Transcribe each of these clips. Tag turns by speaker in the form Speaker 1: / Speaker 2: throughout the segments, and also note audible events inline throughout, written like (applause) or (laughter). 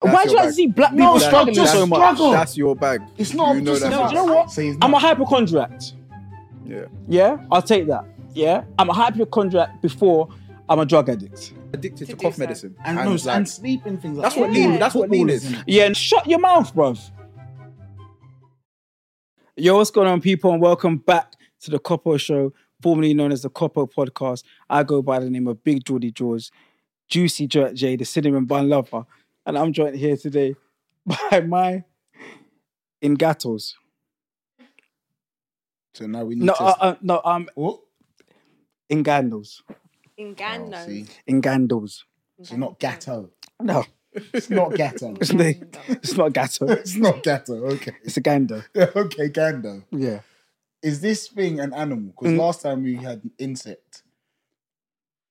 Speaker 1: why
Speaker 2: your
Speaker 1: do I
Speaker 2: bag.
Speaker 1: see black
Speaker 3: No,
Speaker 1: people
Speaker 3: it's
Speaker 1: struggling
Speaker 3: just
Speaker 1: so much?
Speaker 3: struggle.
Speaker 2: That's your bag.
Speaker 3: It's not
Speaker 2: You know
Speaker 3: just
Speaker 2: that's
Speaker 1: No,
Speaker 2: your
Speaker 1: do you know what?
Speaker 3: Say he's
Speaker 1: I'm a
Speaker 3: not.
Speaker 1: hypochondriac.
Speaker 2: Yeah.
Speaker 1: Yeah, I'll take that. Yeah, I'm a hypochondriac before I'm a drug addict.
Speaker 2: Addicted to
Speaker 4: do
Speaker 2: cough
Speaker 4: so.
Speaker 2: medicine.
Speaker 3: and, no,
Speaker 2: it's like-
Speaker 3: and sleeping things. Like
Speaker 2: that's what
Speaker 3: that.
Speaker 2: lean. That's what lean is.
Speaker 3: Footballism.
Speaker 1: Yeah, and shut your mouth, bruv. Yo, what's going on, people, and welcome back to the Coppo Show, formerly known as the Coppo Podcast. I go by the name of Big Geordie Jaws, Juicy Jerk J, the cinnamon bun lover, and I'm joined here today (laughs) by my Ingatos.
Speaker 3: So now we need
Speaker 1: No,
Speaker 3: to.
Speaker 1: uh, uh, no, um,
Speaker 3: (laughs) what?
Speaker 1: Ingandos,
Speaker 3: (laughs)
Speaker 4: Ingano.
Speaker 3: see,
Speaker 1: Ingandos.
Speaker 3: so not gatto.
Speaker 1: No,
Speaker 3: It's
Speaker 2: (laughs)
Speaker 3: not gatto.
Speaker 1: (laughs) it's not, it's not Gato.
Speaker 3: (laughs) it's not gatto. Okay. (laughs)
Speaker 1: It's a Gando.
Speaker 3: Okay, Gando.
Speaker 1: Yeah.
Speaker 3: Is this thing an animal? Because
Speaker 1: Mm.
Speaker 3: last time we had an insect.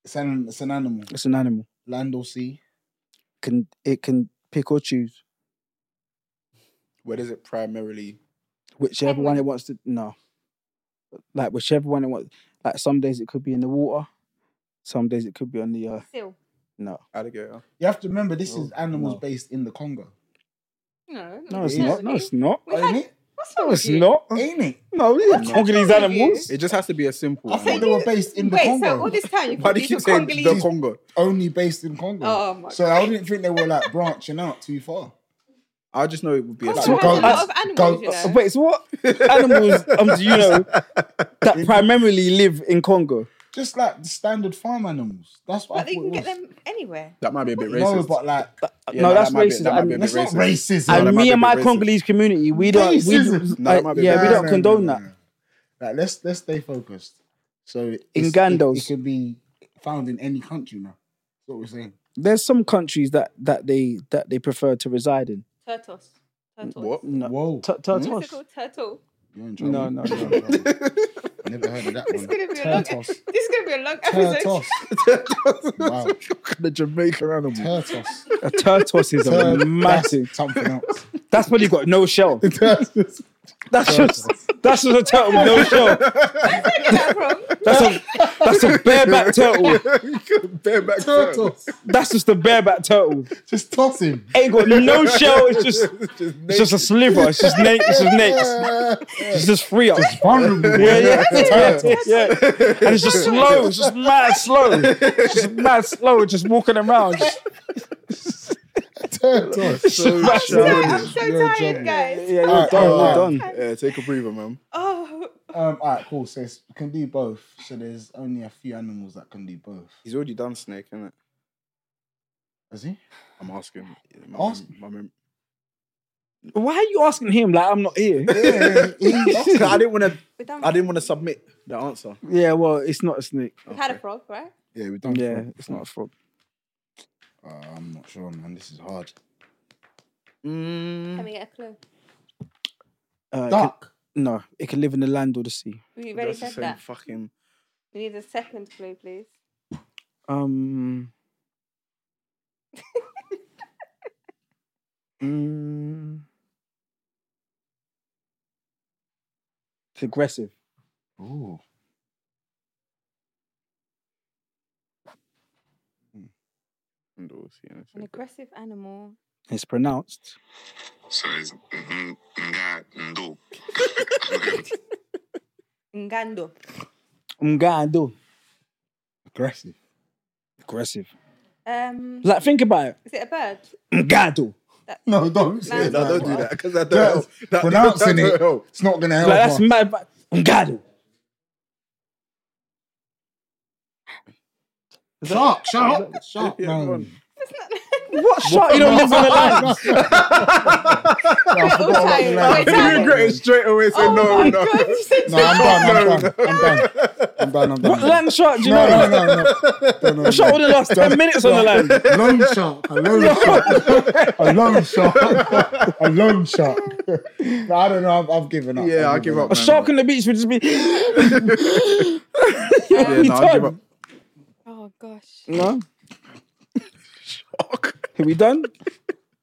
Speaker 3: It's an it's an animal.
Speaker 1: It's an animal.
Speaker 3: Land or sea?
Speaker 1: Can it can pick or choose
Speaker 2: Where does it primarily?
Speaker 1: whichever one
Speaker 4: Penguin.
Speaker 1: it wants to. No, like whichever one it wants. Like some days it could be in the water, some days it could be on the. Uh,
Speaker 4: Still.
Speaker 1: no,
Speaker 2: Alligator.
Speaker 3: You have to remember this is
Speaker 1: No,
Speaker 3: animals
Speaker 1: no.
Speaker 3: based in the Congo.
Speaker 4: No.
Speaker 1: no, it's
Speaker 3: It is.
Speaker 1: not. No, it's not.
Speaker 4: We
Speaker 3: Ain't
Speaker 4: had, Oh.
Speaker 3: it?
Speaker 4: what's wrong
Speaker 1: No,
Speaker 4: with
Speaker 1: it's
Speaker 4: you?
Speaker 1: not.
Speaker 3: Ain't it?
Speaker 1: No, we didn't
Speaker 4: What's
Speaker 1: conquer
Speaker 4: wrong
Speaker 1: these
Speaker 4: with
Speaker 1: animals.
Speaker 2: It just has to be a simple.
Speaker 3: I thought
Speaker 2: animal.
Speaker 3: they were based in the
Speaker 4: Wait,
Speaker 3: Congo.
Speaker 4: so all this time you
Speaker 2: Why
Speaker 4: called
Speaker 2: do you
Speaker 4: these
Speaker 2: keep
Speaker 4: were
Speaker 2: saying the
Speaker 4: Congolese?
Speaker 2: Congo?
Speaker 3: Only based in Congo.
Speaker 4: Oh my
Speaker 3: so I didn't think they were like branching out too far.
Speaker 2: I just know it would be a
Speaker 4: Congo
Speaker 3: So
Speaker 2: simple.
Speaker 4: has a lot of animals, you
Speaker 3: Go-
Speaker 4: know.
Speaker 1: Wait, so
Speaker 2: (laughs)
Speaker 1: what animals um, do you know that primarily live in Congo?
Speaker 3: Just like the standard farm animals. That's what
Speaker 4: But
Speaker 3: I
Speaker 4: they
Speaker 3: thought
Speaker 4: can
Speaker 3: it
Speaker 4: get
Speaker 3: was.
Speaker 4: them anywhere.
Speaker 2: That might be a bit racist.
Speaker 3: No, but like
Speaker 2: Yeah,
Speaker 1: no,
Speaker 2: that-
Speaker 1: that's
Speaker 2: that might be-
Speaker 1: racist.
Speaker 2: that might be a
Speaker 1: and
Speaker 2: bit
Speaker 3: that's not racism.
Speaker 2: No, that
Speaker 1: and
Speaker 2: might
Speaker 1: me
Speaker 2: be
Speaker 1: and
Speaker 2: a
Speaker 1: my
Speaker 2: bit racist.
Speaker 1: Congolese community, we don't, we,
Speaker 3: Racism.
Speaker 2: No, that might be a
Speaker 1: yeah,
Speaker 2: bit
Speaker 1: we
Speaker 2: racist.
Speaker 1: don't condone that.
Speaker 3: Like let's let's stay focused. So it's-
Speaker 1: In
Speaker 3: it-
Speaker 1: Gandos.
Speaker 3: it, can be found in any country now. That's what we're saying.
Speaker 1: There's some countries that that they that they prefer to reside in.
Speaker 4: Turtles. Turtles.
Speaker 2: What?
Speaker 1: No.
Speaker 3: Whoa,
Speaker 1: Tur-
Speaker 4: What's it
Speaker 1: turtles. (laughs)
Speaker 4: called? Turtle.
Speaker 3: you're in trouble.
Speaker 1: No,
Speaker 3: (laughs)
Speaker 1: no,
Speaker 3: You're in trouble. Never heard of that
Speaker 4: This is
Speaker 3: one.
Speaker 4: gonna be a long.
Speaker 3: Turtles.
Speaker 4: (laughs) This is gonna be a long
Speaker 3: (laughs)
Speaker 4: episode.
Speaker 3: Turtos. Wow. (laughs)
Speaker 2: the Jamaican animal.
Speaker 3: Turtos.
Speaker 1: A turtles is a
Speaker 3: Turtos.
Speaker 1: massive.
Speaker 3: Something else. (laughs)
Speaker 1: That's when you got no shell.
Speaker 3: Turtos.
Speaker 1: (laughs) That's just that's just a turtle with no shell.
Speaker 4: Where did that from?
Speaker 1: That's a that's a bareback turtle.
Speaker 2: Bareback turtle.
Speaker 3: Turtos.
Speaker 1: That's just a bareback turtle.
Speaker 3: Just toss him.
Speaker 1: Ain't got no shell. (laughs) It's just it's just a sliver. It's just na- It's just naked.
Speaker 3: Uh,
Speaker 1: It's just free up.
Speaker 3: vulnerable.
Speaker 1: Yeah, yeah, (laughs) yeah, yeah. And it's just slow. It's just mad slow. It's just mad slow. Just walking around. Just,
Speaker 3: Turtos.
Speaker 2: So
Speaker 1: Right.
Speaker 4: Sorry,
Speaker 2: childish.
Speaker 4: I'm so
Speaker 3: You're a
Speaker 4: tired,
Speaker 3: joke.
Speaker 1: yeah,
Speaker 4: guys.
Speaker 1: you're
Speaker 3: Alright,
Speaker 1: done. You're
Speaker 3: alright.
Speaker 1: done.
Speaker 2: Oh, Yeah, take a breather, man.
Speaker 4: Oh,
Speaker 3: (laughs) Um, all right, cool. So it's, we can do both. So there's only a few animals that can do both.
Speaker 2: He's already done snake, isn't it?
Speaker 3: Is he?
Speaker 2: I'm asking. My
Speaker 3: Ask-
Speaker 2: mem- my mem-
Speaker 1: Why are you asking him like I'm not here?
Speaker 3: Yeah,
Speaker 2: (laughs)
Speaker 3: he-
Speaker 2: I didn't want to.
Speaker 4: we done.
Speaker 2: I didn't want to submit the answer.
Speaker 1: (laughs) Yeah, well, it's not a snake.
Speaker 4: We had a frog, right?
Speaker 3: yeah, we done.
Speaker 1: Yeah, it's not a frog.
Speaker 3: Uh, I'm not sure, man. This is hard.
Speaker 4: Can
Speaker 2: Mm,
Speaker 4: we get a clue?
Speaker 1: Uh, it can-
Speaker 3: Duck.
Speaker 1: no, it can live in the land or the sea.
Speaker 4: We already
Speaker 2: that's the
Speaker 4: said
Speaker 2: same
Speaker 4: that.
Speaker 2: fucking.
Speaker 4: We need a second clue, please.
Speaker 1: (laughs) Um. mm. it's aggressive.
Speaker 3: Ooh.
Speaker 2: I don't see anything.
Speaker 4: An aggressive animal.
Speaker 1: It's pronounced.
Speaker 5: So it's ng- nga ndo.
Speaker 4: Ngando.
Speaker 1: Mgado.
Speaker 3: Aggressive.
Speaker 1: Aggressive.
Speaker 4: Um,
Speaker 1: Like, think about it.
Speaker 4: is it a bird?
Speaker 1: Mgado.
Speaker 3: No, don't say
Speaker 2: Yeah,
Speaker 3: that.
Speaker 2: no, don't do
Speaker 3: man.
Speaker 2: that because that
Speaker 3: Yes,
Speaker 2: don't help. (laughs) That,
Speaker 3: pronouncing
Speaker 2: that don't
Speaker 3: it.
Speaker 2: help.
Speaker 3: It's not gonna help.
Speaker 1: Like, that's
Speaker 3: us.
Speaker 1: mad. Mgado.
Speaker 3: shark, shark, shark.
Speaker 2: Yeah,
Speaker 3: man.
Speaker 2: go on.
Speaker 4: That's not.
Speaker 1: What shot? You don't live on the land. (laughs)
Speaker 3: I forgot about
Speaker 4: Okay,
Speaker 3: the land.
Speaker 4: Oh, wait,
Speaker 2: You
Speaker 4: time.
Speaker 2: regret it straight away. Say
Speaker 4: oh
Speaker 2: no,
Speaker 4: my
Speaker 2: no.
Speaker 4: god! You said
Speaker 3: No, I'm done. I'm done. I'm done. I'm done. I'm done.
Speaker 1: What land shot do you
Speaker 3: No,
Speaker 1: know?
Speaker 3: no, no, no. no, no,
Speaker 1: A shot
Speaker 3: no.
Speaker 1: wouldn't last 10 minutes on the land.
Speaker 3: Lone shark. A lone shark. A lone shark. A lone shark. No, I don't know. I've, I've given up.
Speaker 2: Yeah, I'll
Speaker 3: I've
Speaker 2: give
Speaker 3: given
Speaker 2: up.
Speaker 1: A shark on the beach would just
Speaker 3: (laughs)
Speaker 1: be.
Speaker 2: Yeah, no, I'll give up. (laughs)
Speaker 4: Oh gosh.
Speaker 1: No? Are we done?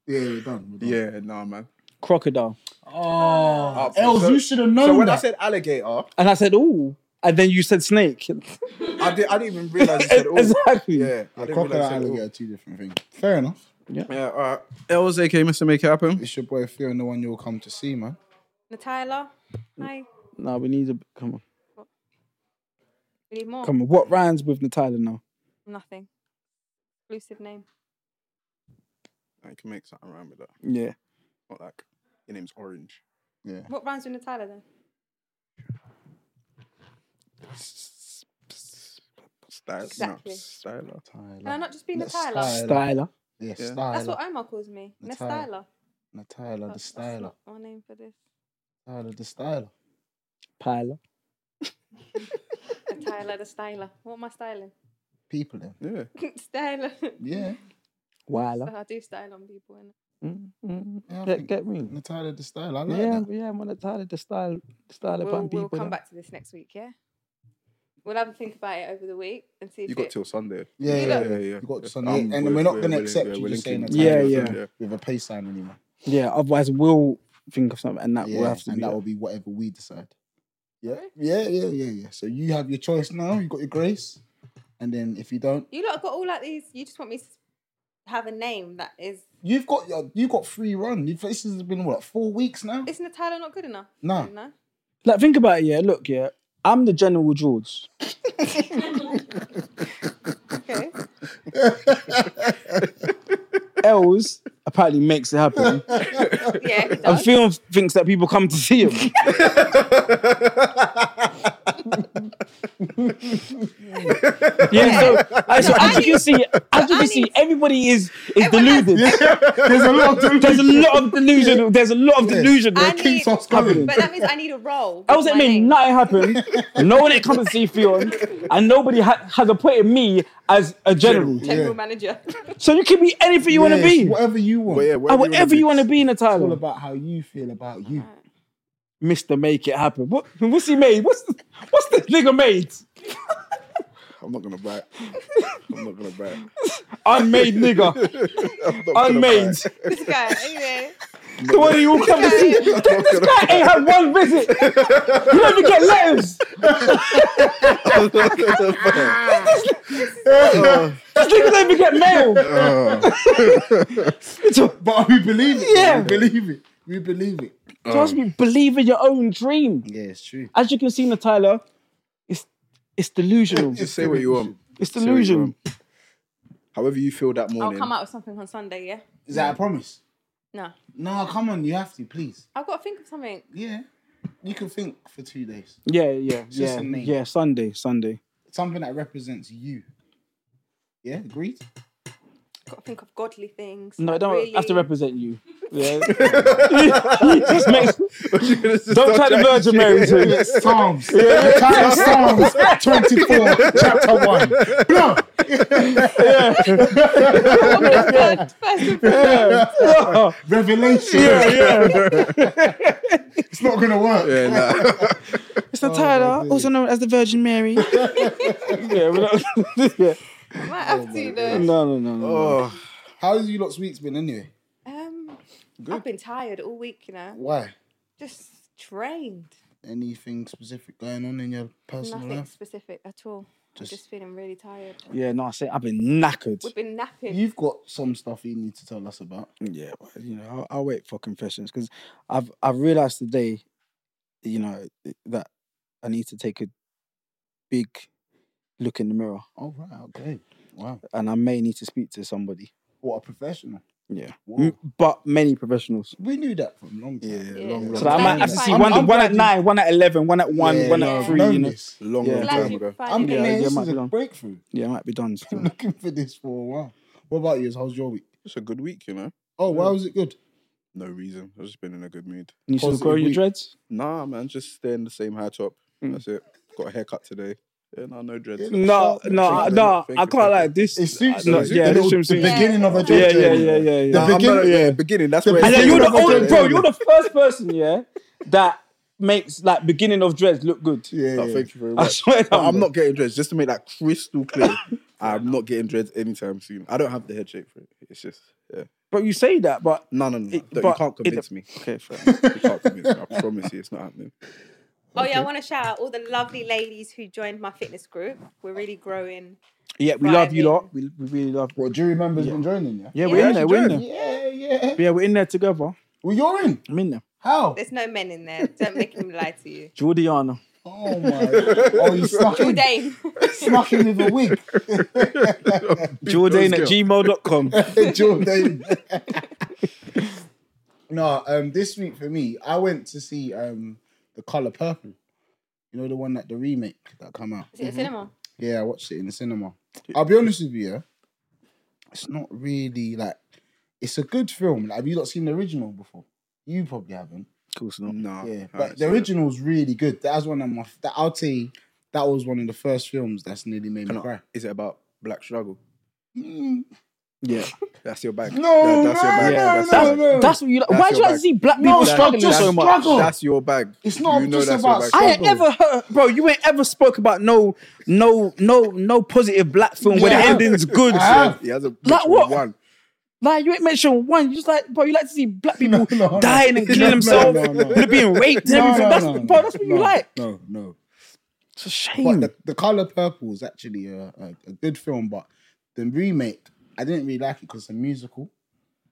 Speaker 3: Yeah, we're done. We're done.
Speaker 2: Yeah, nah, man.
Speaker 1: Crocodile.
Speaker 3: Oh,
Speaker 2: so-
Speaker 3: Els, you should have known
Speaker 2: So when
Speaker 3: that.
Speaker 2: I said alligator,
Speaker 1: And I said, ooh. And then you said snake.
Speaker 2: I, did, I didn't even realize you said all.
Speaker 1: exactly.
Speaker 3: (laughs)
Speaker 2: Yeah, I
Speaker 3: Yeah,
Speaker 2: didn't
Speaker 3: crocodile
Speaker 2: realize you said all.
Speaker 3: alligator are two different things. Fair enough.
Speaker 2: Yeah, all right. L's, aka Mr. Make It Happen.
Speaker 3: It's your boy Theo and the one you'll come to see, man.
Speaker 4: Natalia. Hi.
Speaker 1: No, we need a come on.
Speaker 4: We need more.
Speaker 1: Come on. What rhymes with Natalia now?
Speaker 4: Nothing. Exclusive name.
Speaker 2: I can make something around with that.
Speaker 1: Yeah.
Speaker 2: Not like your name's Orange.
Speaker 4: What rhymes with Natalia then?
Speaker 2: Style,
Speaker 4: Exactly.
Speaker 2: no, styler.
Speaker 4: Can I
Speaker 3: Tyler.
Speaker 4: not just be
Speaker 3: Let's
Speaker 4: Natalia?
Speaker 3: style.
Speaker 1: Styler.
Speaker 3: Yeah,
Speaker 2: Yeah.
Speaker 3: Styler.
Speaker 4: That's what Omar calls me.
Speaker 3: Natalia.
Speaker 4: Nestalia.
Speaker 3: Nah, Tyler the Styler.
Speaker 4: My name for this.
Speaker 3: Tyler the Styler.
Speaker 1: Piler.
Speaker 4: Natalia the styler. What am I styling? (laughs)
Speaker 3: People then.
Speaker 2: Yeah.
Speaker 4: styler.
Speaker 3: Yeah.
Speaker 1: Wiler.
Speaker 4: I do style on people. innit?
Speaker 1: Mm, mm.
Speaker 3: yeah I
Speaker 1: Get,
Speaker 3: think
Speaker 1: get me.
Speaker 3: Natalia the Styler. I like
Speaker 1: Yeah,
Speaker 3: that.
Speaker 1: yeah, man. Natalia, the style, the style of
Speaker 4: We'll,
Speaker 1: button people.
Speaker 4: we'll
Speaker 1: that-
Speaker 4: come back to this next week, yeah? We'll have a think about it over the week and see if
Speaker 2: You got
Speaker 4: it-
Speaker 2: till Sunday.
Speaker 3: Yeah,
Speaker 4: You
Speaker 3: yeah,
Speaker 4: got-
Speaker 3: yeah.
Speaker 2: yeah.
Speaker 3: You got till
Speaker 2: Yeah.
Speaker 3: Sunday.
Speaker 2: Um,
Speaker 3: And
Speaker 2: we're-
Speaker 3: we're not
Speaker 2: we're
Speaker 3: gonna
Speaker 2: willing-
Speaker 3: accept
Speaker 2: we're
Speaker 3: you just saying
Speaker 2: linking-
Speaker 3: Natalia
Speaker 1: Yeah,
Speaker 3: the
Speaker 1: yeah.
Speaker 3: Styler with a pay sign anymore.
Speaker 1: Yeah, otherwise we'll think of something, and that
Speaker 3: yeah,
Speaker 1: will have to
Speaker 3: and
Speaker 1: be.
Speaker 3: that will be whatever we decide. Yeah, yeah, yeah, yeah, yeah. So you have your choice now. You got your grace, and then if you don't,
Speaker 4: You lot got all like these. You just want me to have a name that is.
Speaker 3: you've got your you got free run. You've, this has been what four weeks now.
Speaker 4: Is Natalia not good enough?
Speaker 3: No.
Speaker 4: No.
Speaker 1: like, think about it. Yeah, look, yeah. I'm the General George.
Speaker 3: (laughs)
Speaker 4: Okay.
Speaker 1: Els apparently makes it happen,
Speaker 3: (laughs)
Speaker 4: yeah. he
Speaker 1: and
Speaker 4: does.
Speaker 1: Film thinks that people come to see (laughs) him. yeah, so as, as you can see, as you can see, everybody is is deluded.
Speaker 3: There's a lot of
Speaker 1: There's a lot of delusion. There's a lot of delusion.
Speaker 4: I
Speaker 1: Like,
Speaker 4: need,
Speaker 3: keeps us going.
Speaker 4: but that means I need
Speaker 1: (laughs)
Speaker 4: a role.
Speaker 1: I was
Speaker 4: with
Speaker 1: like,
Speaker 4: my
Speaker 1: Oh, mean,
Speaker 4: name.
Speaker 1: nothing happened. no one had come to see Fion, and nobody ha- has appointed me as a general.
Speaker 4: General
Speaker 3: Yeah. (laughs)
Speaker 4: manager. (laughs)
Speaker 1: So you can be anything you want to
Speaker 3: Yes,
Speaker 1: be.
Speaker 3: whatever you want.
Speaker 2: But yeah,
Speaker 4: Oh,
Speaker 1: and whatever you want to
Speaker 2: be.
Speaker 1: be in a
Speaker 3: It's all
Speaker 1: title.
Speaker 3: about how you feel about you.
Speaker 1: Mr. Make It Happen. What, what's he made? What's what's this nigga made?
Speaker 2: I'm not gonna
Speaker 4: (laughs)
Speaker 2: buy it. I'm not gonna buy it.
Speaker 1: Unmade nigga.
Speaker 2: (laughs) I'm not gonna buy
Speaker 1: Unmade.
Speaker 2: it.
Speaker 4: this guy. Anyway.
Speaker 1: the one you all come to see. This guy ain't had one visit. You don't even get letters.
Speaker 2: I'm not gonna buy
Speaker 1: This nigga don't even get mail.
Speaker 2: it.
Speaker 1: It's a-
Speaker 3: But we believe it.
Speaker 1: Yeah.
Speaker 3: we believe it. We believe it.
Speaker 1: Trust
Speaker 2: Oh.
Speaker 1: me, believe in your own dream.
Speaker 3: Yeah, it's true.
Speaker 1: As you can see, Natalia, it's it's delusional.
Speaker 2: (laughs) Just say what you want.
Speaker 1: It's
Speaker 2: Say what you
Speaker 1: delusion.
Speaker 2: want. However you feel that
Speaker 4: I'll
Speaker 2: morning. (laughs)
Speaker 4: Oh, come out with something on Sunday, yeah?
Speaker 3: Is that a promise?
Speaker 4: No.
Speaker 3: No, come on, you have to, please.
Speaker 4: I've got to think of something.
Speaker 3: Yeah, you can think for two days.
Speaker 1: Yeah, yeah, yeah,
Speaker 3: just a name.
Speaker 1: yeah. Sunday, Sunday.
Speaker 3: Something that represents you. Yeah, agreed.
Speaker 4: got to think of godly things.
Speaker 1: No,
Speaker 4: like,
Speaker 1: don't. I have to
Speaker 4: (laughs) really-
Speaker 1: represent you.
Speaker 2: (laughs)
Speaker 1: Yeah. (laughs) Just make- don't try the Virgin Mary. to it.
Speaker 4: (laughs)
Speaker 3: Psalms. Chapter Psalms 24, chapter 1. No. (laughs)
Speaker 4: First of all,
Speaker 3: Revelation. (laughs) It's not going to work.
Speaker 2: (laughs) Yeah, nah.
Speaker 1: It's Natalia, also known as the Virgin Mary. yeah, we're not, (laughs) yeah.
Speaker 4: I might have to, though.
Speaker 1: No, no, no, no. no.
Speaker 2: Oh,
Speaker 3: How's you lot's weeks been anyway?
Speaker 4: Um, I've been tired all week, you know.
Speaker 3: Why?
Speaker 4: Just trained.
Speaker 3: Anything specific going on in your personal
Speaker 4: Nothing
Speaker 3: life?
Speaker 4: specific at all.
Speaker 3: Just-
Speaker 4: I'm just feeling really tired.
Speaker 1: (laughs) Yeah, no, I say I've been knackered.
Speaker 4: We've been napping.
Speaker 3: You've got some stuff you need to tell us about.
Speaker 1: Yeah, well, you know, I'll, I'll wait for confessions because I've I've realized today, you know, that I need to take a big look in the mirror,
Speaker 3: Oh, right. Okay. Wow.
Speaker 1: and I may need to speak to somebody.
Speaker 3: What a professional.
Speaker 1: Yeah,
Speaker 3: Whoa.
Speaker 1: M- but many professionals.
Speaker 3: We knew that from long time.
Speaker 4: Yeah. long,
Speaker 1: So I might have to
Speaker 4: Like,
Speaker 1: see
Speaker 4: I'm-
Speaker 1: one,
Speaker 3: I'm
Speaker 1: one
Speaker 3: glad
Speaker 1: at
Speaker 3: you-
Speaker 1: nine, one at eleven, one at one,
Speaker 3: Yeah,
Speaker 1: one
Speaker 3: yeah,
Speaker 1: at
Speaker 3: I've
Speaker 1: three.
Speaker 3: known
Speaker 1: You know,
Speaker 3: this.
Speaker 2: long,
Speaker 1: Yeah.
Speaker 2: long
Speaker 4: Glad
Speaker 2: time
Speaker 4: you
Speaker 2: ago.
Speaker 3: I'm
Speaker 4: finally
Speaker 1: Yeah,
Speaker 3: yeah,
Speaker 1: yeah,
Speaker 3: this
Speaker 1: might
Speaker 3: is
Speaker 1: be
Speaker 3: a
Speaker 1: long.
Speaker 3: breakthrough.
Speaker 1: yeah, I might be done.
Speaker 3: Been
Speaker 1: Still.
Speaker 3: (laughs) looking for this for a while. What about yours? How's your week?
Speaker 2: It's a good week, you know.
Speaker 3: Oh, why was it good?
Speaker 2: No reason. I've just been in a good mood.
Speaker 1: You still
Speaker 3: Positive
Speaker 1: growing your
Speaker 3: week.
Speaker 1: dreads?
Speaker 2: Nah, man, just stay in the same high top.
Speaker 1: Mm.
Speaker 2: That's it. Got a haircut today. Yeah, no, no dreads.
Speaker 3: Yeah,
Speaker 1: No,
Speaker 3: Thank
Speaker 1: no,
Speaker 2: you,
Speaker 1: I-
Speaker 2: thank
Speaker 1: no.
Speaker 2: you,
Speaker 1: I
Speaker 2: thank
Speaker 1: can't like
Speaker 2: you.
Speaker 1: this.
Speaker 3: It suits
Speaker 1: I-
Speaker 3: you.
Speaker 1: no,
Speaker 3: It
Speaker 1: yeah, this seems
Speaker 3: suits the
Speaker 1: to-
Speaker 4: Yeah.
Speaker 3: beginning of a
Speaker 1: Yeah,
Speaker 3: job
Speaker 1: yeah,
Speaker 3: journey.
Speaker 1: yeah, yeah, yeah.
Speaker 3: The
Speaker 2: I'm
Speaker 3: beginning-
Speaker 2: not- yeah, beginning. That's where.
Speaker 1: And then
Speaker 3: beginning
Speaker 2: it's-
Speaker 1: you're the
Speaker 3: of a
Speaker 1: only
Speaker 3: dread.
Speaker 1: bro. You're the first person, yeah, that makes like beginning of dreads look good.
Speaker 3: Yeah,
Speaker 2: No,
Speaker 3: yeah.
Speaker 2: thank you very
Speaker 1: I
Speaker 2: much.
Speaker 1: swear. (laughs) to
Speaker 2: But
Speaker 1: God.
Speaker 2: I'm not getting dreads. Just to make that crystal clear, I'm not getting dreads anytime soon. I don't have the head shape for it. It's just yeah.
Speaker 1: But you say that, but
Speaker 2: No, no, no. no.
Speaker 1: It-
Speaker 2: Don't- you
Speaker 1: but
Speaker 2: can't
Speaker 1: (laughs) it-
Speaker 2: convince me.
Speaker 1: okay, fair.
Speaker 2: You can't convince me. I promise you, it's not happening.
Speaker 4: Oh yeah, I want to shout out all the lovely ladies who joined my fitness group. We're really growing.
Speaker 1: Yeah, we
Speaker 4: Right,
Speaker 1: love you
Speaker 4: yeah.
Speaker 1: lot. We, we really love.
Speaker 3: What jury members been joining you?
Speaker 1: Yeah, we're in there. We're in there.
Speaker 3: Yeah, yeah.
Speaker 1: Yeah, we're in there together.
Speaker 3: Well, you're in.
Speaker 1: I'm in there.
Speaker 3: How?
Speaker 4: There's no men in there. Don't make him lie to
Speaker 3: (laughs)
Speaker 4: you.
Speaker 1: Jordiana.
Speaker 3: Oh my! Oh, you snuck in,
Speaker 4: Dane.
Speaker 3: snuck in with a
Speaker 1: (laughs)
Speaker 3: wig. (laughs)
Speaker 1: Jordan at gmail.com.
Speaker 3: Jordan. (laughs) no, um, this week for me, I went to see um the color purple. You know the one that the remake that come out.
Speaker 4: (laughs)
Speaker 3: Mm-hmm.
Speaker 4: Is it a cinema?
Speaker 3: Yeah, I watched it in the cinema. I'll be honest with you, yeah. It's not really like it's a good film. Like, have you not seen the original before? You probably haven't.
Speaker 1: Of course not.
Speaker 2: Nah.
Speaker 3: Yeah,
Speaker 2: I
Speaker 3: but
Speaker 2: haven't
Speaker 3: the
Speaker 2: seen
Speaker 3: original's really good. That was one of my. f- That I'll tell you, that was one of the first films that's nearly made me
Speaker 2: Cannot-
Speaker 3: cry.
Speaker 2: it. Is it about black struggle?
Speaker 3: Mm,
Speaker 1: Yeah.
Speaker 2: That's your bag.
Speaker 3: No,
Speaker 2: that's
Speaker 3: no,
Speaker 2: your bag.
Speaker 1: no,
Speaker 2: that's
Speaker 3: no,
Speaker 2: your
Speaker 1: That's,
Speaker 2: bag.
Speaker 3: no.
Speaker 1: that's what you like.
Speaker 2: That's
Speaker 1: Why do
Speaker 2: your
Speaker 1: you like to
Speaker 2: bag.
Speaker 1: see black
Speaker 3: No,
Speaker 1: people
Speaker 3: stop,
Speaker 1: struggling
Speaker 3: just
Speaker 1: so much?
Speaker 3: struggle.
Speaker 2: That's your bag.
Speaker 3: It's not
Speaker 2: You know
Speaker 3: just
Speaker 2: that's your
Speaker 3: about
Speaker 2: bag.
Speaker 1: I
Speaker 3: struggle.
Speaker 1: ain't ever heard, bro. You ain't ever spoke about no, no, no, no positive black film where
Speaker 3: Yeah, I
Speaker 1: the
Speaker 3: have.
Speaker 1: ending's good.
Speaker 3: I have.
Speaker 2: He has a
Speaker 1: Like what?
Speaker 2: one.
Speaker 1: Like you ain't mentioned one. You just like, bro. You like to see black people
Speaker 3: (laughs) no, no.
Speaker 1: dying and killing
Speaker 3: No, no,
Speaker 1: themselves, (laughs)
Speaker 3: no, no.
Speaker 1: They're being raped and
Speaker 3: No,
Speaker 1: everything.
Speaker 3: no,
Speaker 1: that's,
Speaker 3: no,
Speaker 1: bro,
Speaker 3: no,
Speaker 1: that's what
Speaker 3: no,
Speaker 1: you like.
Speaker 3: No, no.
Speaker 1: It's a
Speaker 3: But
Speaker 1: shame.
Speaker 3: the, the color purple is actually a, a, a good film, but the remake I didn't really like it because it's a musical,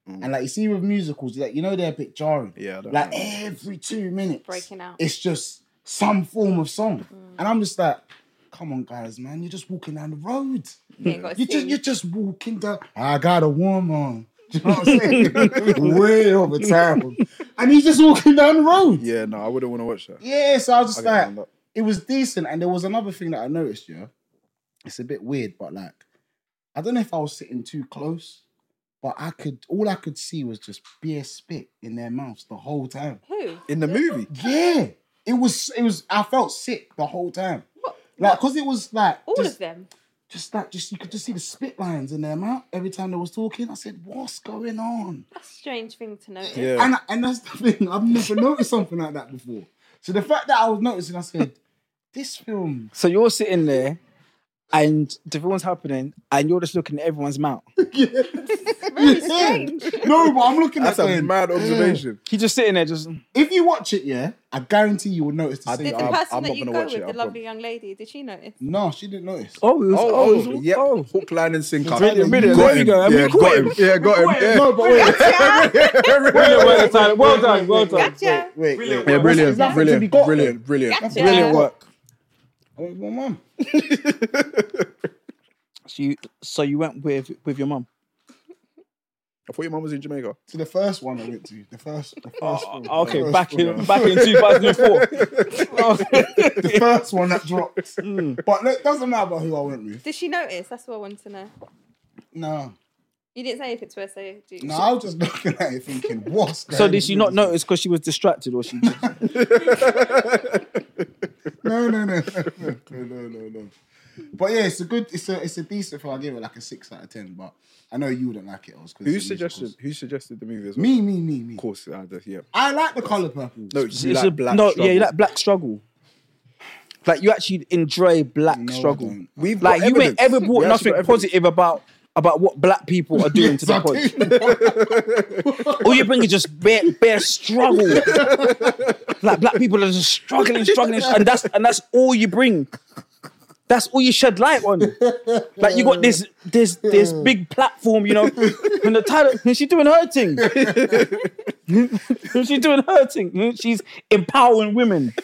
Speaker 3: and like you see with musicals, like you know they're a bit jarring.
Speaker 2: Mm. Yeah, I don't
Speaker 3: like
Speaker 2: know.
Speaker 3: every two minutes,
Speaker 4: Breaking out. Mm.
Speaker 3: It's just some form of song, and I'm just like, come on, guys, man, you're just walking down the road.
Speaker 4: Yeah, got
Speaker 3: Mm-hmm. You
Speaker 4: to
Speaker 3: just
Speaker 4: sing.
Speaker 3: you're just walking down. I got a woman. (laughs) Do you know
Speaker 2: (laughs)
Speaker 3: what I'm saying? (laughs) Way over town, and he's just walking down the road.
Speaker 2: Yeah, no, I wouldn't want to watch that.
Speaker 3: Yeah, so I was just
Speaker 2: Okay,
Speaker 3: like,
Speaker 2: I'm not-
Speaker 3: it was decent. And there was another thing that I noticed, yeah. It's a bit weird, but like, I don't know if I was sitting too close, but I could, all I could see was just beer spit in their mouths the whole time.
Speaker 4: Who?
Speaker 2: In the movie.
Speaker 3: Yeah. It was, it was, I felt sick the whole time.
Speaker 4: What?
Speaker 3: Like, cause it was like,
Speaker 4: All
Speaker 3: just,
Speaker 4: of them.
Speaker 3: just like, just, you could just see the spit lines in their mouth every time they was talking. I said, what's going on?
Speaker 4: That's a strange thing to notice.
Speaker 2: Yeah.
Speaker 3: And and that's the thing. I've never noticed something like that before. So the fact that I was noticing, I said, "This film."
Speaker 1: So you're sitting there, and the film's happening, and you're just looking at everyone's mouth.
Speaker 4: Really strange.
Speaker 3: (laughs) No, but I'm looking
Speaker 2: That's
Speaker 3: at
Speaker 2: a
Speaker 3: it.
Speaker 2: mad observation.
Speaker 1: He's just sitting there, just
Speaker 3: If you watch it, yeah, I guarantee you will notice the
Speaker 2: I
Speaker 3: same.
Speaker 2: think
Speaker 4: Did the
Speaker 2: I'm-
Speaker 3: thing.
Speaker 4: person
Speaker 2: I'm
Speaker 4: that
Speaker 2: not
Speaker 4: you
Speaker 2: gonna
Speaker 4: go
Speaker 2: watch
Speaker 4: with,
Speaker 2: it, I
Speaker 4: the lovely young lady, did she notice?
Speaker 3: No, she didn't notice.
Speaker 1: oh, it was,
Speaker 2: Oh,
Speaker 1: oh, it
Speaker 2: oh,
Speaker 1: was-
Speaker 2: yep.
Speaker 1: oh.
Speaker 2: Hook, line, and sinker.
Speaker 1: Right in the middle,
Speaker 2: Got
Speaker 1: there we
Speaker 2: him.
Speaker 1: go, and we
Speaker 2: Yeah,
Speaker 1: caught
Speaker 2: got
Speaker 1: him.
Speaker 2: him. Yeah, got him. Yeah.
Speaker 3: No, but
Speaker 1: Well
Speaker 3: wait,
Speaker 1: done, well done, well done.
Speaker 4: Gotcha.
Speaker 3: wait, wait.
Speaker 2: Yeah, brilliant,
Speaker 3: Is that to be
Speaker 2: brilliant,
Speaker 3: got?
Speaker 2: brilliant, brilliant.
Speaker 4: Gotcha.
Speaker 1: Brilliant work.
Speaker 3: I went, well, mum.
Speaker 1: So you, so you went with with your mum.
Speaker 2: I thought your mum was in Jamaica.
Speaker 3: So the first one I went to, the first, the first one,
Speaker 1: Oh, Okay,
Speaker 3: the
Speaker 1: back
Speaker 3: first
Speaker 1: in back in
Speaker 3: (laughs)
Speaker 1: 2004. Okay.
Speaker 3: the first one
Speaker 1: (laughs)
Speaker 3: that dropped.
Speaker 1: Hmm.
Speaker 3: But it doesn't matter who I went with.
Speaker 4: Did she notice? That's what I want to know.
Speaker 3: No,
Speaker 4: You didn't say if it's worth saying. do you?
Speaker 3: no, I was just looking at it thinking, what's
Speaker 1: So
Speaker 3: going
Speaker 1: did she
Speaker 3: on?
Speaker 1: not notice because she was distracted,
Speaker 3: (laughs)
Speaker 1: or she? Just,
Speaker 3: no, no, (laughs) no, no, no, no, no. But yeah, it's a good, it's a, it's a decent film. I give it like a six out of ten. But I know you wouldn't like it, Oz. 'cause
Speaker 2: Who
Speaker 3: it's a musical.
Speaker 2: suggested? Who suggested the movie as well?
Speaker 3: Me, me, me, me.
Speaker 2: Of course, I did, yeah.
Speaker 3: I like the color purple.
Speaker 2: No,
Speaker 1: it's
Speaker 2: you like
Speaker 1: a-
Speaker 2: black
Speaker 1: no, yeah,
Speaker 2: struggle.
Speaker 1: you like black struggle. Like you actually enjoy black
Speaker 3: I
Speaker 1: struggle.
Speaker 3: don't.
Speaker 2: We've
Speaker 1: Like
Speaker 2: got
Speaker 1: you ain't
Speaker 2: evidence.
Speaker 1: ever brought
Speaker 2: We actually
Speaker 1: nothing
Speaker 2: got evidence.
Speaker 1: positive about about what black people are doing to the pod.
Speaker 3: (laughs)
Speaker 1: All you bring is just bare bare struggle. like black people are just struggling, struggling, and that's and that's all you bring. That's all you shed light on. Like you got this this this big platform, you know. And the title, and she doing her thing. (laughs) she's doing her thing. She's empowering women.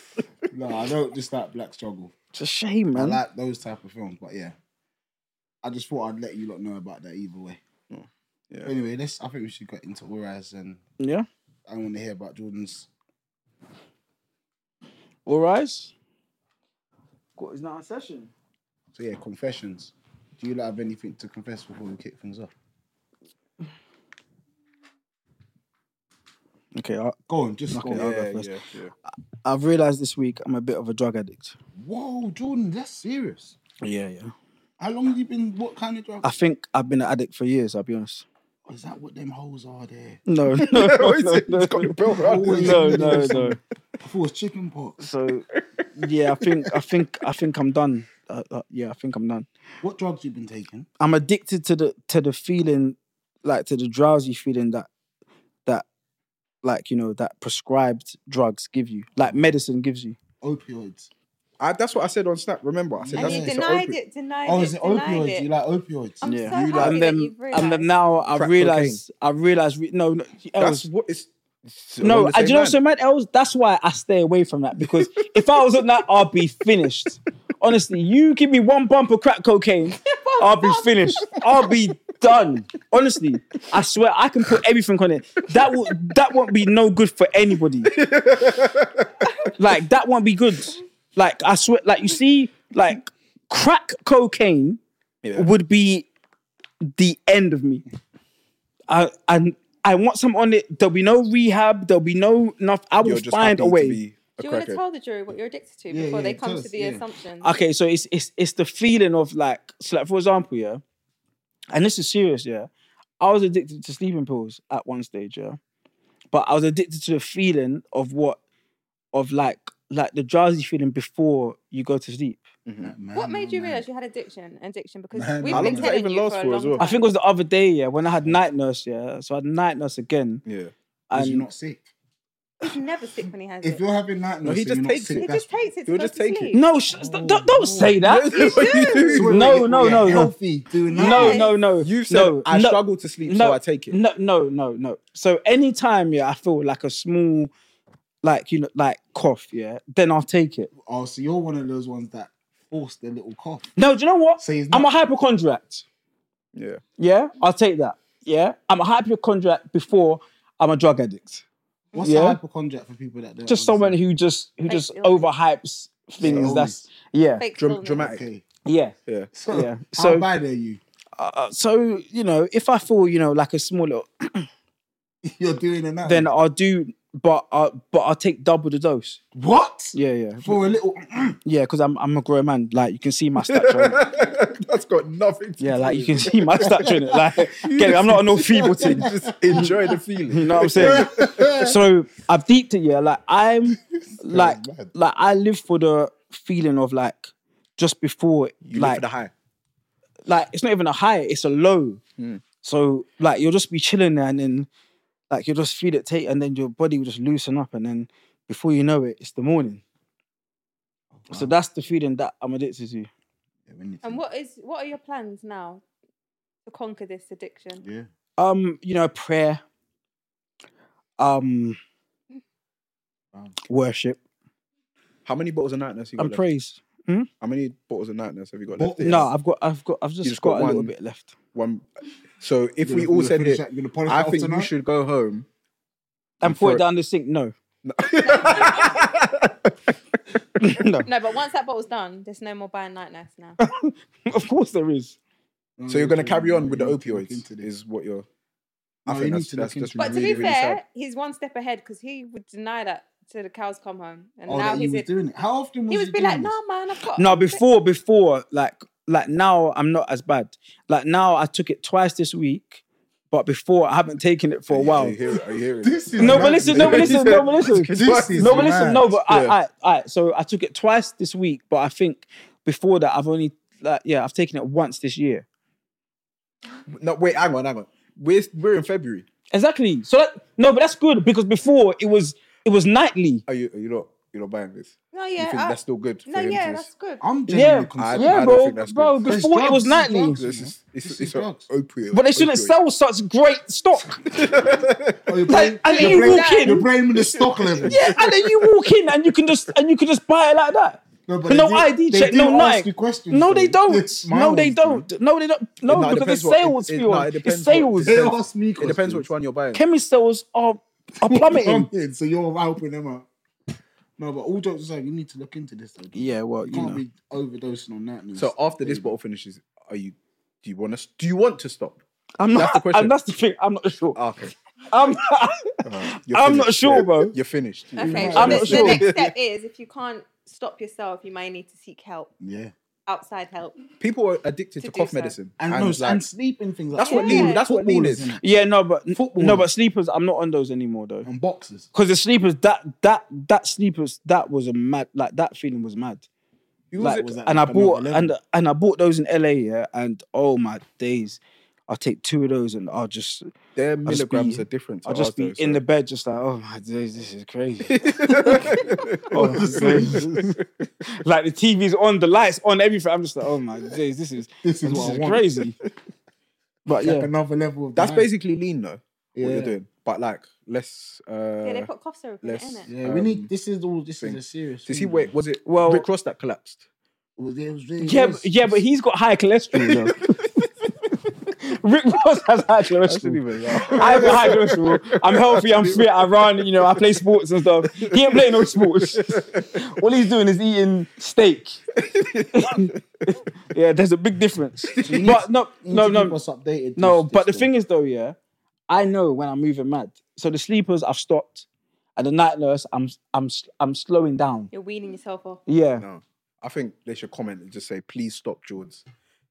Speaker 3: No, I don't just like black struggle.
Speaker 1: It's a shame,
Speaker 3: I
Speaker 1: man.
Speaker 3: like those type of films. But yeah, I just thought I'd let you lot know about that either way.
Speaker 2: Yeah.
Speaker 3: Anyway, let's. I think we should get into Oraz and
Speaker 1: yeah.
Speaker 3: I want to hear about Jordan's.
Speaker 1: All rise. What is now a session?
Speaker 3: So yeah, confessions. Do you lot have anything to confess before we kick things off?
Speaker 1: Okay, I,
Speaker 3: Go on, just go.
Speaker 1: Okay,
Speaker 3: on.
Speaker 1: I'll go
Speaker 2: Yeah,
Speaker 1: first.
Speaker 2: yeah, yeah. (laughs)
Speaker 1: I've realized this week I'm a bit of a drug addict.
Speaker 3: Whoa, Jordan, that's serious.
Speaker 1: Yeah, yeah.
Speaker 3: How long have you been? What kind of drug?
Speaker 1: I think I've been an addict for years. I'll be honest.
Speaker 3: Is that what them hoes are there?
Speaker 1: (laughs) No, no, no,
Speaker 2: Always
Speaker 1: no, no, (laughs)
Speaker 2: got your belt round.
Speaker 1: no, no, no.
Speaker 3: I thought it was chicken pox.
Speaker 1: So, yeah, I think, I think, I think I'm done. Uh, uh, yeah, I think I'm done.
Speaker 3: What drugs you been taking?
Speaker 1: I'm addicted to the to the feeling, like to the drowsy feeling that that, like you know, that prescribed drugs give you, like medicine gives you.
Speaker 3: opioids.
Speaker 2: I, that's what I said on Snap. Remember, I said
Speaker 4: And
Speaker 2: that's
Speaker 4: you
Speaker 2: it's an
Speaker 4: denied
Speaker 2: opi-
Speaker 4: it, denied it.
Speaker 3: Oh, is it
Speaker 4: denied
Speaker 3: opioids?
Speaker 4: it.
Speaker 3: You like opioids?
Speaker 4: I'm
Speaker 2: Yeah.
Speaker 4: so
Speaker 2: You
Speaker 4: happy
Speaker 2: like-
Speaker 4: that
Speaker 1: and then,
Speaker 4: you've
Speaker 1: and then now I
Speaker 2: Crack
Speaker 1: realize, I realize, re- no, no, Els,
Speaker 2: That's what it's. it's along
Speaker 1: no.
Speaker 2: the
Speaker 1: I,
Speaker 2: same
Speaker 1: do you know what's
Speaker 2: line.
Speaker 1: so mad, Els? That's why I stay away from that because if I was on that, I'd be finished. Honestly, you give me one bump of crack cocaine, I'll be finished. I'll be done. Honestly, I swear I can put everything on it. That will that won't be no good for
Speaker 2: (laughs)
Speaker 1: anybody. like that won't be good. Like I swear, like you see, like crack cocaine
Speaker 2: Yeah.
Speaker 1: would be the end of me. I I I want some on it. There'll be no rehab. There'll be no enough. I will
Speaker 2: You're just
Speaker 1: find
Speaker 2: happy
Speaker 1: a
Speaker 2: to
Speaker 1: way.
Speaker 2: be a
Speaker 4: Do you want to
Speaker 2: crackhead.
Speaker 4: tell the jury what you're addicted to
Speaker 3: Yeah,
Speaker 4: before
Speaker 3: yeah,
Speaker 4: they
Speaker 3: tell
Speaker 4: come
Speaker 3: us,
Speaker 4: to the
Speaker 3: yeah.
Speaker 4: assumption?
Speaker 1: okay, so it's it's it's the feeling of like so like for example, yeah, and this is serious, yeah. I was addicted to sleeping pills at one stage, yeah. But I was addicted to the feeling of what of like like the drowsy feeling before you go to sleep.
Speaker 4: What made you realize you had addiction? Addiction because
Speaker 3: Um, Man,
Speaker 4: we've
Speaker 3: how long
Speaker 4: been
Speaker 3: does
Speaker 2: that
Speaker 4: telling
Speaker 2: even
Speaker 4: you
Speaker 2: last
Speaker 4: for a
Speaker 2: for
Speaker 4: long
Speaker 2: as well?
Speaker 4: time.
Speaker 1: I think it was the other day, yeah, when I had night nurse, yeah. So I had night nurse again.
Speaker 2: Yeah.
Speaker 3: you're
Speaker 1: And
Speaker 3: not sick.
Speaker 4: he's never sick when he has
Speaker 3: If
Speaker 4: it.
Speaker 3: you're having night
Speaker 2: No,
Speaker 3: nurse,
Speaker 2: he
Speaker 3: and
Speaker 2: just
Speaker 3: you're not
Speaker 2: takes
Speaker 3: sick,
Speaker 2: it.
Speaker 4: He
Speaker 3: that's- (laughs)
Speaker 4: just takes it. To
Speaker 2: You'll
Speaker 4: go
Speaker 2: just
Speaker 4: to
Speaker 2: take it.
Speaker 4: sleep.
Speaker 1: no, sh- don't don't say
Speaker 4: (laughs)
Speaker 1: that.
Speaker 2: That's what you do.
Speaker 1: No, no, no,
Speaker 3: You're
Speaker 1: no.
Speaker 3: Healthy, doing
Speaker 4: Yeah.
Speaker 1: No,
Speaker 3: that.
Speaker 1: no, no.
Speaker 2: You said
Speaker 1: no,
Speaker 2: I
Speaker 1: no.
Speaker 2: struggle to sleep, so I take it.
Speaker 1: No, no, no, no. So anytime, yeah, I feel like a small, like you know, like cough, yeah, then I'll take it.
Speaker 3: Oh, so you're one of those ones that forced the little cough.
Speaker 1: No, do you know what?
Speaker 3: So he's not.
Speaker 1: I'm a hypochondriac.
Speaker 2: Yeah.
Speaker 1: Yeah, I'll take that. Yeah, I'm a hypochondriac before I'm a drug addict.
Speaker 3: What's
Speaker 1: yeah.
Speaker 3: a hypochondriac for people that don't?
Speaker 1: Just someone
Speaker 3: understand?
Speaker 1: who just who
Speaker 4: Fake
Speaker 1: just
Speaker 4: illness.
Speaker 1: overhypes things.
Speaker 3: Illness.
Speaker 1: That's yeah,
Speaker 4: Fake
Speaker 2: Dram-
Speaker 4: illness.
Speaker 2: dramatic.
Speaker 3: Okay.
Speaker 1: yeah.
Speaker 2: Yeah. (laughs)
Speaker 3: So,
Speaker 1: Yeah.
Speaker 3: how
Speaker 1: So-
Speaker 3: bad are you? (laughs)
Speaker 1: Uh, so you know, if I feel you know like a small little,
Speaker 3: You're doing it now.
Speaker 1: then I'll do, but I but I'll take double the dose.
Speaker 3: what?
Speaker 1: Yeah, yeah,
Speaker 3: For a little. (clears throat)
Speaker 1: yeah. Because I'm I'm a grown man. Like you can see my stature. in it.
Speaker 2: (laughs) That's got nothing to
Speaker 1: Yeah,
Speaker 2: do
Speaker 1: like you
Speaker 2: with
Speaker 1: can
Speaker 2: it.
Speaker 1: see my stature in it. Like,
Speaker 2: (laughs)
Speaker 1: get it, I'm not an old feeble thing.
Speaker 2: Just enjoy the feeling.
Speaker 1: (laughs) You know what I'm
Speaker 2: (laughs)
Speaker 1: saying? so I've deeped it, yeah. Like I'm like
Speaker 3: mad.
Speaker 1: like I live for the feeling of like just before
Speaker 2: You live
Speaker 1: like
Speaker 2: for the high.
Speaker 1: like it's not even a high, it's a low.
Speaker 2: Mm.
Speaker 1: So like you'll just be chilling there and then like you'll just feel it take and then your body will just loosen up and then before you know it, it's the morning. So that's the feeling that I'm addicted to.
Speaker 3: Yeah, we need to-
Speaker 4: And what is what are your plans now to conquer this addiction?
Speaker 3: Yeah.
Speaker 1: Um, you know, prayer, um,
Speaker 3: Wow.
Speaker 1: worship,
Speaker 2: How many bottles of night nurse you got
Speaker 1: and
Speaker 2: left?
Speaker 1: praise.
Speaker 2: How many bottles of night nurse have you got
Speaker 3: Bo-
Speaker 2: left?
Speaker 1: No, I've got, I've got, I've just,
Speaker 2: just
Speaker 1: got,
Speaker 2: got
Speaker 1: a little
Speaker 2: one.
Speaker 1: bit left.
Speaker 2: One. So if
Speaker 3: You're
Speaker 2: we all
Speaker 3: gonna- you're
Speaker 2: said
Speaker 3: gonna finish
Speaker 2: it,
Speaker 3: that- you're gonna polish
Speaker 2: I
Speaker 3: that off
Speaker 2: think you
Speaker 3: tonight?
Speaker 2: should go home.
Speaker 1: And pour
Speaker 2: throw
Speaker 1: it
Speaker 2: it-
Speaker 1: down the sink. No, (laughs) no.
Speaker 4: No, but once that bottle's done, there's no more buying night nurse now.
Speaker 1: of course there is.
Speaker 2: so you're going to
Speaker 3: Mm,
Speaker 2: carry on with the
Speaker 3: you need to look into
Speaker 2: opioids,
Speaker 3: this.
Speaker 2: is what you're.
Speaker 3: No, you need to look into
Speaker 4: But
Speaker 3: it.
Speaker 4: to be
Speaker 2: really, really
Speaker 4: fair,
Speaker 2: sad.
Speaker 4: he's one step ahead because he would deny that till the cows come home, and
Speaker 3: Oh,
Speaker 4: now
Speaker 3: that he
Speaker 4: he's
Speaker 3: was
Speaker 4: in.
Speaker 3: doing it. How often was
Speaker 4: He would be
Speaker 3: doing
Speaker 4: like,
Speaker 3: this?
Speaker 4: "No, man, I've got."
Speaker 1: No,
Speaker 4: I've got-
Speaker 1: before, before, like, like now I'm not as bad. Like now I took it twice this week, but before I haven't taken it for a
Speaker 2: Are
Speaker 1: while.
Speaker 2: you hearing? Are you hearing?
Speaker 3: This is
Speaker 1: No, but
Speaker 3: mad.
Speaker 1: listen, no,
Speaker 3: (laughs)
Speaker 1: but listen, no, but listen.
Speaker 3: This is
Speaker 1: No, but listen,
Speaker 3: mad.
Speaker 1: no, but I,
Speaker 2: Yeah.
Speaker 1: I, I, so I took it twice this week, but I think before that I've only, like, yeah, I've taken it once this year.
Speaker 2: no, wait, hang on, hang on. We're we're in February.
Speaker 1: Exactly. So that, no, but that's good because before it was, it was nightly.
Speaker 2: Are you? Are you not? You're not buying this.
Speaker 4: No,
Speaker 2: You
Speaker 4: yeah,
Speaker 2: think
Speaker 4: I-
Speaker 2: that's still good?
Speaker 4: no,
Speaker 2: for him
Speaker 4: yeah,
Speaker 2: to-
Speaker 4: that's good.
Speaker 3: I'm
Speaker 1: Yeah,
Speaker 3: genuinely
Speaker 2: I-
Speaker 3: concerned.
Speaker 1: yeah,
Speaker 2: don't
Speaker 1: bro,
Speaker 2: think that's
Speaker 1: bro.
Speaker 2: good.
Speaker 3: It's
Speaker 1: Before it
Speaker 3: drugs,
Speaker 1: was
Speaker 3: it's
Speaker 1: nightly,
Speaker 3: drugs.
Speaker 2: This is
Speaker 3: This
Speaker 2: it's,
Speaker 3: is
Speaker 2: it's an
Speaker 3: drugs.
Speaker 2: opioid.
Speaker 1: but they shouldn't
Speaker 2: opioid.
Speaker 1: sell such great stock.
Speaker 3: Oh, your brain-
Speaker 1: and
Speaker 3: your
Speaker 1: you
Speaker 3: brain-
Speaker 1: walk in.
Speaker 3: Your brain with the
Speaker 1: (laughs)
Speaker 3: stock level. (laughs)
Speaker 1: Yeah, and then you walk in and you can just and you can just buy it like that.
Speaker 3: No,
Speaker 1: But no ID
Speaker 3: they
Speaker 1: check,
Speaker 3: do
Speaker 1: no
Speaker 3: ask
Speaker 1: Nike.
Speaker 3: you questions,
Speaker 1: No,
Speaker 3: though.
Speaker 1: they don't.
Speaker 3: It's my
Speaker 1: No, they
Speaker 3: ones,
Speaker 1: don't. No, they don't. No,
Speaker 2: (laughs) No, it
Speaker 1: because
Speaker 2: depends
Speaker 1: it's
Speaker 2: what- it-
Speaker 1: sales.
Speaker 2: it-
Speaker 1: fuel.
Speaker 2: no, it
Speaker 1: it's
Speaker 2: depends what-
Speaker 1: sales.
Speaker 3: (laughs) They ask me.
Speaker 2: It depends which one you're buying.
Speaker 1: Chemist sales are are
Speaker 3: I'm
Speaker 1: plummeting.
Speaker 3: in, so you're helping them out. No, but all jokes aside, you need to look into this. Though. You
Speaker 1: Yeah, well, you
Speaker 3: can't
Speaker 1: know.
Speaker 3: be overdosing on that. news.
Speaker 2: So after this bottle finishes, are you? Do you want to? Do you want to stop?
Speaker 1: (laughs) I'm
Speaker 2: that's
Speaker 1: not.
Speaker 2: the question.
Speaker 1: and that's the thing. I'm not sure.
Speaker 2: Ah, okay.
Speaker 1: I'm. (laughs)
Speaker 2: Alright, you're
Speaker 1: I'm not
Speaker 2: finished.
Speaker 1: sure,
Speaker 2: Yeah,
Speaker 1: bro.
Speaker 2: You're finished.
Speaker 4: Okay,
Speaker 3: Yeah.
Speaker 4: so
Speaker 1: I'm
Speaker 4: the,
Speaker 1: not
Speaker 4: the
Speaker 1: sure.
Speaker 2: (laughs)
Speaker 4: next step is if you can't stop yourself, you may need to seek help,
Speaker 3: yeah,
Speaker 4: outside help.
Speaker 2: People are addicted
Speaker 4: To
Speaker 2: to,
Speaker 4: do
Speaker 2: cough
Speaker 4: so.
Speaker 2: medicine.
Speaker 3: and
Speaker 2: And
Speaker 3: no,
Speaker 2: it's like-
Speaker 3: and sleeping things. Like
Speaker 2: that's what
Speaker 4: Yeah.
Speaker 2: lean. That's what lean
Speaker 3: Footballers
Speaker 2: is.
Speaker 3: in it.
Speaker 1: Yeah, no, but
Speaker 3: Football.
Speaker 1: no, but sleepers. I'm not on those anymore though.
Speaker 3: and boxes.
Speaker 1: Because the sleepers, that that that sleepers, that was a mad. Like that feeling was mad.
Speaker 2: You
Speaker 1: Like,
Speaker 2: was-
Speaker 3: was at
Speaker 1: and I
Speaker 3: another
Speaker 1: bought
Speaker 3: level.
Speaker 1: and and I bought those in LA, yeah, and oh my days, I'll take two of those and I'll just
Speaker 2: Their
Speaker 1: I'll just be-
Speaker 2: milligrams are different. To
Speaker 1: I'll just
Speaker 2: ours,
Speaker 1: be
Speaker 2: though,
Speaker 1: in
Speaker 2: so-
Speaker 1: the bed just like, oh my days, this is (laughs) crazy. Oh, my days.
Speaker 2: oh,
Speaker 1: (laughs) like the TV's on, the lights on, everything. I'm just like, oh my days, this is
Speaker 3: This is
Speaker 1: this
Speaker 3: what I
Speaker 1: is
Speaker 3: want.
Speaker 1: (laughs) crazy. But
Speaker 3: It's like
Speaker 1: yeah,
Speaker 3: another level of
Speaker 2: That's
Speaker 3: demand.
Speaker 2: basically lean though. What you're doing, but like less. Uh,
Speaker 4: yeah, they put cough syrup in it,
Speaker 2: let's-
Speaker 4: innit?
Speaker 3: Yeah, we
Speaker 2: Um,
Speaker 3: need. This is all. This
Speaker 2: thing.
Speaker 3: is a serious.
Speaker 2: Did he
Speaker 3: thing,
Speaker 2: wait?
Speaker 3: man.
Speaker 2: Was it
Speaker 1: Well-
Speaker 2: Rick Ross that collapsed?
Speaker 3: It was- it was really-
Speaker 1: yeah,
Speaker 3: yes,
Speaker 1: but, yeah, but he's got high cholesterol. though. (laughs) Rick Ross has high cholesterol. I have a high cholesterol. I'm healthy. (laughs) I'm fit. I run. You know, I play sports and stuff. He ain't playing no (laughs) sports. All he's doing is eating (laughs) steak. yeah, there's a big difference.
Speaker 3: need-
Speaker 1: But no,
Speaker 3: you need
Speaker 1: no,
Speaker 3: to
Speaker 1: no.
Speaker 3: keep us updated.
Speaker 1: No,
Speaker 3: this-
Speaker 1: but the
Speaker 3: this
Speaker 1: thing is though, yeah, I know when I'm moving mad. So the sleepers I've stopped, and the night nurse I'm I'm I'm slowing down.
Speaker 4: You're weaning yourself off.
Speaker 1: Yeah,
Speaker 2: No, I think they should comment and just say, "Please stop, Jords."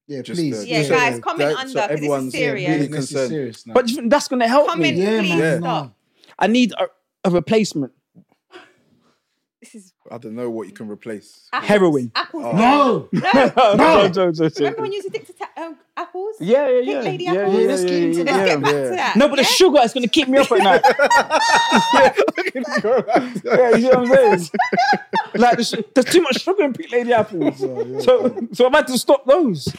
Speaker 3: Yeah,
Speaker 2: Just,
Speaker 3: please.
Speaker 2: uh,
Speaker 4: Yeah,
Speaker 2: so-
Speaker 4: guys, comment
Speaker 2: that-
Speaker 4: under
Speaker 2: so
Speaker 4: because
Speaker 2: everyone's
Speaker 4: it's serious.
Speaker 2: really
Speaker 3: this is
Speaker 2: concerned.
Speaker 3: serious now.
Speaker 1: but do you think that's gonna help
Speaker 4: Comment,
Speaker 1: me.
Speaker 3: Yeah,
Speaker 4: please
Speaker 3: man,
Speaker 4: stop.
Speaker 3: no.
Speaker 1: I need a, a replacement
Speaker 4: This is
Speaker 2: I don't know what you can replace.
Speaker 4: apples.
Speaker 1: Heroin.
Speaker 4: Apples.
Speaker 2: Oh.
Speaker 1: (laughs)
Speaker 3: no, (laughs)
Speaker 4: No.
Speaker 1: No, no, no, no. (laughs)
Speaker 4: (laughs) Remember when you was addicted to um, apples?
Speaker 1: Yeah, yeah, yeah.
Speaker 4: Pink lady
Speaker 1: yeah, yeah,
Speaker 4: apples.
Speaker 1: yeah,
Speaker 3: Let's get into
Speaker 1: yeah,
Speaker 4: Let's
Speaker 1: yeah,
Speaker 4: get back
Speaker 1: yeah.
Speaker 4: to that.
Speaker 1: No, but the
Speaker 4: yeah?
Speaker 1: sugar is gonna keep me up at
Speaker 4: (laughs)
Speaker 1: night. (laughs) Yeah, you know what I'm saying? like there's, there's too much sugar in pink lady apples. So so I'm about to stop those.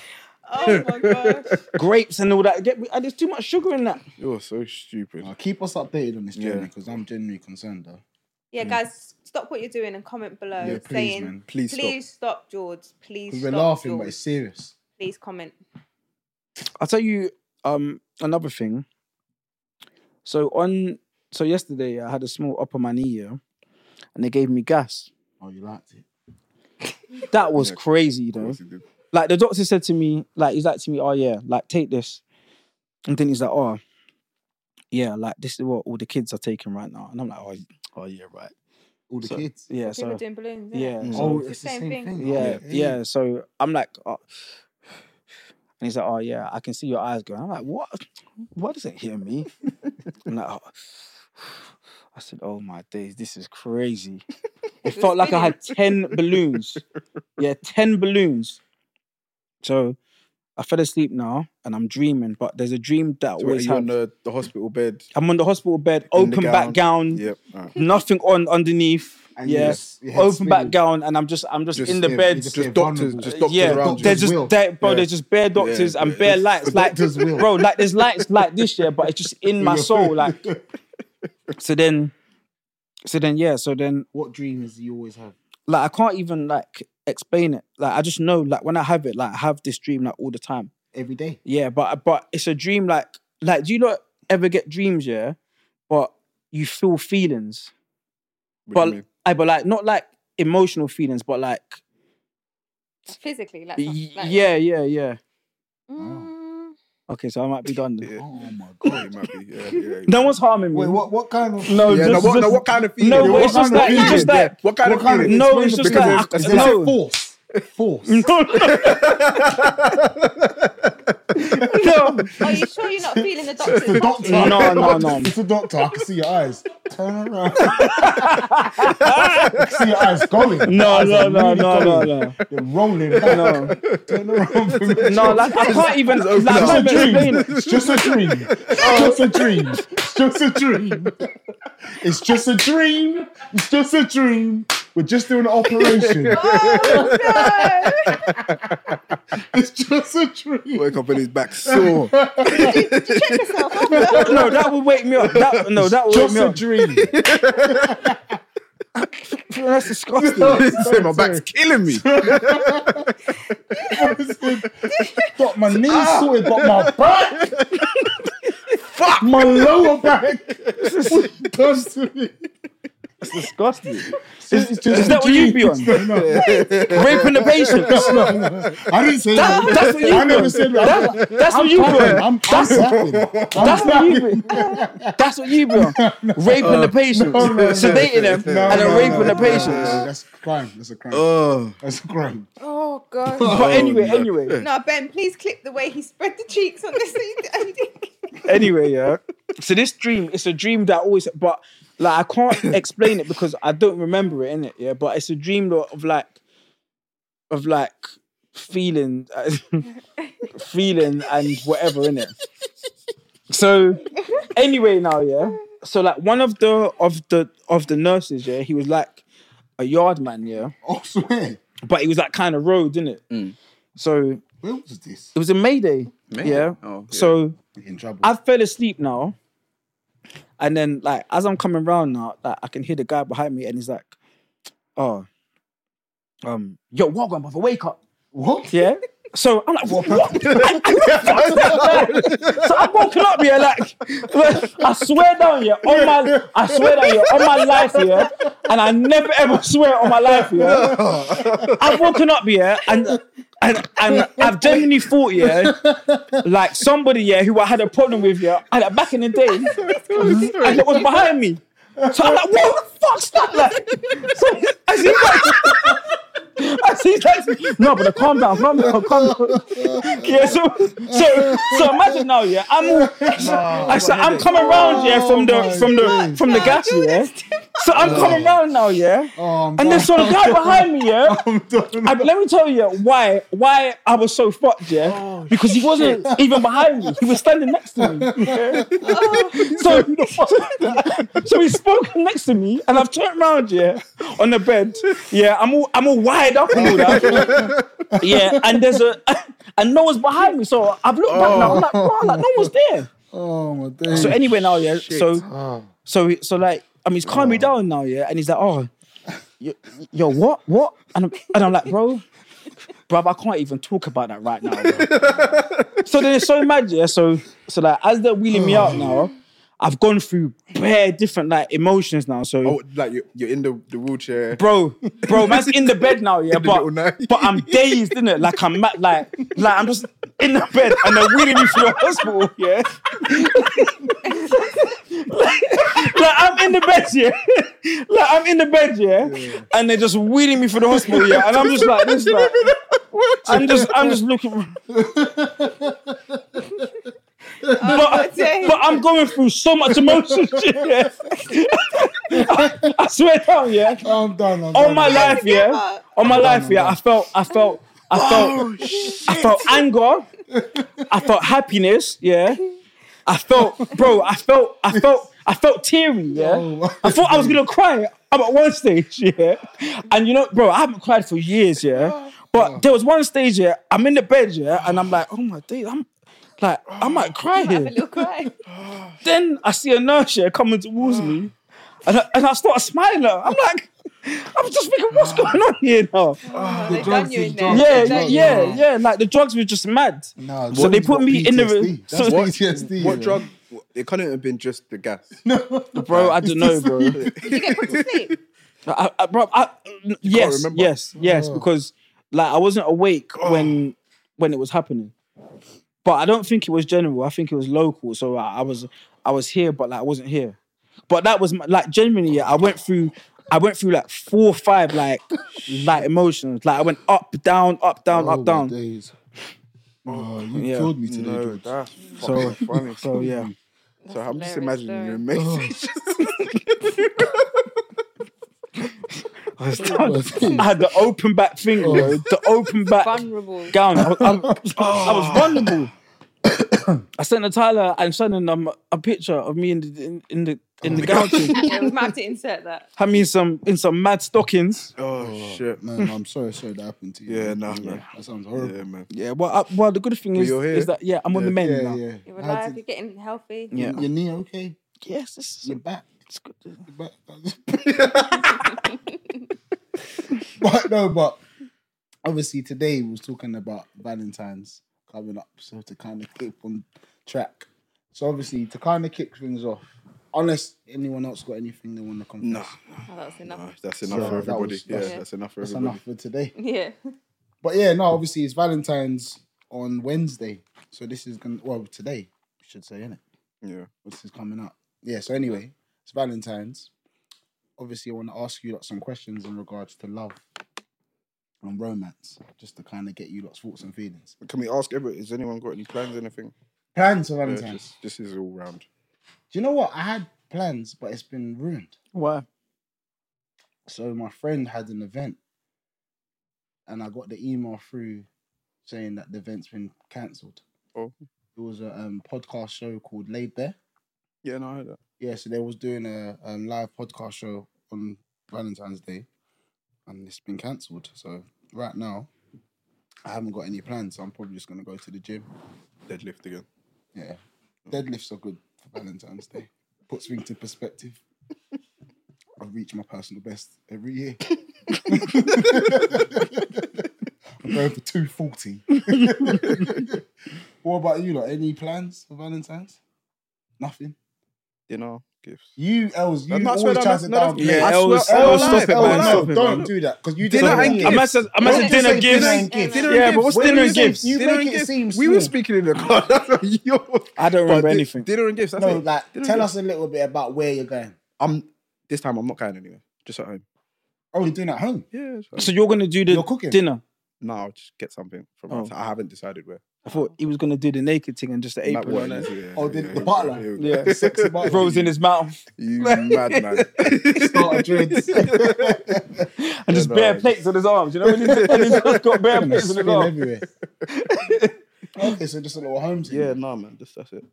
Speaker 4: Oh my gosh.
Speaker 1: Grapes and all that. Get, and there's too much sugar in that.
Speaker 2: You're so stupid.
Speaker 3: Uh, keep us updated on this journey
Speaker 2: Yeah.
Speaker 3: because I'm genuinely concerned. Though.
Speaker 4: Yeah, guys, stop what you're doing and comment below
Speaker 3: Yeah, please,
Speaker 4: Uh, saying,
Speaker 3: man.
Speaker 2: Please stop.
Speaker 4: please stop, George. Please
Speaker 3: Because
Speaker 4: stop.
Speaker 3: we're laughing, but
Speaker 4: George.
Speaker 3: it's serious.
Speaker 4: Please comment.
Speaker 1: I'll tell you um another thing. So on so yesterday I had a small up on my knee, yeah, and they gave me gas.
Speaker 3: Oh, you liked it.
Speaker 1: That was
Speaker 2: Yeah.
Speaker 1: crazy
Speaker 2: Of
Speaker 1: though.
Speaker 2: course you did.
Speaker 1: Like the doctor said to me, like he's like to me, oh yeah, like take this. And then he's like, oh yeah, like this is what all the kids are taking right now. And I'm like, oh, oh yeah, right.
Speaker 3: All the
Speaker 1: So-
Speaker 3: kids.
Speaker 1: Yeah,
Speaker 4: People
Speaker 1: so
Speaker 4: doing balloons.
Speaker 1: yeah.
Speaker 4: innit?
Speaker 1: so-
Speaker 3: Oh,
Speaker 4: It's the same thing.
Speaker 1: Yeah, yeah. So I'm like, oh. and he's like, oh yeah, I can see your eyes going. I'm like, what? What doesn't hear me? I'm like, oh. I said, oh my days, this is crazy. It felt like I had ten balloons. Yeah, ten balloons. So I fell asleep now, and I'm dreaming. But there's a dream that
Speaker 2: So wait,
Speaker 1: always
Speaker 2: you're on
Speaker 1: happens.
Speaker 2: the, the hospital bed.
Speaker 1: I'm on the hospital bed,
Speaker 2: In the
Speaker 1: open back gown,
Speaker 2: Yep. alright.
Speaker 1: nothing on underneath.
Speaker 3: And you
Speaker 1: yeah,
Speaker 3: just- your head
Speaker 1: open back
Speaker 3: spinning.
Speaker 1: gown, and I'm just, I'm just,
Speaker 2: Just
Speaker 1: in the
Speaker 2: in-
Speaker 1: bed,
Speaker 3: Just
Speaker 2: Just
Speaker 3: get
Speaker 2: doctors.
Speaker 3: vulnerable.
Speaker 2: Just
Speaker 1: uh,
Speaker 2: doctors
Speaker 1: yeah,
Speaker 2: around you.
Speaker 3: doctors-
Speaker 1: There's just
Speaker 3: will.
Speaker 1: da- bro,
Speaker 2: Yeah.
Speaker 1: there's just bare doctors
Speaker 2: Yeah,
Speaker 1: and
Speaker 2: yeah.
Speaker 1: bare
Speaker 2: The
Speaker 1: lights. Like
Speaker 3: doctors will.
Speaker 1: bro, like there's lights like this, yeah, but it's just in
Speaker 3: (laughs)
Speaker 1: my soul. Like so then so then yeah, so then
Speaker 3: what dreams do you always have?
Speaker 1: like I can't even like explain it. Like I just know like when I have it, like I have this dream like all the time.
Speaker 3: Every day.
Speaker 1: Yeah, but but it's a dream like like do you not ever get dreams, yeah? But you feel feelings.
Speaker 2: What do you
Speaker 1: But
Speaker 2: mean?
Speaker 1: I but like not like emotional feelings, but like,
Speaker 4: Physically, like,
Speaker 1: y-
Speaker 4: like
Speaker 1: yeah, yeah, yeah.
Speaker 4: Mm,
Speaker 1: Okay, so I might be done. then.
Speaker 2: Yeah.
Speaker 3: Oh my
Speaker 2: Yeah,
Speaker 3: god.
Speaker 2: it might be, yeah, yeah, yeah.
Speaker 1: No one's harming me.
Speaker 3: Wait, what? What kind of?
Speaker 1: No,
Speaker 2: Yeah,
Speaker 1: just-
Speaker 2: no, what, no,
Speaker 1: just-
Speaker 2: what kind of feeling?
Speaker 1: No, but
Speaker 2: what
Speaker 1: it's just
Speaker 2: kind of
Speaker 1: like- it's
Speaker 2: feeling?
Speaker 1: just like-
Speaker 2: Yeah, What kind
Speaker 3: What
Speaker 2: of
Speaker 3: kind of-
Speaker 2: feeling?
Speaker 1: No,
Speaker 3: Explain
Speaker 1: it's
Speaker 3: the
Speaker 1: just
Speaker 3: feeling.
Speaker 1: like-
Speaker 3: Is
Speaker 1: I-
Speaker 3: it
Speaker 1: no.
Speaker 3: force? Force.
Speaker 1: no,
Speaker 4: Are you sure you're not feeling the doctor's
Speaker 1: (laughs)
Speaker 3: Doctor.
Speaker 1: No, no, no.
Speaker 3: (laughs) It's a doctor. I can see your eyes. Turn (laughs) around. I can see your eyes going.
Speaker 1: no,
Speaker 3: Your eyes
Speaker 1: no,
Speaker 3: are
Speaker 1: no,
Speaker 3: really
Speaker 1: no, no,
Speaker 3: going.
Speaker 1: no.
Speaker 3: They're rolling. back.
Speaker 1: No.
Speaker 3: Turn around. for me.
Speaker 1: No, like I can't even. Like,
Speaker 2: up.
Speaker 1: I'm
Speaker 3: It's
Speaker 1: not
Speaker 3: a
Speaker 1: even
Speaker 3: dream.
Speaker 1: explaining.
Speaker 3: It's just a dream. It's just a dream. It's just a dream. It's just a dream. It's just a dream. We're just doing
Speaker 1: (laughs)
Speaker 3: an operation.
Speaker 4: Oh no!
Speaker 3: It's just a dream.
Speaker 2: Wake up and
Speaker 1: (laughs)
Speaker 2: his back (laughs) sore.
Speaker 4: Check yourself. Oh,
Speaker 1: No, that would wake me up. That, no, that would wake
Speaker 3: Just
Speaker 1: me
Speaker 3: a
Speaker 1: up.
Speaker 3: dream.
Speaker 1: That's
Speaker 2: (laughs)
Speaker 1: disgusting.
Speaker 2: Say my back's killing me.
Speaker 3: Got my knees
Speaker 1: Ah.
Speaker 3: sorted, but my back. Fuck my lower back. What you done to me?
Speaker 1: It's disgusting.
Speaker 3: It's just
Speaker 1: Is
Speaker 3: a
Speaker 1: that what
Speaker 3: dream.
Speaker 1: you'd be on?
Speaker 3: No, no.
Speaker 1: Raping the patients.
Speaker 3: I didn't say that.
Speaker 1: that's what you
Speaker 3: I never
Speaker 1: do.
Speaker 3: said
Speaker 1: That's,
Speaker 3: that.
Speaker 1: that's what you
Speaker 3: (laughs) I'm,
Speaker 1: been.
Speaker 3: I'm, I'm slapping. I'm
Speaker 1: That's what
Speaker 3: slapping.
Speaker 1: you been. That's what you been. Raping the patients,
Speaker 3: no, no,
Speaker 1: sedating them,
Speaker 3: No,
Speaker 1: and then
Speaker 3: no,
Speaker 1: raping
Speaker 3: no,
Speaker 1: the
Speaker 3: no,
Speaker 1: patients.
Speaker 3: no, That's a crime. That's a crime.
Speaker 2: Oh,
Speaker 3: That's a crime.
Speaker 4: Oh gosh.
Speaker 1: But anyway,
Speaker 2: no.
Speaker 1: anyway,
Speaker 4: No, Ben, please clip the way he spread the cheeks on this. (laughs)
Speaker 1: anyway, yeah. (laughs) So this dream, it's a dream that always, but like I (laughs) can't explain it because I don't remember it in it. Yeah, but it's a dream of like, of like feeling, (laughs) feeling, and whatever in it. So, anyway, now yeah. So like one of the of the of the nurses, yeah, he was like a yard man, yeah,
Speaker 3: Oh, swear.
Speaker 1: but he was like kind of road, didn't it?
Speaker 2: Mm.
Speaker 1: So
Speaker 3: Where was this?
Speaker 1: it was a Mayday,
Speaker 2: Mayday?
Speaker 1: yeah.
Speaker 2: Oh, yeah.
Speaker 1: So
Speaker 3: In trouble.
Speaker 1: I fell asleep now, and then like as I'm coming round now, like I can hear the guy behind me, and he's like, "Oh, um, yo, what grandmother, wake up!"
Speaker 3: what?
Speaker 1: Yeah. So I'm like, what? (laughs) so I'm woken up here, like, I swear down here, on my, I swear down here, on my life here, and I never ever swear on my life here. I've woken up here, and and, and I've genuinely thought, yeah, like somebody, yeah, who I had a problem with, yeah, and like, back in the day, and it was behind me. So I'm like, what the fuck's that? Like, so as he's like, as he's like, no, but calm down, calm down, calm down. Yeah, so so so imagine now, yeah, I'm all, I said I'm coming round, yeah, from the from the from the gas, yeah. So I'm coming round now, yeah.
Speaker 3: Oh, I'm (laughs)
Speaker 1: And then
Speaker 3: done.
Speaker 1: so the guy behind me, yeah.
Speaker 3: I'm done.
Speaker 1: I, let me tell you why why I was so fucked, yeah. because he wasn't even behind me; he was standing next to me. yeah? so, so (laughs) he's spoken next to me, and I've turned round, yeah, on the bed, yeah. I'm all I'm all wired up and all that, yeah. And there's a (laughs) and no one's behind me, so I've looked back now. I'm like, bro, like no one's there.
Speaker 3: Oh, my days.
Speaker 1: So anyway, now yeah.
Speaker 2: Oh.
Speaker 1: So so so like I mean, he's calmed me down now, yeah. And he's like, oh, yo, yo what, what? And I'm, and I'm like, bro, bro, I can't even talk about that right now.
Speaker 2: (laughs)
Speaker 1: bro." so then it's so mad, yeah. So so like as they're wheeling me out now, I've gone through bare different like emotions now. So.
Speaker 2: Oh, like you're, you're in the, the wheelchair.
Speaker 1: Bro, bro, man's in the bed now, yeah,
Speaker 2: (laughs) In the
Speaker 1: but
Speaker 2: middle now.
Speaker 1: but I'm dazed, innit? Like I'm mad, like like I'm just in the
Speaker 2: (laughs)
Speaker 1: bed and they're wheeling me through the hospital, (laughs) yeah. like I'm in the bed, yeah. like I'm in the bed, yeah. And they're just wheeling me for the hospital, yeah. And I'm just like this, (laughs) like I'm just I'm just looking. But,
Speaker 4: dear.
Speaker 1: but I'm going through so much emotion, (laughs) yeah. I, I swear down, yeah.
Speaker 3: I'm done. I'm
Speaker 1: On
Speaker 3: done.
Speaker 1: my life, yeah.
Speaker 4: Together.
Speaker 1: On my life, yeah. I felt, I felt, I felt, I felt anger. I felt happiness, yeah. I felt, bro. I felt, I felt, I felt teary, yeah.
Speaker 3: Oh.
Speaker 1: I thought I was gonna cry. I'm at one stage, (laughs) yeah. And you know, bro, I haven't cried for years, yeah. But there was one stage, yeah. I'm in the bed, yeah, and I'm like, oh my days, I'm like, I might cry
Speaker 4: Have a
Speaker 1: here.
Speaker 4: little (laughs) cry.
Speaker 1: Then I see a nurse yeah, coming towards me, and I, and I start smiling. at her. I'm like, I'm just thinking, what's going on here now?
Speaker 4: Oh,
Speaker 3: the
Speaker 4: they've done
Speaker 3: drugs
Speaker 4: you
Speaker 3: is
Speaker 4: in there.
Speaker 3: drugs.
Speaker 1: Yeah,
Speaker 4: They've
Speaker 1: yeah,
Speaker 4: done you
Speaker 1: yeah,
Speaker 4: in there.
Speaker 1: yeah. Like the drugs were just mad.
Speaker 3: No,
Speaker 1: So they put me in the room.
Speaker 3: That's
Speaker 1: So-
Speaker 3: PTSD.
Speaker 2: What
Speaker 3: yeah.
Speaker 2: drug? It couldn't have been just
Speaker 1: (laughs)
Speaker 2: the gas.
Speaker 1: Bro, I don't know, bro.
Speaker 4: Did you get put to sleep?
Speaker 1: I, I, bro, I, yes,
Speaker 2: remember?
Speaker 1: yes, yes,
Speaker 3: Oh.
Speaker 1: because like I wasn't awake when when it was happening, but I don't think it was general. I think it was local. So I, I was I was here, but like I wasn't here. But that was my, like genuinely, yeah, I went through I went through like four or five like like emotions. Like I went up, down, up, down,
Speaker 3: Oh,
Speaker 1: up,
Speaker 3: my
Speaker 1: down.
Speaker 3: days. Oh, you
Speaker 1: Yeah.
Speaker 3: killed me today, George.
Speaker 2: that's
Speaker 1: So-
Speaker 2: fucking funny.
Speaker 1: So yeah,
Speaker 2: So I'm just
Speaker 4: hilarious
Speaker 2: imagining your
Speaker 4: story.
Speaker 2: (laughs)
Speaker 1: I, was
Speaker 2: message. (laughs)
Speaker 1: down. I had the open back thing,
Speaker 3: Oh.
Speaker 1: bro, the open back.
Speaker 4: (laughs) Vulnerable.
Speaker 1: gown. I was,
Speaker 3: (laughs)
Speaker 1: I'm- I was vulnerable. I sent to Tyler and Shannon um, a picture of me in the in, in the in
Speaker 3: Oh
Speaker 1: the gown. too.
Speaker 4: Yeah, we might have to insert that.
Speaker 1: I mean, some in some mad stockings.
Speaker 2: Oh, shit.
Speaker 3: No, no, I'm sorry, sorry that happened to you.
Speaker 2: Yeah, nah,
Speaker 3: yeah,
Speaker 2: man.
Speaker 3: That sounds horrible.
Speaker 2: Yeah, man.
Speaker 1: Yeah. Well, I, well, the good thing is,
Speaker 2: you're here.
Speaker 1: is that yeah, I'm on the
Speaker 3: Yeah,
Speaker 1: mend
Speaker 3: yeah.
Speaker 1: now.
Speaker 4: You're
Speaker 3: How
Speaker 4: alive,
Speaker 3: did-
Speaker 4: you're getting healthy.
Speaker 1: Yeah.
Speaker 3: Your knee okay?
Speaker 1: Yes, it's,
Speaker 3: Your back?
Speaker 1: it's good.
Speaker 3: Your back. (laughs) but no, but obviously today we was talking about Valentine's coming up, so to kind of keep on track. So obviously to kind of kick things off, unless anyone else got anything they want to confess.
Speaker 2: Nah,
Speaker 4: Oh, that was enough.
Speaker 2: nah, that's enough
Speaker 3: Yeah,
Speaker 2: for
Speaker 3: that
Speaker 2: everybody.
Speaker 3: was-
Speaker 2: yeah,
Speaker 3: that's-
Speaker 2: that's enough for
Speaker 3: That's
Speaker 2: everybody.
Speaker 3: enough for today.
Speaker 4: Yeah.
Speaker 3: But yeah, no, obviously it's Valentine's on Wednesday. So this is gonna well today, we should say, innit?
Speaker 2: Yeah.
Speaker 3: This is coming up. Yeah, so anyway, it's Valentine's. Obviously, I want to ask you lot some questions in regards to love and romance, just to kind of get you lot's thoughts and feelings.
Speaker 2: Can we ask everybody? Has anyone got any plans? Anything?
Speaker 3: Plans for
Speaker 2: Yeah,
Speaker 3: Valentine's.
Speaker 2: just, this is all round.
Speaker 3: Do you know what? I had plans, but it's been ruined.
Speaker 1: Why?
Speaker 3: So my friend had an event, and I got the email through saying that the event's been cancelled.
Speaker 2: Oh.
Speaker 3: It was a um, podcast show called Laid There.
Speaker 2: Yeah, no, I heard that.
Speaker 3: Yeah, so they was doing a um, live podcast show on Valentine's Day, and it's been cancelled. So right now, I haven't got any plans. So I'm probably just gonna go to the gym.
Speaker 2: Deadlift again.
Speaker 3: Yeah, deadlifts are good for Valentine's Day. Puts things into perspective. I've reached my personal best every year. (laughs) I'm going for two forty. (laughs) what about you? Like any plans for Valentine's? Nothing.
Speaker 2: Dinner, gifts.
Speaker 3: You, Els, you
Speaker 2: That's not-
Speaker 3: always
Speaker 2: swear that-
Speaker 3: try to
Speaker 2: no, that's-
Speaker 3: downplay.
Speaker 1: Yeah,
Speaker 2: I
Speaker 1: Els,
Speaker 2: swear-
Speaker 1: Els,
Speaker 2: Els,
Speaker 1: stop it,
Speaker 2: Els,
Speaker 1: man.
Speaker 2: Els,
Speaker 1: Stop it,
Speaker 3: no, don't
Speaker 1: man.
Speaker 3: do that because you
Speaker 2: Dinner
Speaker 3: didn't
Speaker 2: and
Speaker 3: do
Speaker 2: gifts.
Speaker 3: that.
Speaker 1: I'm at, I'm
Speaker 3: Don't
Speaker 1: at
Speaker 3: just
Speaker 1: dinner
Speaker 3: say
Speaker 1: gifts.
Speaker 3: dinner and gifts.
Speaker 2: Dinner
Speaker 1: Yeah,
Speaker 2: and
Speaker 1: but
Speaker 2: gifts.
Speaker 1: what's
Speaker 2: What
Speaker 1: dinner
Speaker 2: were
Speaker 1: and
Speaker 2: you
Speaker 1: gifts?
Speaker 2: saying?
Speaker 3: You
Speaker 2: Dinner
Speaker 3: make
Speaker 2: and
Speaker 3: it
Speaker 2: gifts.
Speaker 3: seem
Speaker 2: We were
Speaker 3: small.
Speaker 2: speaking in the car. (laughs) That's what you-
Speaker 1: I don't
Speaker 2: But
Speaker 1: remember
Speaker 2: di-
Speaker 1: anything.
Speaker 2: Dinner and gifts. That's
Speaker 3: No,
Speaker 2: it.
Speaker 3: like
Speaker 2: Dinner and
Speaker 3: tell
Speaker 2: gifts.
Speaker 3: us a little bit about where you're going.
Speaker 2: I'm this time. I'm not going anywhere. Just at home.
Speaker 3: Oh, you're doing it at home.
Speaker 2: Yeah. just at home.
Speaker 1: So you're gonna do
Speaker 3: You're
Speaker 1: the
Speaker 3: cooking.
Speaker 1: dinner?
Speaker 2: No, I'll just get something from
Speaker 1: Oh.
Speaker 2: outside. I haven't decided where.
Speaker 1: I thought he was gonna do the naked thing and just the
Speaker 2: Like,
Speaker 1: apron
Speaker 2: what
Speaker 1: on it.
Speaker 2: it
Speaker 3: (laughs)
Speaker 2: is, yeah,
Speaker 3: Oh,
Speaker 2: yeah, yeah,
Speaker 3: the- the
Speaker 2: here we
Speaker 3: butler.
Speaker 2: go, here we go.
Speaker 1: Yeah,
Speaker 3: Sexy button.
Speaker 1: throws in his mouth
Speaker 3: (laughs)
Speaker 2: You madman.
Speaker 3: Start drinks.
Speaker 1: and just
Speaker 2: no,
Speaker 1: bare
Speaker 2: it's-
Speaker 1: plates on his arms. You know, and he's, and he's just got
Speaker 3: (laughs)
Speaker 1: bare plates on
Speaker 3: Spin
Speaker 1: his arms.
Speaker 3: everywhere. okay, so just a little home. thing.
Speaker 2: yeah, no, man. Just that's it.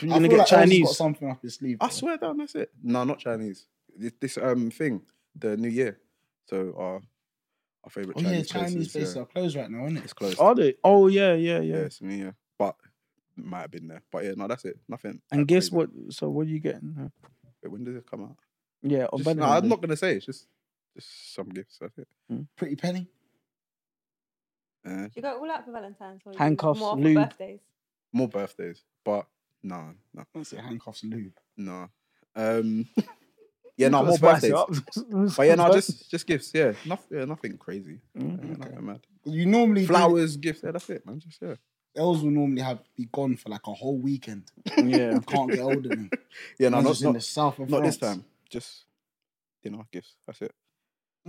Speaker 1: You're
Speaker 3: I
Speaker 1: gonna get
Speaker 3: feel like Els has Got
Speaker 1: Chinese.
Speaker 3: something up his sleeve.
Speaker 2: I
Speaker 3: bro.
Speaker 2: swear down. That's it. No, not Chinese. This, this um thing, the New Year. So our our favorite
Speaker 3: Oh yeah,
Speaker 2: Chinese,
Speaker 3: Chinese
Speaker 2: places, yeah.
Speaker 3: places are closed right now, isn't it?
Speaker 2: It's closed.
Speaker 1: Are they? uh, Oh yeah, yeah,
Speaker 2: yeah,
Speaker 1: yeah.
Speaker 2: it's me. Yeah, but might have been there. But yeah, no, that's it. Nothing.
Speaker 1: And
Speaker 2: like
Speaker 1: guess
Speaker 2: crazy.
Speaker 1: what? So what are you getting?
Speaker 2: Wait, When does it come out?
Speaker 1: Yeah, oh, on
Speaker 2: Just, no,
Speaker 1: Valentine's
Speaker 2: I'm
Speaker 1: Day.
Speaker 2: not gonna say. It's just just some gifts. That's it.
Speaker 3: Pretty penny.
Speaker 2: Eh,
Speaker 4: you go all out for Valentine's? Or you do
Speaker 1: Handcuffs,
Speaker 4: more for
Speaker 1: lube.
Speaker 4: (laughs) birthdays.
Speaker 2: more birthdays, but no, no,
Speaker 3: That's it. Handcuffs and lube.
Speaker 2: no. Um, (laughs) yeah, no,
Speaker 1: Gotta
Speaker 2: more
Speaker 1: spice
Speaker 2: birthdays.
Speaker 1: it up. (laughs)
Speaker 2: But yeah, no, just just gifts. Yeah, nothing, yeah, nothing crazy.
Speaker 1: Mm,
Speaker 2: Yeah, nothing mad.
Speaker 3: You normally flowers.
Speaker 2: Flowers, gifts. Yeah, that's it, man. Just yeah.
Speaker 3: Els will normally have be gone for like a whole weekend.
Speaker 1: Mm. yeah.
Speaker 3: You can't get hold of them.
Speaker 2: Yeah, no,
Speaker 3: Man's
Speaker 2: not
Speaker 3: just in the
Speaker 2: not,
Speaker 3: south of
Speaker 2: not this
Speaker 3: France.
Speaker 2: time. Just you know, gifts. That's it.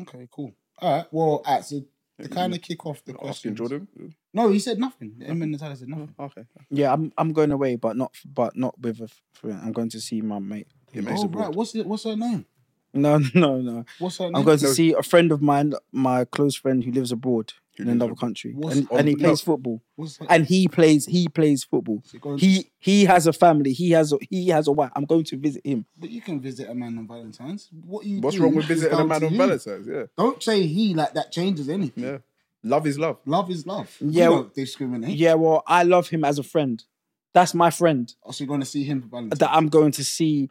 Speaker 3: Okay, cool. All right. Well, all right, so
Speaker 2: Yeah, you
Speaker 3: to kind of kick off the
Speaker 2: know, asking
Speaker 3: question,
Speaker 2: Jordan.
Speaker 3: No, he said nothing. Him and Natalia said nothing.
Speaker 2: Okay.
Speaker 1: Yeah, I'm I'm going away, but not but not with a f- friend. I'm going to see my mate.
Speaker 2: Yeah, mate,
Speaker 3: Oh,
Speaker 2: it's abroad.
Speaker 3: right. What's it? What's her name?
Speaker 1: No, (laughs) no, no.
Speaker 3: What's her name?
Speaker 1: I'm going to
Speaker 2: No.
Speaker 1: see a friend of mine, my close friend who lives abroad
Speaker 2: Who
Speaker 1: in
Speaker 2: lives
Speaker 1: another
Speaker 2: abroad.
Speaker 1: country,
Speaker 3: What's-
Speaker 1: and,
Speaker 2: Oh,
Speaker 1: and he
Speaker 2: no.
Speaker 1: plays football.
Speaker 3: What's her?
Speaker 1: And he plays he plays football.
Speaker 3: She goes-
Speaker 1: He he has a family. He has a, he has a wife. I'm going to visit him.
Speaker 3: But you can visit a man on Valentine's. What you?
Speaker 2: What's
Speaker 3: do
Speaker 2: wrong with
Speaker 3: is
Speaker 2: visiting a
Speaker 3: down
Speaker 2: man
Speaker 3: to
Speaker 2: on
Speaker 3: you.
Speaker 2: Valentine's? Yeah,
Speaker 3: Don't say he like that changes anything.
Speaker 2: yeah. Love is love.
Speaker 3: Love is love.
Speaker 1: Yeah,
Speaker 3: You
Speaker 1: well-
Speaker 3: don't discriminate.
Speaker 1: Yeah, well, I love him as a friend. That's my friend
Speaker 3: Oh, so you're going to see him for Valentine's.
Speaker 1: that I'm going to see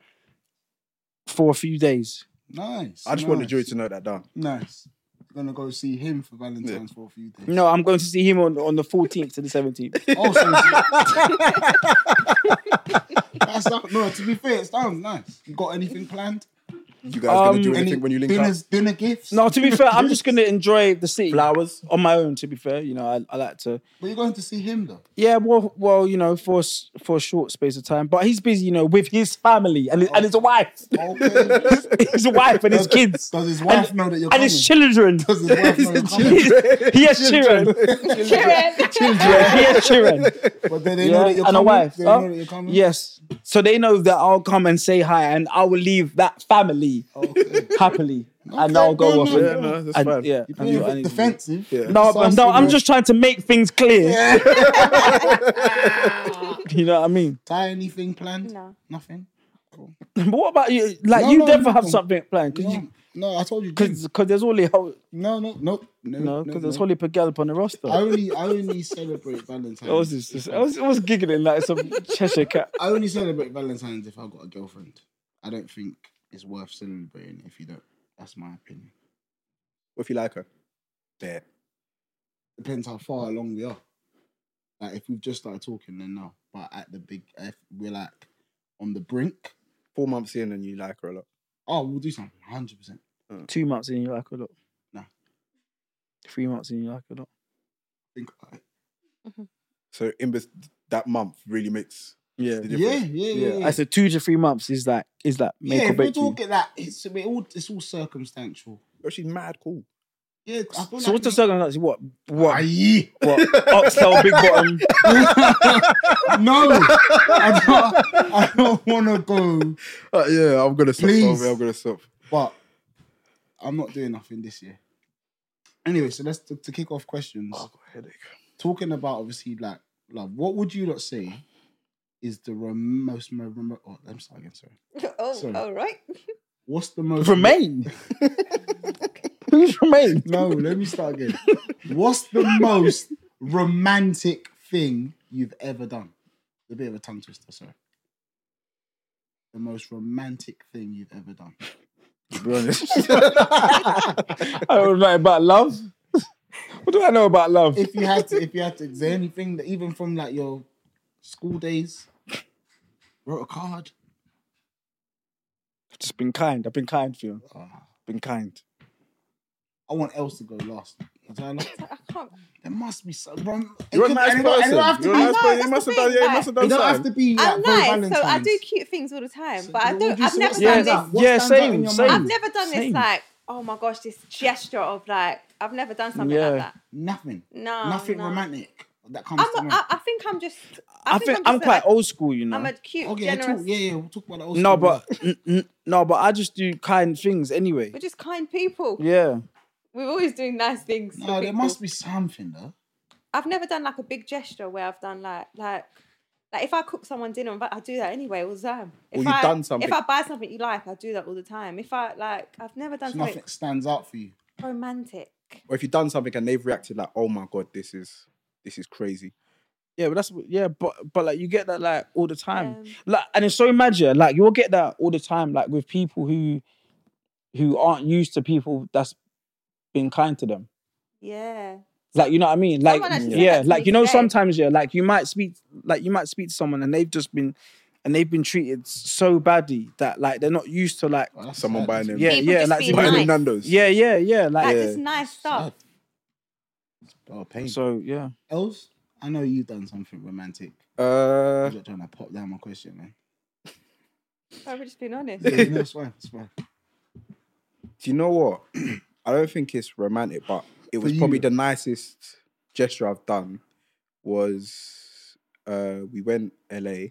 Speaker 1: for a few days.
Speaker 3: nice.
Speaker 2: I just
Speaker 3: nice.
Speaker 2: want the jury to note that down.
Speaker 3: Nice. You're gonna go see him for Valentine's for a few days.
Speaker 1: No, I'm going to see him on, on the 14th to the 17th.
Speaker 3: (laughs) Oh, so it's-
Speaker 1: (laughs)
Speaker 3: that's not, no. To be fair, it sounds nice. You got anything planned?
Speaker 2: You guys gonna
Speaker 1: Um,
Speaker 2: do
Speaker 1: any
Speaker 2: anything when you link up?
Speaker 3: dinners, dinner gifts.
Speaker 1: No, to be fair, I'm just going to enjoy the city
Speaker 2: (laughs) Flowers.
Speaker 1: on my own. To be fair, you know, I, I like to.
Speaker 3: But you're going to see him though.
Speaker 1: Yeah, well, well, you know, for a s- for a short space of time, but he's busy, you know, with his family and and his wife, (laughs)
Speaker 3: Okay. (laughs)
Speaker 1: his wife and his kids,
Speaker 3: Does his wife know that you're
Speaker 1: and
Speaker 3: coming?
Speaker 1: his children.
Speaker 3: Does his wife know you're
Speaker 2: (laughs)
Speaker 3: coming?
Speaker 1: (laughs) he has children.
Speaker 4: Cheers.
Speaker 1: he has
Speaker 3: (laughs)
Speaker 1: children.
Speaker 3: But do they
Speaker 1: Yeah,
Speaker 3: know that you're
Speaker 1: and a
Speaker 3: coming?
Speaker 1: wife. Oh,
Speaker 3: They
Speaker 1: Huh?
Speaker 3: know that you're coming.
Speaker 1: Yes, so they know that I'll come and say hi, and I will leave that family
Speaker 3: Okay.
Speaker 1: happily, and
Speaker 3: Okay,
Speaker 1: I'll go
Speaker 3: no,
Speaker 1: off.
Speaker 3: no,
Speaker 1: and-
Speaker 2: Yeah, no, that's
Speaker 1: and-
Speaker 2: fine.
Speaker 1: yeah,
Speaker 3: You're
Speaker 1: and-
Speaker 3: being
Speaker 1: and-
Speaker 3: defensive.
Speaker 1: No,
Speaker 2: Yeah.
Speaker 3: So I'm
Speaker 1: but no,
Speaker 3: still
Speaker 1: I'm
Speaker 3: going-
Speaker 1: just trying to make things clear. (laughs) You know what I mean?
Speaker 3: Ty, anything planned?
Speaker 4: No.
Speaker 3: Nothing.
Speaker 1: But what about you? Like
Speaker 3: No,
Speaker 1: you
Speaker 3: no,
Speaker 1: never have
Speaker 3: no.
Speaker 1: something planned because
Speaker 3: No, no, I told you. didn't.
Speaker 1: because there's only whole
Speaker 3: No, no, no,
Speaker 1: No,
Speaker 3: no, no.
Speaker 1: because
Speaker 3: no.
Speaker 1: there's Holly Pagelp on the roster.
Speaker 3: I only, I only celebrate Valentine's.
Speaker 1: I was just, I was, I was giggling like some Cheshire cat.
Speaker 3: I only celebrate Valentine's if I've got a girlfriend. I don't think it's worth celebrating if you don't. That's my opinion.
Speaker 2: If you like her, there.
Speaker 3: Depends how far along we are. Like if we've just started talking, then no. But at the big, if we're like on the brink,
Speaker 2: Four months in and you like her a lot.
Speaker 3: oh, we'll do something. Hundred percent.
Speaker 1: Two months in, you like a lot.
Speaker 3: Nah.
Speaker 1: Three months in, you like a lot.
Speaker 3: Think about it.
Speaker 2: So in bes- that month really makes
Speaker 1: Yeah.
Speaker 2: the
Speaker 3: Yeah,
Speaker 2: difference.
Speaker 3: yeah, yeah.
Speaker 1: Yeah.
Speaker 3: yeah.
Speaker 1: I said two to three months is like is like make
Speaker 3: yeah,
Speaker 1: or
Speaker 3: if we're
Speaker 1: break. you.
Speaker 3: talking that, it's we're all it's all circumstantial.
Speaker 2: But she's mad cool.
Speaker 3: Yeah, I feel
Speaker 1: So
Speaker 3: like
Speaker 1: what's the circumstance? What what
Speaker 3: Aye.
Speaker 1: what?
Speaker 3: (laughs)
Speaker 1: Oxtail big bottom.
Speaker 3: No, I don't, I don't want to go.
Speaker 2: Uh, yeah, I'm gonna stop.
Speaker 3: Please.
Speaker 2: Sorry, I'm gonna stop.
Speaker 3: But
Speaker 2: Oh,
Speaker 3: I'm not doing nothing this year. Anyway, so let's to, to kick off questions.
Speaker 2: headache.
Speaker 3: talking about obviously like love, what would you not say is the rem- most mo- remo- oh, let me start again, sorry.
Speaker 4: (laughs) oh,
Speaker 3: Sorry.
Speaker 4: all right.
Speaker 3: What's the most
Speaker 1: Remain. Who's remain?
Speaker 3: (laughs) No, let me start again. What's the most romantic thing you've ever done? A bit of a tongue twister, sorry. The most romantic thing you've ever done.
Speaker 2: To be
Speaker 3: (laughs)
Speaker 2: honest.
Speaker 1: (laughs) I don't know about love. What do I know about love?
Speaker 3: If you had to, if you had to, is there anything that even from like your school days, wrote a card?
Speaker 1: I've just been kind. I've been kind for you.
Speaker 3: Oh,
Speaker 1: Been kind.
Speaker 3: I want Els to go last. Is that last?
Speaker 4: (laughs) I can't.
Speaker 3: There must be some. Rom-
Speaker 2: You're
Speaker 3: it
Speaker 2: a
Speaker 3: could-
Speaker 2: nice
Speaker 3: and it don't-
Speaker 2: person.
Speaker 3: and it don't have to
Speaker 2: You're a nice
Speaker 3: be-
Speaker 4: I know,
Speaker 2: person.
Speaker 4: that's
Speaker 2: You must
Speaker 4: the
Speaker 2: have done.
Speaker 4: thing,
Speaker 2: Yeah, you
Speaker 4: like-
Speaker 2: must have
Speaker 3: It
Speaker 2: done
Speaker 3: don't have
Speaker 2: something.
Speaker 3: to be.
Speaker 4: I'm
Speaker 3: Like,
Speaker 4: Oh, nice, so I
Speaker 3: Valentine's.
Speaker 4: do cute things all the time,
Speaker 3: So
Speaker 4: but I
Speaker 3: what
Speaker 4: don't.
Speaker 3: would you
Speaker 4: I've
Speaker 3: say-
Speaker 4: never
Speaker 3: what
Speaker 1: Yeah,
Speaker 3: stands
Speaker 4: done this.
Speaker 3: out? What
Speaker 1: yeah,
Speaker 3: stands out
Speaker 1: same,
Speaker 3: in your
Speaker 1: same.
Speaker 3: mind?
Speaker 4: I've never done this
Speaker 1: Same.
Speaker 4: like, oh my gosh, this gesture of like, I've never done something
Speaker 1: Yeah.
Speaker 4: like that.
Speaker 3: Nothing.
Speaker 4: No,
Speaker 3: Nothing
Speaker 4: no.
Speaker 3: romantic that comes to
Speaker 4: I'm,
Speaker 3: mind.
Speaker 4: I, I think I'm just. I,
Speaker 1: I, think, I'm
Speaker 4: just
Speaker 1: quite
Speaker 4: a,
Speaker 1: old school, you know.
Speaker 4: I'm a cute,
Speaker 3: okay, talk,
Speaker 4: generous.
Speaker 3: yeah, yeah, we'll talk about that. Also.
Speaker 1: no, but n- n- no, but I just do kind things anyway.
Speaker 4: We're just kind people.
Speaker 1: Yeah.
Speaker 4: We're always doing nice things. for
Speaker 3: no, there
Speaker 4: people.
Speaker 3: must be something though.
Speaker 4: I've never done like a big gesture where I've done like like like if I cook someone dinner, but I do that anyway all the time. If
Speaker 2: Or you've
Speaker 4: I,
Speaker 2: done something.
Speaker 4: If I buy something you like, I do that all the time. If I like, I've never done
Speaker 3: There's
Speaker 4: something
Speaker 3: nothing that stands out for you.
Speaker 4: romantic.
Speaker 2: Or if you've done something and they've reacted like, "Oh my god, this is this is crazy."
Speaker 1: Yeah, but that's yeah, but but like you get that like all the time.
Speaker 4: Um,
Speaker 1: Like and it's so magic. Like you'll get that all the time, like with people who who aren't used to people that's been kind to them.
Speaker 4: yeah.
Speaker 1: Like you know what I mean? Like
Speaker 4: Someone actually said
Speaker 1: yeah,
Speaker 4: that to
Speaker 1: like
Speaker 4: me
Speaker 1: you know
Speaker 4: today.
Speaker 1: sometimes yeah, like you might speak like you might speak to someone and they've just been and they've been treated so badly that like they're not used to like
Speaker 3: Well, that's
Speaker 2: Someone
Speaker 3: sad.
Speaker 2: buying them.
Speaker 1: yeah,
Speaker 4: People
Speaker 1: yeah,
Speaker 4: just
Speaker 1: like
Speaker 4: being
Speaker 2: Buying
Speaker 1: people-
Speaker 2: them
Speaker 4: nice.
Speaker 2: Nando's.
Speaker 1: yeah, yeah, yeah, like
Speaker 4: Like
Speaker 2: Yeah.
Speaker 4: just nice stuff.
Speaker 3: Sad. Oh, pain. So,
Speaker 1: so yeah.
Speaker 3: Els, I know you've done something romantic.
Speaker 2: Uh,
Speaker 3: I'm just trying to pop down my question, man.
Speaker 4: I've just been honest.
Speaker 3: Yeah, no, it's fine. It's fine.
Speaker 2: do you know what? (clears throat) I don't think it's romantic, but it was
Speaker 3: you.
Speaker 2: probably the nicest gesture I've done. Was uh, we went LA,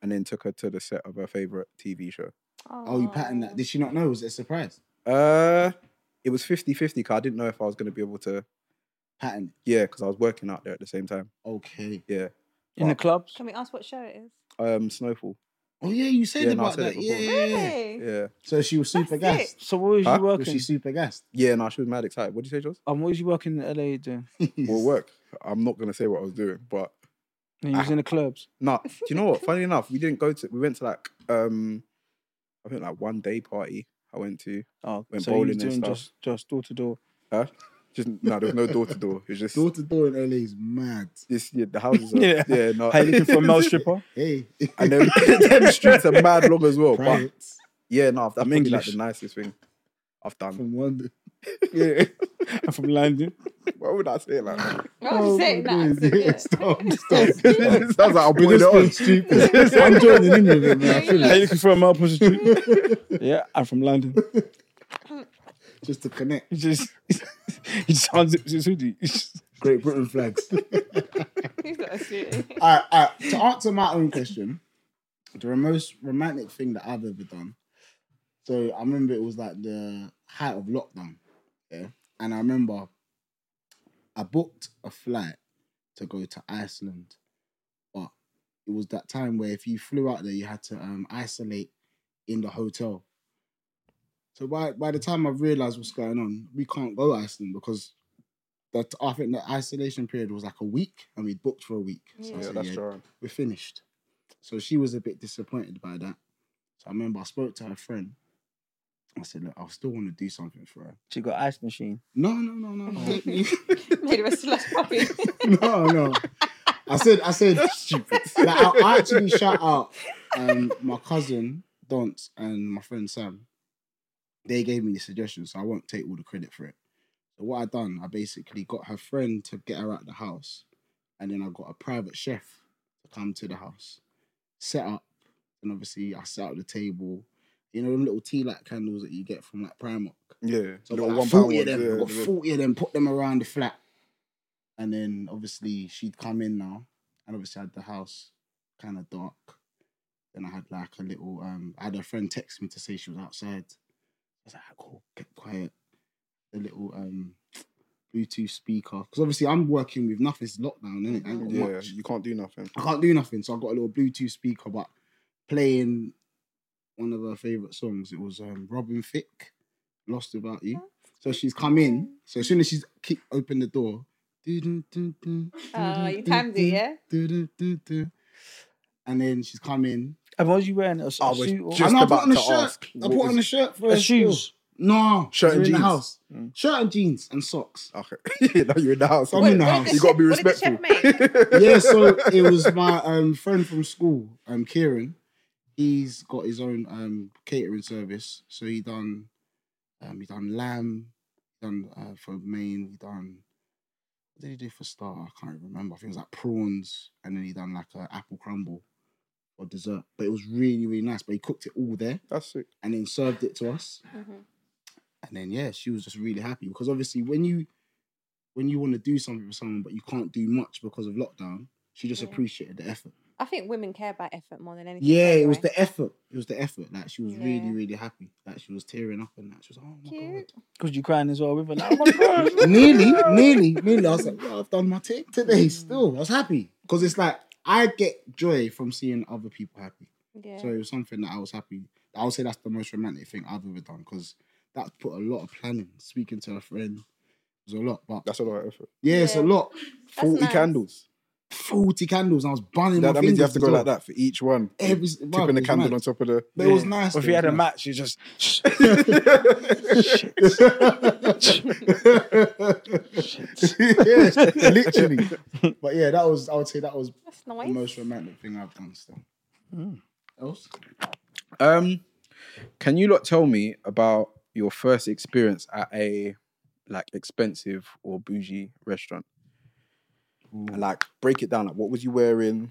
Speaker 2: and then took her to the set of her favorite TV show.
Speaker 3: Oh, you patterned that. Did she not know? Was it a surprise?
Speaker 2: Uh, it was 50-50 because I didn't know if I was going to be able to.
Speaker 3: Pattern.
Speaker 2: Yeah, because I was working out there at the same time.
Speaker 3: Okay.
Speaker 2: Yeah.
Speaker 1: In the clubs.
Speaker 4: Can we ask what show it is?
Speaker 2: Um, Snowfall.
Speaker 3: Oh yeah, you said
Speaker 2: Yeah, no, I
Speaker 3: about
Speaker 2: said
Speaker 3: that.
Speaker 2: it
Speaker 3: Yeah,
Speaker 2: before.
Speaker 3: yeah, yeah.
Speaker 4: Really?
Speaker 2: Yeah.
Speaker 3: So she was super
Speaker 4: That's
Speaker 3: gassed.
Speaker 1: So what was
Speaker 2: Huh?
Speaker 1: you
Speaker 3: Was
Speaker 1: working?
Speaker 3: she super gassed? (laughs)
Speaker 2: Yeah, no, she was mad excited. What did you say, Jaws?
Speaker 1: Um, what was you working in LA doing?
Speaker 2: Well, work. I'm not gonna say what I was doing, but
Speaker 1: And you was in the clubs.
Speaker 2: no. do you
Speaker 3: (laughs)
Speaker 2: know what? Funny enough, we didn't go to. We went to like um, I think like one day party. I went to
Speaker 1: Oh,
Speaker 2: Went
Speaker 1: so you was
Speaker 2: bowling and
Speaker 1: doing
Speaker 2: stuff.
Speaker 1: just just door to door.
Speaker 2: huh? Just no, there was no door to door. It was just
Speaker 3: Door to door in LA is mad.
Speaker 2: this. Yeah, the houses.
Speaker 3: (laughs)
Speaker 2: Are,
Speaker 1: Yeah.
Speaker 2: yeah. no.
Speaker 1: Hey, looking for a (laughs) male stripper?
Speaker 3: Hey, (laughs)
Speaker 2: and then (laughs) them streets are mad long as well. But
Speaker 3: Pirates
Speaker 2: yeah, no, that's probably like
Speaker 1: English.
Speaker 2: the nicest thing I've
Speaker 3: (laughs)
Speaker 2: done.
Speaker 3: from London.
Speaker 2: Yeah.
Speaker 1: I'm from London.
Speaker 2: Why would I say it like that?
Speaker 4: Why
Speaker 3: Oh,
Speaker 4: would you say that? So,
Speaker 3: (laughs)
Speaker 4: yeah.
Speaker 3: Stop, stop. (laughs)
Speaker 2: (laughs) Sounds like I'll
Speaker 3: We're
Speaker 2: bring it
Speaker 3: just being
Speaker 2: on. (laughs)
Speaker 3: stupid. I'm joining in
Speaker 1: (laughs)
Speaker 3: with it, man. I feel
Speaker 1: Hey,
Speaker 3: it.
Speaker 1: looking for a male prostitute? yeah, I'm from London. (laughs)
Speaker 3: Just to connect.
Speaker 1: He just he just unzips his hoodie. (laughs) He just-
Speaker 3: Great Britain flags.
Speaker 4: He's got a
Speaker 3: (laughs)
Speaker 4: suit.
Speaker 3: all right, all right. To answer my own question, the most romantic thing that I've ever done. So I remember it was like the height of lockdown. Yeah. And I remember I booked a flight to go to Iceland. But it was that time where if you flew out there, you had to um, isolate in the hotel. So by, by the time I've realized what's going on, we can't go Iceland because that I think the isolation period was like a week and we booked for a week. So I
Speaker 4: Yeah,
Speaker 2: Yeah,
Speaker 3: said,
Speaker 2: that's
Speaker 3: "Yeah,
Speaker 2: true.
Speaker 3: we're finished. So she was a bit disappointed by that. So I remember I spoke to her friend. I said, look, I still want to do something for her.
Speaker 1: She got ice machine.
Speaker 3: No, no, no,
Speaker 2: (laughs)
Speaker 3: no, no. let me-
Speaker 4: Made him a (laughs) slush puppy.
Speaker 3: Mm-hmm, (laughs) no, no. I said, I said,
Speaker 2: Stupid.
Speaker 3: like, I, I actually shout out um, my cousin, Dance, and my friend Sam. They gave me the suggestion, so I won't take all the credit for it. So what I done, I basically got her friend to get her out the house, and then I got a private chef to come to the house, set up, and obviously I set up the table. You know, them little tea light candles that you get from like Primark.
Speaker 2: Yeah.
Speaker 3: So I
Speaker 2: Little
Speaker 3: got like
Speaker 2: one pound
Speaker 3: 40
Speaker 2: ones,
Speaker 3: of them.
Speaker 2: yeah,
Speaker 3: I got
Speaker 2: yeah.
Speaker 3: 40 of them, put them around the flat. And then obviously she'd come in now. And obviously I had the house kind of dark. Then I had like a little, um, I had a friend text me to say "Ah, she was outside. I was like, cool, get quiet. The little um, Bluetooth speaker. Because obviously I'm working with nothing. It's lockdown, innit? I ain't got
Speaker 2: Yeah,
Speaker 3: much.
Speaker 2: you can't do
Speaker 3: (laughs)
Speaker 2: nothing.
Speaker 3: I can't do nothing, so I got a little Bluetooth speaker, but playing one of her favorite songs. It was um, Robin Thicke, "Lost Without You." So she's come in. So as soon as she's kick open the door,
Speaker 4: Oh, you
Speaker 3: you
Speaker 4: timed it, yeah?
Speaker 3: And then she's come in.
Speaker 1: And what was you wearing? A, s- a
Speaker 2: I was
Speaker 1: suit or-
Speaker 2: Just
Speaker 3: And I put
Speaker 2: about
Speaker 3: on a
Speaker 2: to
Speaker 3: shirt.
Speaker 2: ask,
Speaker 3: I
Speaker 2: what
Speaker 3: put on
Speaker 2: was-
Speaker 3: a shirt for
Speaker 1: a
Speaker 3: her
Speaker 1: shoes.
Speaker 3: No,
Speaker 2: Shirt and
Speaker 3: we were in the
Speaker 2: jeans.
Speaker 3: house.
Speaker 2: Mm.
Speaker 3: Shirt and jeans and socks.
Speaker 2: Okay, (laughs) now you're in the house.
Speaker 3: I'm
Speaker 4: What-
Speaker 3: in the
Speaker 4: what
Speaker 3: house.
Speaker 4: did
Speaker 2: You gotta be
Speaker 4: chef- what did the
Speaker 2: respectful.
Speaker 4: chef
Speaker 2: (laughs)
Speaker 4: make?
Speaker 3: yeah, so it was my um, friend from school, um, Kieran. He's got his own um, catering service, so he done um, he done lamb, done uh, for main, he done what did he do for star? I can't even remember. I think it was like prawns, and then he done like a apple crumble for dessert. But it was really really nice. But he cooked it all there
Speaker 2: That's it.
Speaker 3: and then served it to us
Speaker 4: Mhm.
Speaker 3: and then yeah, she was just really happy because obviously when you when you want to do something for someone but you can't do much because of lockdown, she just
Speaker 4: Yeah.
Speaker 3: appreciated the effort.
Speaker 4: I think women care about effort more than anything.
Speaker 3: Yeah, it was
Speaker 4: anyway.
Speaker 3: the effort. It was the effort. Like she was really
Speaker 4: Yeah.
Speaker 3: really happy. Like she was tearing up and that she was oh my
Speaker 4: Cute.
Speaker 1: Because you crying as well with her. Like, oh my God.
Speaker 3: god.
Speaker 4: (laughs)
Speaker 3: nearly, nearly, nearly. I was like, "Yo, I've done my thing
Speaker 4: Mm.
Speaker 3: today. Still, I was happy because it's like I get joy from seeing other people happy.
Speaker 4: Yeah.
Speaker 3: So it was something that I was happy. I would say that's the most romantic thing I've ever done because that's put a lot of planning. Speaking to a friend was a lot, but
Speaker 2: That's a lot of effort.
Speaker 3: Yeah, it's a
Speaker 4: Yeah.
Speaker 3: lot.
Speaker 4: That's
Speaker 2: Forty
Speaker 4: nice.
Speaker 2: candles.
Speaker 3: 40 candles. And I was burning
Speaker 2: That,
Speaker 3: my
Speaker 2: that means
Speaker 3: fingers
Speaker 2: you have to go
Speaker 3: as
Speaker 2: like
Speaker 3: well.
Speaker 2: that for each one.
Speaker 3: Every, bruv,
Speaker 2: Tipping the
Speaker 3: it was
Speaker 2: candle
Speaker 3: (laughs) mad.
Speaker 2: on top of the.
Speaker 3: But it was
Speaker 1: Yeah.
Speaker 3: nice.
Speaker 1: Or if
Speaker 3: though,
Speaker 1: you had
Speaker 3: it
Speaker 1: a
Speaker 3: was
Speaker 1: match, you just. (laughs)
Speaker 3: nice. (laughs) yeah, literally. But yeah, that was, I would say that was
Speaker 4: That's
Speaker 3: the
Speaker 4: nice.
Speaker 3: most romantic thing I've done still.
Speaker 2: Mm.
Speaker 3: Else?
Speaker 2: Um, can you lot tell me about your first experience at a like expensive or bougie restaurant? And like break it down. Like, what was you wearing?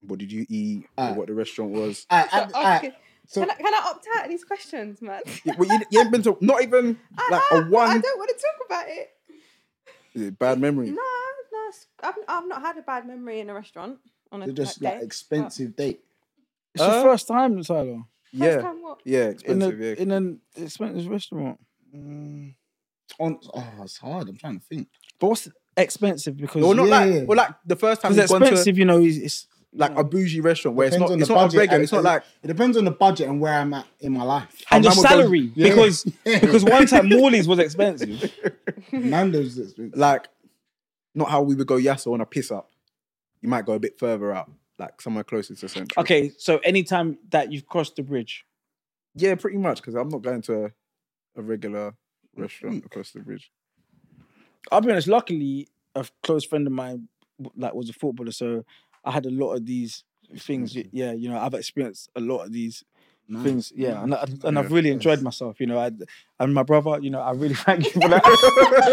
Speaker 2: What did you eat? Or
Speaker 3: Ah.
Speaker 2: what the restaurant was?
Speaker 3: Alright,
Speaker 4: So
Speaker 3: alright,
Speaker 4: ask
Speaker 3: alright.
Speaker 4: it-
Speaker 3: uh, so-
Speaker 4: can, I, can I opt out of these questions, man?
Speaker 2: Yeah, well, you, you ain't been to not even
Speaker 4: (laughs) I
Speaker 2: like a
Speaker 4: have, but I
Speaker 2: one
Speaker 4: don't want to talk about it.
Speaker 2: Is it bad
Speaker 3: Mm.
Speaker 2: memory.
Speaker 4: No, no, it's- I've, I've not had a bad memory in a restaurant on a
Speaker 3: They're just
Speaker 4: like,
Speaker 3: like
Speaker 4: day. Oh.
Speaker 3: expensive date.
Speaker 1: It's your first time, Tyler.
Speaker 4: First
Speaker 2: Yeah,
Speaker 4: time what?
Speaker 2: yeah,
Speaker 1: In, a,
Speaker 2: expensive. yeah.
Speaker 1: in an expensive restaurant.
Speaker 3: Mm. On, oh, it's hard. I'm trying to think.
Speaker 1: But what's expensive? Because.
Speaker 2: Or not
Speaker 3: yeah.
Speaker 2: like, or like the first time
Speaker 1: Because
Speaker 2: you've gone to
Speaker 1: expensive, you know, is it's
Speaker 2: like a bougie restaurant where it's
Speaker 3: Depends
Speaker 2: not,
Speaker 3: on
Speaker 2: it's
Speaker 3: the
Speaker 2: not a
Speaker 3: budget
Speaker 2: regular,
Speaker 3: and-
Speaker 2: it's not like
Speaker 3: It depends on the budget and where I'm at in my life.
Speaker 2: How
Speaker 1: and the
Speaker 2: mum would go-
Speaker 1: salary
Speaker 3: (laughs) Yeah.
Speaker 1: because (laughs) because one time Morley's was expensive.
Speaker 3: Nando's is expensive.
Speaker 2: like not how we would go Yasso on a piss up. You might go a bit further out, like somewhere closer to central.
Speaker 1: Okay, so anytime that you've crossed the bridge,
Speaker 2: Yeah, pretty much, because I'm not going to a, a regular restaurant across the bridge. (laughs)
Speaker 1: I'll be honest. Luckily, a close friend of mine w- like was a footballer, so I had a lot of these things. y- Yeah, you know, I've experienced a lot of these
Speaker 3: Nice.
Speaker 1: things. Yeah, and, I, and I've
Speaker 2: Yeah.
Speaker 1: really enjoyed myself. You know, I, and my brother, you know, I really (laughs) thank you for that.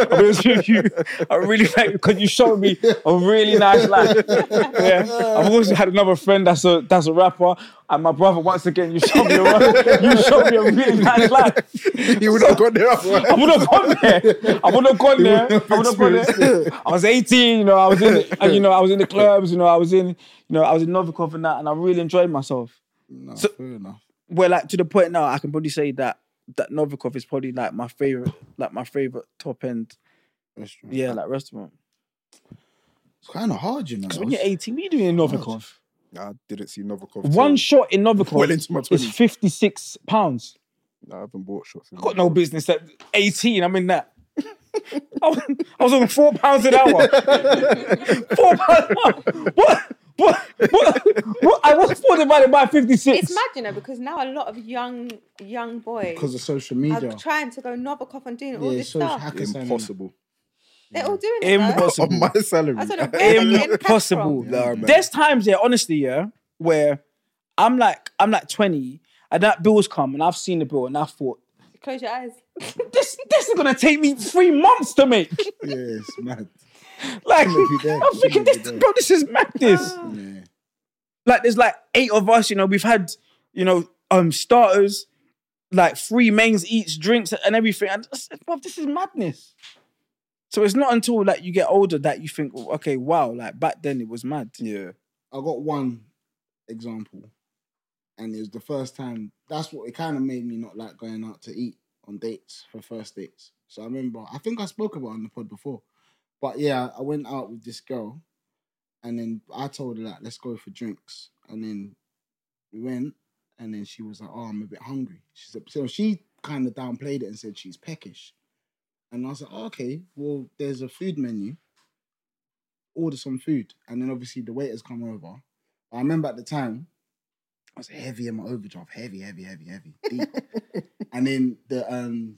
Speaker 1: I'll be honest with you. I really thank you because you showed me a really nice life. Yeah, I've also had another friend that's a that's a rapper, and my brother. Once again, you showed me a, (laughs) you showed me a really nice life.
Speaker 2: you would not have gone there. otherwise. (laughs)
Speaker 1: I would have gone there. I would have gone there. I would have gone there. I was 18, you know, I was
Speaker 2: (laughs)
Speaker 1: in and, you know, I was in the clubs, you know, I was in, you know, I was in Novikov and that, and I really enjoyed myself.
Speaker 3: No,
Speaker 1: So-
Speaker 3: fair enough.
Speaker 1: Well, like to the point now, I can probably say that that Novikov is probably like my favorite, like my favorite top end,
Speaker 3: Restaurant.
Speaker 1: yeah, like restaurant.
Speaker 3: It's kind of hard, you know.
Speaker 1: Because when you're 18, what are you doing in Novikov?
Speaker 2: I didn't see Novikov.
Speaker 1: One
Speaker 2: till-
Speaker 1: shot in
Speaker 2: well
Speaker 1: Novikov
Speaker 2: into my
Speaker 1: is
Speaker 2: twenties.
Speaker 1: 56 pounds.
Speaker 2: I haven't bought shots. in
Speaker 1: I've got no business at 18. I'm in that. I was, I was on four pounds an hour. four pounds an hour. What? What? What? what? I was four divided by 56.
Speaker 4: It's mad, you know, because now a lot of young young boys
Speaker 3: Because of social
Speaker 4: are
Speaker 3: media.
Speaker 4: trying to go Novikov and doing all
Speaker 3: yeah,
Speaker 4: this
Speaker 3: social
Speaker 4: stuff.
Speaker 3: hackers and-
Speaker 2: Impossible.
Speaker 4: They're all doing it. though.
Speaker 1: Impossible.
Speaker 2: On my salary.
Speaker 4: I
Speaker 2: (laughs)
Speaker 4: don't know where they're getting cash
Speaker 1: Impossible.
Speaker 4: from.
Speaker 2: Nah, man.
Speaker 1: There's times, yeah, honestly, yeah, where I'm like, I'm like 20 and that bill's come and I've seen the bill and I thought,
Speaker 4: Close your eyes.
Speaker 1: this, this is gonna take me three months to make.
Speaker 3: Yeah, it's mad.
Speaker 1: Like,
Speaker 3: Shouldn't be there.
Speaker 1: I'm thinking,
Speaker 3: Shouldn't be
Speaker 1: this,
Speaker 3: there.
Speaker 1: bro, this is madness.
Speaker 4: Ah.
Speaker 3: Yeah.
Speaker 1: like there's like eight of us, you know, we've had, you know, um starters, like three mains each, drinks and everything. And just, bro, this is madness. So it's not until like you get older that you think, oh, okay, wow, like back then it was mad.
Speaker 2: Yeah.
Speaker 3: I got one example, and it was the first time. That's what it kind of made me not like going out to eat on dates for first dates. So I remember, I think I spoke about it on the pod before, but yeah, I went out with this girl, and then I told her like, let's go for drinks, and then we went, and then she was like, oh, I'm a bit hungry. She said, so she kind of downplayed it and said she's peckish, and I was like, oh, okay, well, there's a food menu. Order some food, and then obviously the waiters come over. I remember at the time, I was heavy in my overdrive, heavy, heavy, heavy, heavy, deep. and then the um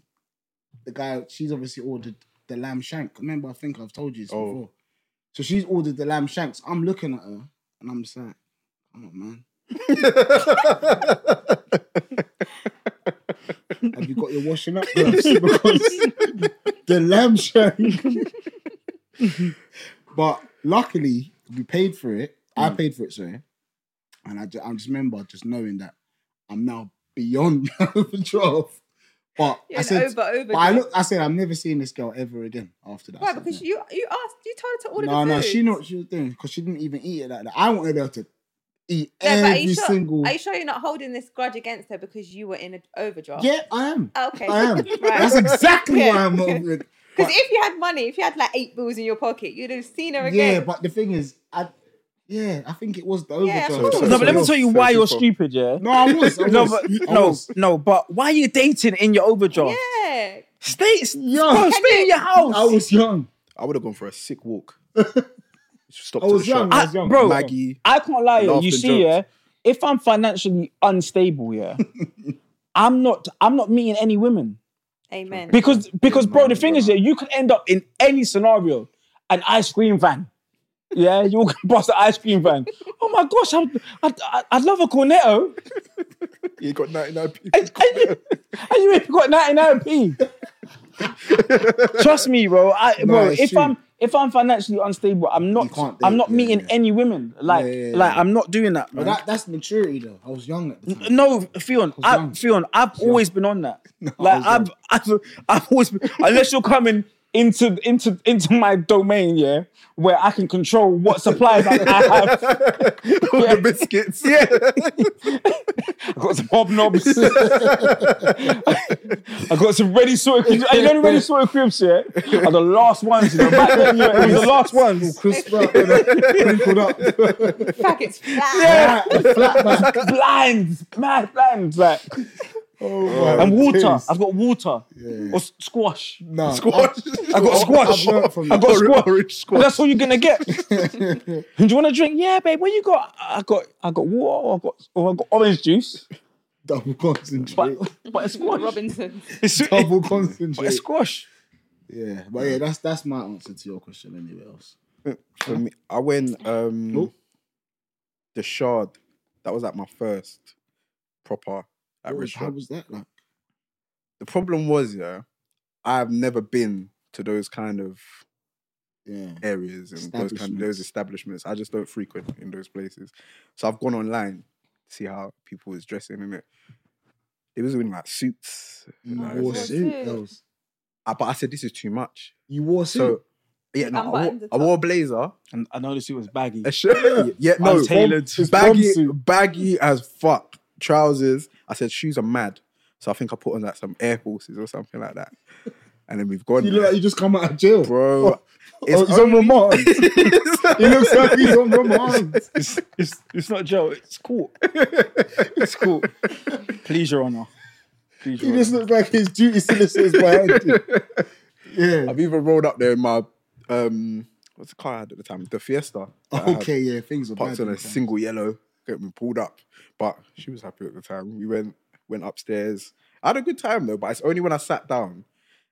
Speaker 3: the guy, she's obviously ordered the lamb shank. Remember, I think I've told you this
Speaker 2: Oh.
Speaker 3: before. So she's ordered the lamb shanks. I'm looking at her and I'm just like, come on, man. Have you got your washing up gloves? (laughs) Because the lamb
Speaker 4: (laughs)
Speaker 3: shank. but luckily, we paid for it. I
Speaker 4: Mm.
Speaker 3: paid for it, sorry. And I just, I just remember just knowing that I'm now beyond (laughs) overdraft. But
Speaker 4: You're
Speaker 3: I
Speaker 4: an
Speaker 3: said,
Speaker 4: over over.
Speaker 3: but I look, I said, I'm never seeing this girl ever again after that. I
Speaker 4: Why?
Speaker 3: said,
Speaker 4: Because
Speaker 3: "No."
Speaker 4: you you asked you told her to order
Speaker 3: no,
Speaker 4: the
Speaker 3: no,
Speaker 4: food.
Speaker 3: she knew what she was doing because she didn't even eat it like that. I wanted her to eat
Speaker 4: Yeah, but are you
Speaker 3: every
Speaker 4: sure-
Speaker 3: single.
Speaker 4: Are you sure you're not holding this grudge against her because you were in an overdraft? Oh,
Speaker 3: Yeah, I am.
Speaker 4: Okay.
Speaker 3: I am. That's
Speaker 4: (laughs) Right.
Speaker 3: exactly
Speaker 4: (laughs) Yeah.
Speaker 3: why I'm over it.
Speaker 4: Because if you had money, if you had like eight bills in your pocket, you'd have seen her
Speaker 3: Yeah,
Speaker 4: again.
Speaker 3: but the thing is, I yeah, I think it was the
Speaker 4: Yeah,
Speaker 3: overdraft.
Speaker 4: of
Speaker 2: course.
Speaker 1: No, but let me
Speaker 2: so
Speaker 1: tell you
Speaker 2: you're-
Speaker 1: why
Speaker 2: so
Speaker 1: you're
Speaker 2: people-
Speaker 1: stupid, yeah?
Speaker 3: No, I was.
Speaker 1: (laughs)
Speaker 3: I
Speaker 1: No,
Speaker 3: was.
Speaker 1: but
Speaker 3: I
Speaker 1: no,
Speaker 3: was.
Speaker 1: no, but why are you dating in your overdraft?
Speaker 4: yeah.
Speaker 1: Stay,
Speaker 3: Young.
Speaker 1: bro, stay in your house.
Speaker 3: I was young.
Speaker 2: I would have gone for a sick (laughs) walk. Stop
Speaker 3: I was young. I was young.
Speaker 1: bro.
Speaker 2: Maggie.
Speaker 1: I can't lie, yeah.
Speaker 2: Laughed
Speaker 1: you
Speaker 2: and
Speaker 1: see, yeah,
Speaker 2: joked.
Speaker 1: if I'm financially unstable, yeah, I'm not I'm not meeting any women.
Speaker 4: Amen.
Speaker 1: Because because bro, the
Speaker 2: man,
Speaker 1: thing
Speaker 2: bro.
Speaker 1: is, yeah, you could end up in any scenario, an ice cream van. Yeah, (laughs) you can bust the ice cream van. Oh my gosh, I'm, I'd, I'd- I'd love a cornetto. (laughs)
Speaker 2: You got 99
Speaker 1: And, and
Speaker 2: (laughs)
Speaker 1: you, and you ain't got 99p. Trust me, bro. I,
Speaker 3: No,
Speaker 1: bro,
Speaker 3: it's
Speaker 1: if
Speaker 3: true.
Speaker 1: I'm if I'm financially unstable, I'm not
Speaker 3: can't date,
Speaker 1: I'm not
Speaker 3: yeah,
Speaker 1: meeting
Speaker 3: yeah.
Speaker 1: any women. Like
Speaker 3: Yeah, yeah, yeah.
Speaker 1: like I'm not doing that, man.
Speaker 3: But that, that's maturity, though. I was young at
Speaker 1: (laughs)
Speaker 3: the time.
Speaker 1: No, Fionn, I,
Speaker 3: young.
Speaker 1: Fionn, I've always been on (laughs) that. like
Speaker 3: I
Speaker 1: I've,
Speaker 3: was
Speaker 1: I've, I've always been. Unless you're coming into into into my domain, yeah, where I can control what supplies I, I have. (laughs)
Speaker 2: All the biscuits.
Speaker 1: Yeah, I got some hobnobs. (laughs) I got some ready sorted cribs. You know the ready sorted cribs, yeah, are the last ones. You know, back then, you know, it was the last ones.
Speaker 3: Crisp up, (laughs) wrinkled up,
Speaker 4: Faggots.
Speaker 1: Yeah.
Speaker 3: flat, flat back.
Speaker 1: Blinds, mad blinds, like
Speaker 3: Oh,
Speaker 1: and
Speaker 3: my
Speaker 1: water.
Speaker 3: days.
Speaker 1: I've got water
Speaker 3: Yeah.
Speaker 1: or s- squash.
Speaker 3: No,
Speaker 2: Squash.
Speaker 1: I got
Speaker 2: (laughs)
Speaker 1: squash.
Speaker 3: I've learned from
Speaker 1: I got squash.
Speaker 2: Orange squash.
Speaker 1: That's all you're gonna get. Do you want a drink? Yeah, babe. What you got? I got, I got water. Or I got, or I got orange juice.
Speaker 3: (laughs) double
Speaker 1: But,
Speaker 3: concentrate.
Speaker 1: but it's squash.
Speaker 4: (laughs) Robinson.
Speaker 1: It's,
Speaker 3: double
Speaker 1: but it's
Speaker 3: concentrate.
Speaker 1: squash.
Speaker 3: Yeah, but yeah, that's that's my answer to your question. Anyway, else.
Speaker 2: For me, I went um,
Speaker 3: Oh.
Speaker 2: the Shard. That was like my first proper like,
Speaker 3: What was- how
Speaker 2: restaurant.
Speaker 3: was that like?
Speaker 2: The problem was, yeah, I've never been to those kind of
Speaker 3: Yeah.
Speaker 2: areas and those kind of those
Speaker 3: Establishments.
Speaker 2: establishments. I just don't frequent in those places. So I've gone online to see how people is dressing in it. It was in like suits. and,
Speaker 3: You
Speaker 2: like,
Speaker 3: wore
Speaker 2: everything.
Speaker 3: suit.
Speaker 4: suit.
Speaker 3: Els.
Speaker 2: I- but I said this is too much.
Speaker 3: You wore suit.
Speaker 2: So yeah, no, I wore,
Speaker 4: Unbuttoned the
Speaker 2: I wore a blazer,
Speaker 1: And I noticed it was baggy.
Speaker 2: a shirt. Yeah, no,
Speaker 1: Untailored.
Speaker 2: bomb- baggy,
Speaker 1: Bombsuit.
Speaker 2: baggy as fuck. Trousers. I said shoes are mad. So I think I put on like some Air Forces or something like that. And then we've gone,
Speaker 3: you look
Speaker 2: there.
Speaker 3: like you just come out of jail.
Speaker 2: bro.
Speaker 3: (laughs) Oh,
Speaker 2: It's
Speaker 3: he's
Speaker 2: (laughs)
Speaker 3: on remand. he looks like he's on remand.
Speaker 1: It's, it's, it's not Joe. It's cool. It's cool. Please, Your Honor. Please,
Speaker 3: He
Speaker 1: Your
Speaker 3: just
Speaker 1: Honor.
Speaker 3: looks like his duty solicitor's behind him.
Speaker 2: (laughs)
Speaker 3: Yeah.
Speaker 2: I've even rolled up there in my um, what's the car I had at the time? The Fiesta. that I had.
Speaker 3: Oh, Okay, yeah, things are
Speaker 2: parked
Speaker 3: bad.
Speaker 2: on a
Speaker 3: these days.
Speaker 2: single yellow, get me pulled up. But she was happy at the time. We went went upstairs. I had a good time though, but it's only when I sat down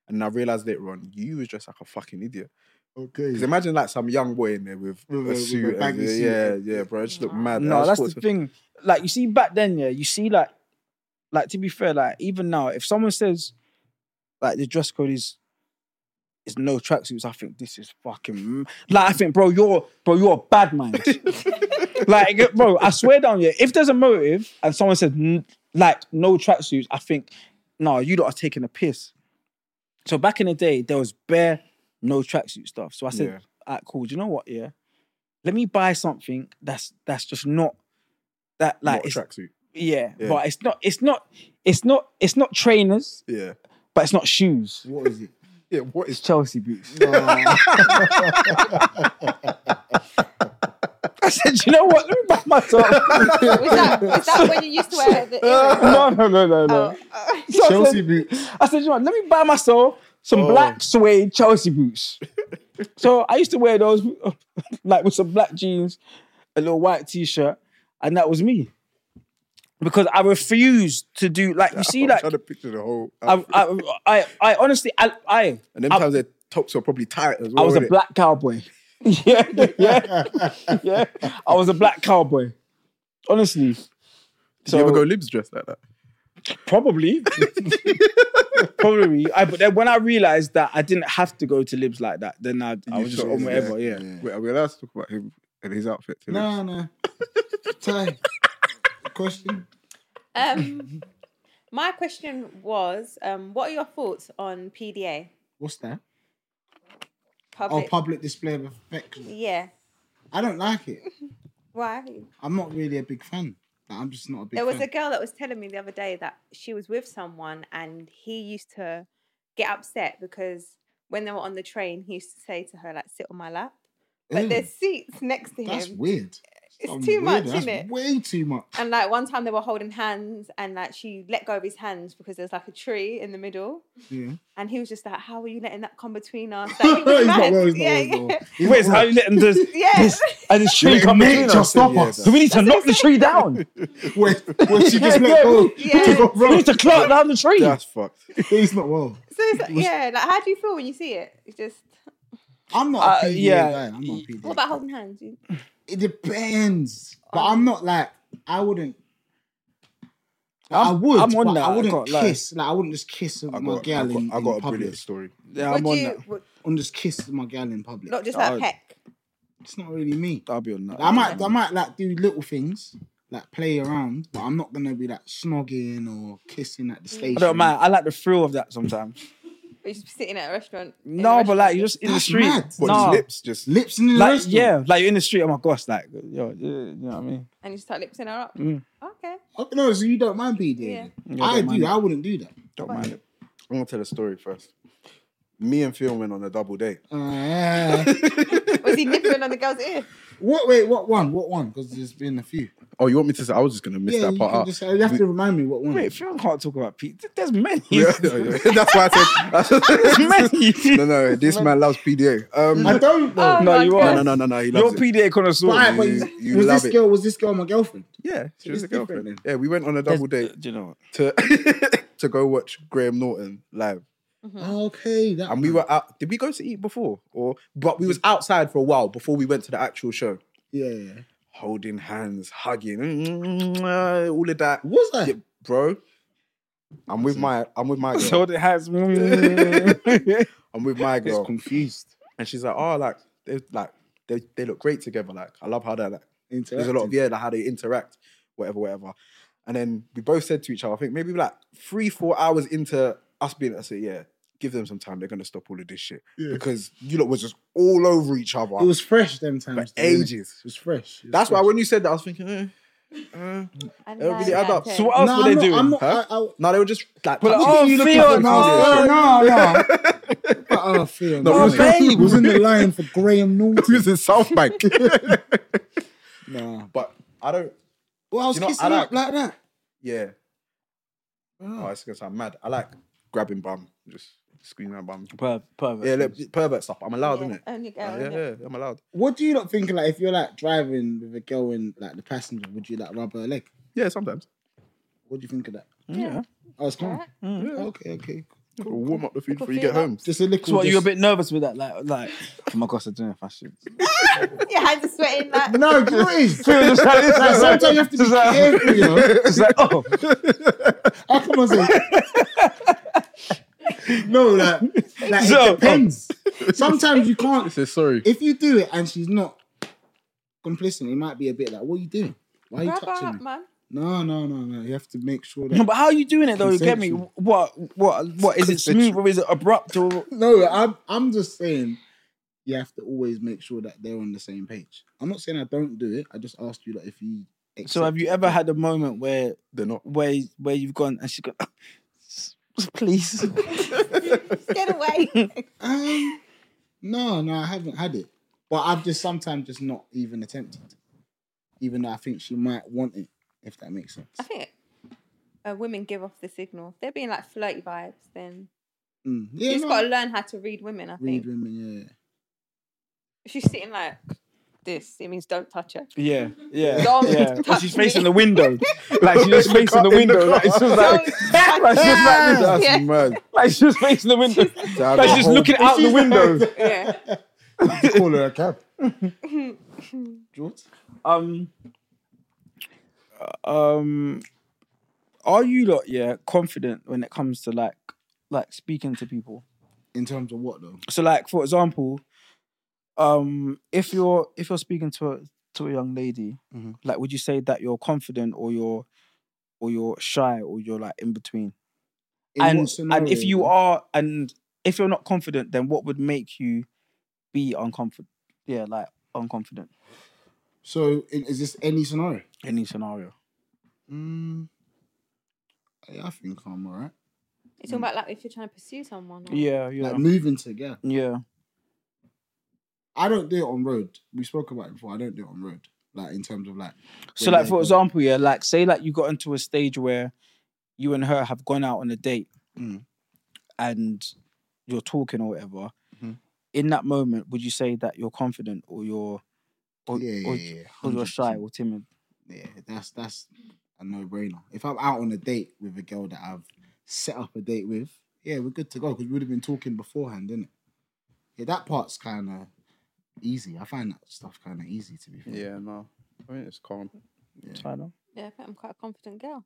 Speaker 2: and I realized later on, you was just like a fucking idiot.
Speaker 3: Okay.
Speaker 2: Because imagine like some young boy in there with,
Speaker 3: With a-
Speaker 2: a
Speaker 3: with a
Speaker 2: suit. and
Speaker 3: baggy
Speaker 2: yeah,
Speaker 3: suit.
Speaker 2: yeah, yeah, bro. I just looked mad. I
Speaker 1: No,
Speaker 2: was
Speaker 1: that's
Speaker 2: thought
Speaker 1: the
Speaker 2: to-
Speaker 1: thing. Like you see back then, yeah, you see like, like to be fair, like even now, if someone says, like the dress code is, is no tracksuits, I think this is fucking. m- Like I think, bro, you're bro, you're a bad
Speaker 2: (laughs)
Speaker 1: man. like, bro, I swear down, yeah. If there's a motive and someone says "N- like no tracksuits, I think, no, you lot are taking a piss. So back in the day, there was bare no tracksuit stuff. So I said,
Speaker 2: Yeah.
Speaker 1: alright, cool. Do you know what? Yeah, let me buy something that's that's just not that like
Speaker 2: not a
Speaker 1: it's,
Speaker 2: tracksuit.
Speaker 1: yeah,
Speaker 2: Yeah.
Speaker 1: but it's not it's not it's not it's not trainers,
Speaker 2: Yeah.
Speaker 1: but it's not shoes.
Speaker 3: What is it?
Speaker 2: Yeah, what
Speaker 1: It's
Speaker 2: is
Speaker 1: Chelsea boots. I said, you know what? Let me back myself. (laughs)
Speaker 4: Was that, was that when you used to wear
Speaker 3: (laughs)
Speaker 4: the earrings?
Speaker 1: no, no, no, no, no.
Speaker 4: Oh, oh.
Speaker 1: So I said-
Speaker 3: Chelsea boots.
Speaker 1: I said, you know, what, let me buy myself some
Speaker 2: Oh.
Speaker 1: black suede Chelsea
Speaker 2: (laughs)
Speaker 1: boots. so I used to wear those, (laughs) like with some black jeans, a little white t-shirt, and that was me. Because I refused to do like you see
Speaker 2: I'm
Speaker 1: like
Speaker 2: trying to picture the whole.
Speaker 1: I I I, I honestly I I,
Speaker 2: and them
Speaker 1: I-
Speaker 2: times their tops were probably tight as well.
Speaker 1: I was a
Speaker 2: innit?
Speaker 1: black cowboy. (laughs) yeah, yeah,
Speaker 2: (laughs)
Speaker 1: yeah. I was a black cowboy. Honestly,
Speaker 2: Did you ever go libs dressed like that? (laughs)
Speaker 1: Probably. Probably. I, but then when I realized that I didn't have to go to libs like that, then I, I
Speaker 2: You
Speaker 1: was just
Speaker 2: sort
Speaker 1: on
Speaker 2: of-
Speaker 1: whatever, yeah.
Speaker 2: Wait, are we allowed to talk about him and his outfit? To Libs?
Speaker 3: No, no. Ty, question.
Speaker 4: Um, my question was, um, what are your thoughts on PDA?
Speaker 3: What's that?
Speaker 4: Public.
Speaker 3: Oh, public display of affection.
Speaker 4: yeah.
Speaker 3: I don't like it.
Speaker 4: Why?
Speaker 3: I'm not really a big fan. Like, I'm just not a big
Speaker 4: There was
Speaker 3: fan.
Speaker 4: a girl that was telling me the other day that she was with someone and he used to get upset because when they were on the train, he used to say to her, like, sit on my lap. But
Speaker 3: Ew,
Speaker 4: there's seats next to
Speaker 3: that's
Speaker 4: him.
Speaker 3: weird.
Speaker 4: It's
Speaker 3: I'm
Speaker 4: too
Speaker 3: weird.
Speaker 4: much,
Speaker 3: That's
Speaker 4: isn't it?
Speaker 3: Way too much.
Speaker 4: And like one time they were holding hands and like she let go of his hands because there's like a tree in the middle.
Speaker 3: Yeah.
Speaker 4: And he was just like, How are you letting that come between us? Like, he was
Speaker 3: He's not
Speaker 4: mad.
Speaker 3: well, he's not
Speaker 4: yeah,
Speaker 3: well, he's not
Speaker 4: yeah.
Speaker 3: well. He's
Speaker 1: Wait,
Speaker 3: not
Speaker 1: so how
Speaker 3: well.
Speaker 1: you letting this,
Speaker 4: (laughs) Yeah.
Speaker 1: this and this tree
Speaker 3: Wait,
Speaker 1: come
Speaker 3: mate,
Speaker 1: between
Speaker 3: just
Speaker 1: us?
Speaker 3: stop
Speaker 2: Yeah,
Speaker 3: us.
Speaker 1: Do we need to knock the tree down?
Speaker 3: Wait, wait, she
Speaker 1: (laughs)
Speaker 3: just
Speaker 1: Yeah,
Speaker 3: let go.
Speaker 4: yeah.
Speaker 3: She got
Speaker 1: We (laughs)
Speaker 3: run.
Speaker 1: need to clock down the tree.
Speaker 2: That's fucked.
Speaker 3: He's not well.
Speaker 4: (laughs) So it's like, yeah, like how do you feel when you see it? It's just
Speaker 3: I'm not a
Speaker 1: Uh,
Speaker 3: PDA
Speaker 1: yeah.
Speaker 3: guy. I'm not a PDA.
Speaker 4: what about holding hands? You-
Speaker 3: It depends. But I'm not like I wouldn't. i
Speaker 1: I'm-
Speaker 3: would.
Speaker 1: I'm on
Speaker 3: but
Speaker 1: that,
Speaker 3: I
Speaker 1: I
Speaker 3: wouldn't
Speaker 1: can't lie.
Speaker 3: kiss. Like I wouldn't just kiss (laughs)
Speaker 2: I
Speaker 3: my
Speaker 2: got, I
Speaker 3: gal
Speaker 2: got,
Speaker 3: in,
Speaker 2: I got
Speaker 3: in
Speaker 2: a brilliant
Speaker 3: public.
Speaker 2: story.
Speaker 1: Yeah,
Speaker 4: Would
Speaker 1: I'm on
Speaker 4: you
Speaker 1: that.
Speaker 4: would,
Speaker 3: I'm just kiss my gal in public.
Speaker 4: not just like
Speaker 1: I-
Speaker 4: peck?
Speaker 3: It's not really me.
Speaker 1: I'll be on that.
Speaker 3: I might, I might like do little things, like play around, but I'm not gonna be like snogging or kissing at the station.
Speaker 1: I don't mind. I like the thrill of that sometimes.
Speaker 4: Or you just be sitting at a restaurant. in a
Speaker 1: No, but like
Speaker 4: restaurant.
Speaker 1: you're just in the
Speaker 3: That's
Speaker 1: street.
Speaker 3: mad.
Speaker 2: But
Speaker 1: Nah.
Speaker 2: his lips just.
Speaker 3: Lips in the
Speaker 1: Like
Speaker 3: restaurant.
Speaker 1: yeah, like you're in the street. Oh my gosh, like yo, yeah, you know what I mean?
Speaker 4: and you start lipsing her up.
Speaker 1: Mm.
Speaker 4: Okay.
Speaker 3: Oh, no, so you don't mind PDA. then?
Speaker 1: Yeah,
Speaker 3: I
Speaker 1: don't
Speaker 3: do.
Speaker 1: mind.
Speaker 3: I wouldn't do that.
Speaker 1: Don't mind it.
Speaker 2: I'm gonna tell a story first. Me and Phil went on a double date.
Speaker 3: (laughs) Uh,
Speaker 4: Was he nipping on the girl's ear?
Speaker 3: what? Wait, what one? What one? Because there's been a few.
Speaker 2: Oh, you want me to say? I was just gonna miss
Speaker 3: yeah,
Speaker 2: that
Speaker 3: you,
Speaker 2: part
Speaker 3: can
Speaker 2: out.
Speaker 3: just, you have to remind me what one.
Speaker 1: Wait, Phil can't talk about Pete. There's many.
Speaker 2: (laughs) Hmm. Yeah,
Speaker 1: (laughs)
Speaker 2: yeah, yeah. (laughs) that's why
Speaker 3: (laughs)
Speaker 2: I said.
Speaker 1: There's
Speaker 2: (laughs)
Speaker 1: many.
Speaker 2: no, no, this man loves PDA. Um,
Speaker 3: I don't know.
Speaker 1: (laughs)
Speaker 4: Oh
Speaker 1: No,
Speaker 4: my
Speaker 1: you
Speaker 4: God.
Speaker 1: are.
Speaker 2: no, no, no, no, he
Speaker 1: You're
Speaker 2: loves it.
Speaker 1: PDA connoisseur.
Speaker 3: Right, but
Speaker 2: You-
Speaker 3: you-
Speaker 2: you
Speaker 3: was
Speaker 2: love
Speaker 3: this
Speaker 2: it.
Speaker 3: girl? Was this girl my girlfriend?
Speaker 2: Yeah, she was
Speaker 3: It's
Speaker 2: a
Speaker 3: different
Speaker 2: girlfriend. Yeah, we went on a double date
Speaker 1: uh, Do you know what?
Speaker 2: to to (laughs) go watch Graham Norton live,
Speaker 1: Mm-hmm.
Speaker 3: Okay, that.
Speaker 2: and we were out. Did we go to eat before, or but we was outside for a while before we went to the actual show,
Speaker 3: Yeah, yeah.
Speaker 2: holding hands, hugging, all of that,
Speaker 3: Was that?
Speaker 2: Yeah, bro. I'm with my I'm with
Speaker 3: (laughs)
Speaker 2: my girl.
Speaker 1: So it has. mm. That's
Speaker 2: I'm with my girl.
Speaker 3: confused.
Speaker 2: And she's like, oh, like they like they, they look great together. Like I love how they like there's a lot of yeah, like how they interact, whatever, whatever. And then we both said to each other, I think maybe like three, four hours into us being, I said, yeah, give them some time. They're gonna stop all of this shit
Speaker 3: Yeah.
Speaker 2: because you lot was just all over each other
Speaker 3: It was fresh them
Speaker 2: for
Speaker 3: times. though, innit?
Speaker 2: ages.
Speaker 3: It was fresh. It was
Speaker 2: That's why
Speaker 3: fresh.
Speaker 2: when you said that, I was thinking, eh, eh.
Speaker 4: I
Speaker 2: Don't really add
Speaker 4: like that
Speaker 2: up.
Speaker 1: (laughs)
Speaker 4: thing.
Speaker 1: So what else
Speaker 3: no,
Speaker 1: were
Speaker 3: I'm
Speaker 1: they
Speaker 3: not,
Speaker 1: doing?
Speaker 3: I'm not.
Speaker 2: Huh?
Speaker 3: I, I,
Speaker 2: no, they were just like,
Speaker 1: But,
Speaker 2: touching
Speaker 1: oh,
Speaker 2: each other.
Speaker 1: Theo,
Speaker 3: no, no, no.
Speaker 2: (laughs)
Speaker 3: But, oh, Theo,
Speaker 2: No,
Speaker 3: no,
Speaker 2: we was-
Speaker 3: he was in the line for Graham
Speaker 2: He
Speaker 3: Norton. (laughs)
Speaker 2: was in South Bank.
Speaker 3: nah.
Speaker 2: (laughs) but I don't.
Speaker 3: Well, I was
Speaker 2: You know,
Speaker 3: kissing
Speaker 2: I
Speaker 3: like, up like that.
Speaker 2: Yeah. Oh, it's gonna sound mad. I like grabbing bum, just squeezing my bum.
Speaker 1: Perfect.
Speaker 2: Yeah, look, pervert stuff. I'm allowed,
Speaker 4: Yeah,
Speaker 2: innit?
Speaker 4: Only girl.
Speaker 2: Yeah,
Speaker 4: innit?
Speaker 2: yeah, I'm allowed.
Speaker 3: What do you not think? Like, if you're like driving with a girl and like the passenger, would you like rub her leg?
Speaker 2: Yeah, sometimes.
Speaker 3: What do you think of that? Oh,
Speaker 1: Yeah.
Speaker 3: I was calm.
Speaker 4: Alright.
Speaker 3: Okay, okay.
Speaker 2: We'll warm up the food before you
Speaker 4: feel
Speaker 2: get
Speaker 4: that.
Speaker 2: home.
Speaker 3: Just a little.
Speaker 1: So what, you were a
Speaker 3: just-
Speaker 1: bit nervous with that? Like, like, oh my gosh, I don't know if I should.
Speaker 4: Your hands are
Speaker 1: (laughs)
Speaker 4: sweating
Speaker 3: (laughs)
Speaker 4: like
Speaker 3: No, do you know what it is? Like, sometimes you have to be careful,
Speaker 1: (laughs)
Speaker 3: you know.
Speaker 1: It's like, oh,
Speaker 3: How come I say? no, like, like
Speaker 1: So- oh.
Speaker 3: it depends.
Speaker 1: (laughs)
Speaker 3: Sometimes you can't.
Speaker 2: Say sorry.
Speaker 3: If you do it and she's not complicit, it might be a bit like, "What are you doing? Why are you
Speaker 4: grab her
Speaker 3: touching
Speaker 4: up,
Speaker 3: me?"
Speaker 4: man.
Speaker 3: No, no, no, no. You have to make sure
Speaker 1: (laughs) no,
Speaker 3: that.
Speaker 1: but how are you doing it though? You get me?
Speaker 3: Consensual.
Speaker 1: What, what, what? Is it smooth or is it abrupt or?
Speaker 3: No, I'm. I'm just saying. You have to always make sure that they're on the same page. I'm not saying I don't do it. I just asked you that if you.
Speaker 1: So have
Speaker 3: accept
Speaker 1: you
Speaker 3: it.
Speaker 1: ever had a moment where,
Speaker 2: They're not.
Speaker 1: where, where you've gone and she's gone? (laughs) Please. (laughs)
Speaker 4: Get away. (laughs)
Speaker 3: Um, no, no, I haven't had it, but I've just sometimes just not even attempted, even though I think she might want it, if that makes sense.
Speaker 4: I think uh, women give off the signal. They're being like flirty vibes. Then
Speaker 3: Mm.
Speaker 4: you
Speaker 3: Yeah,
Speaker 4: just
Speaker 3: no,
Speaker 4: got to learn how to read women. I
Speaker 3: read
Speaker 4: think
Speaker 3: women, yeah.
Speaker 4: if she's sitting like this, it means don't touch her.
Speaker 1: Yeah, yeah,
Speaker 4: Don't
Speaker 1: yeah.
Speaker 4: touch
Speaker 1: Or she's
Speaker 4: me.
Speaker 1: facing the (laughs) window, like she's just facing the
Speaker 2: In the
Speaker 1: window.
Speaker 2: car.
Speaker 1: Like it's just (laughs) like,
Speaker 4: Don't
Speaker 1: like, she's just like, this,
Speaker 2: That's
Speaker 4: (laughs) Yeah.
Speaker 2: mad.
Speaker 1: like she's just facing the window,
Speaker 2: To have
Speaker 1: like
Speaker 2: a
Speaker 1: she's just
Speaker 2: whole-
Speaker 1: looking out the window.
Speaker 4: yeah.
Speaker 3: Call her a cab. George?
Speaker 1: Um, um, are you lot yeah confident when it comes to like like speaking to people?
Speaker 3: In terms of what though?
Speaker 1: So like for example, um, if you're if you're speaking to a to a young lady,
Speaker 3: Mhm.
Speaker 1: like would you say that you're confident or you're or you're shy or you're like in between?
Speaker 3: In
Speaker 1: and
Speaker 3: what
Speaker 1: and if
Speaker 3: scenario,
Speaker 1: you
Speaker 3: though?
Speaker 1: are and if you're not confident, then what would make you be unconfident? Yeah, like unconfident.
Speaker 3: so in, is this any scenario?
Speaker 1: Any scenario.
Speaker 3: Mm, I think I'm alright.
Speaker 4: You're talking about like if you're trying to pursue someone. or-
Speaker 1: Yeah, yeah,
Speaker 3: Like moving together.
Speaker 1: yeah.
Speaker 3: I don't do it on road. We spoke about it before. I don't do it on road. Like in terms of like.
Speaker 1: So,
Speaker 3: when
Speaker 1: like
Speaker 3: they
Speaker 1: for
Speaker 3: go-
Speaker 1: example, yeah, like say like you got into a stage where you and her have gone out on a date,
Speaker 3: Mm.
Speaker 1: and you're talking or whatever.
Speaker 3: Mhm.
Speaker 1: In that moment, would you say that you're confident or you're or,
Speaker 3: yeah, yeah,
Speaker 1: or,
Speaker 3: yeah, yeah,
Speaker 1: or you're shy
Speaker 3: 100%.
Speaker 1: or timid?
Speaker 3: Yeah, that's that's a no brainer. If I'm out on a date with a girl that I've set up a date with, yeah, we're good to go because we would have been talking beforehand, didn't it? Yeah, that part's kind of easy. I find that stuff kind of easy to be fair.
Speaker 2: Yeah, no. I mean, it's calm.
Speaker 3: Yeah.
Speaker 1: Tyler?
Speaker 4: Yeah, I think I'm quite a confident girl.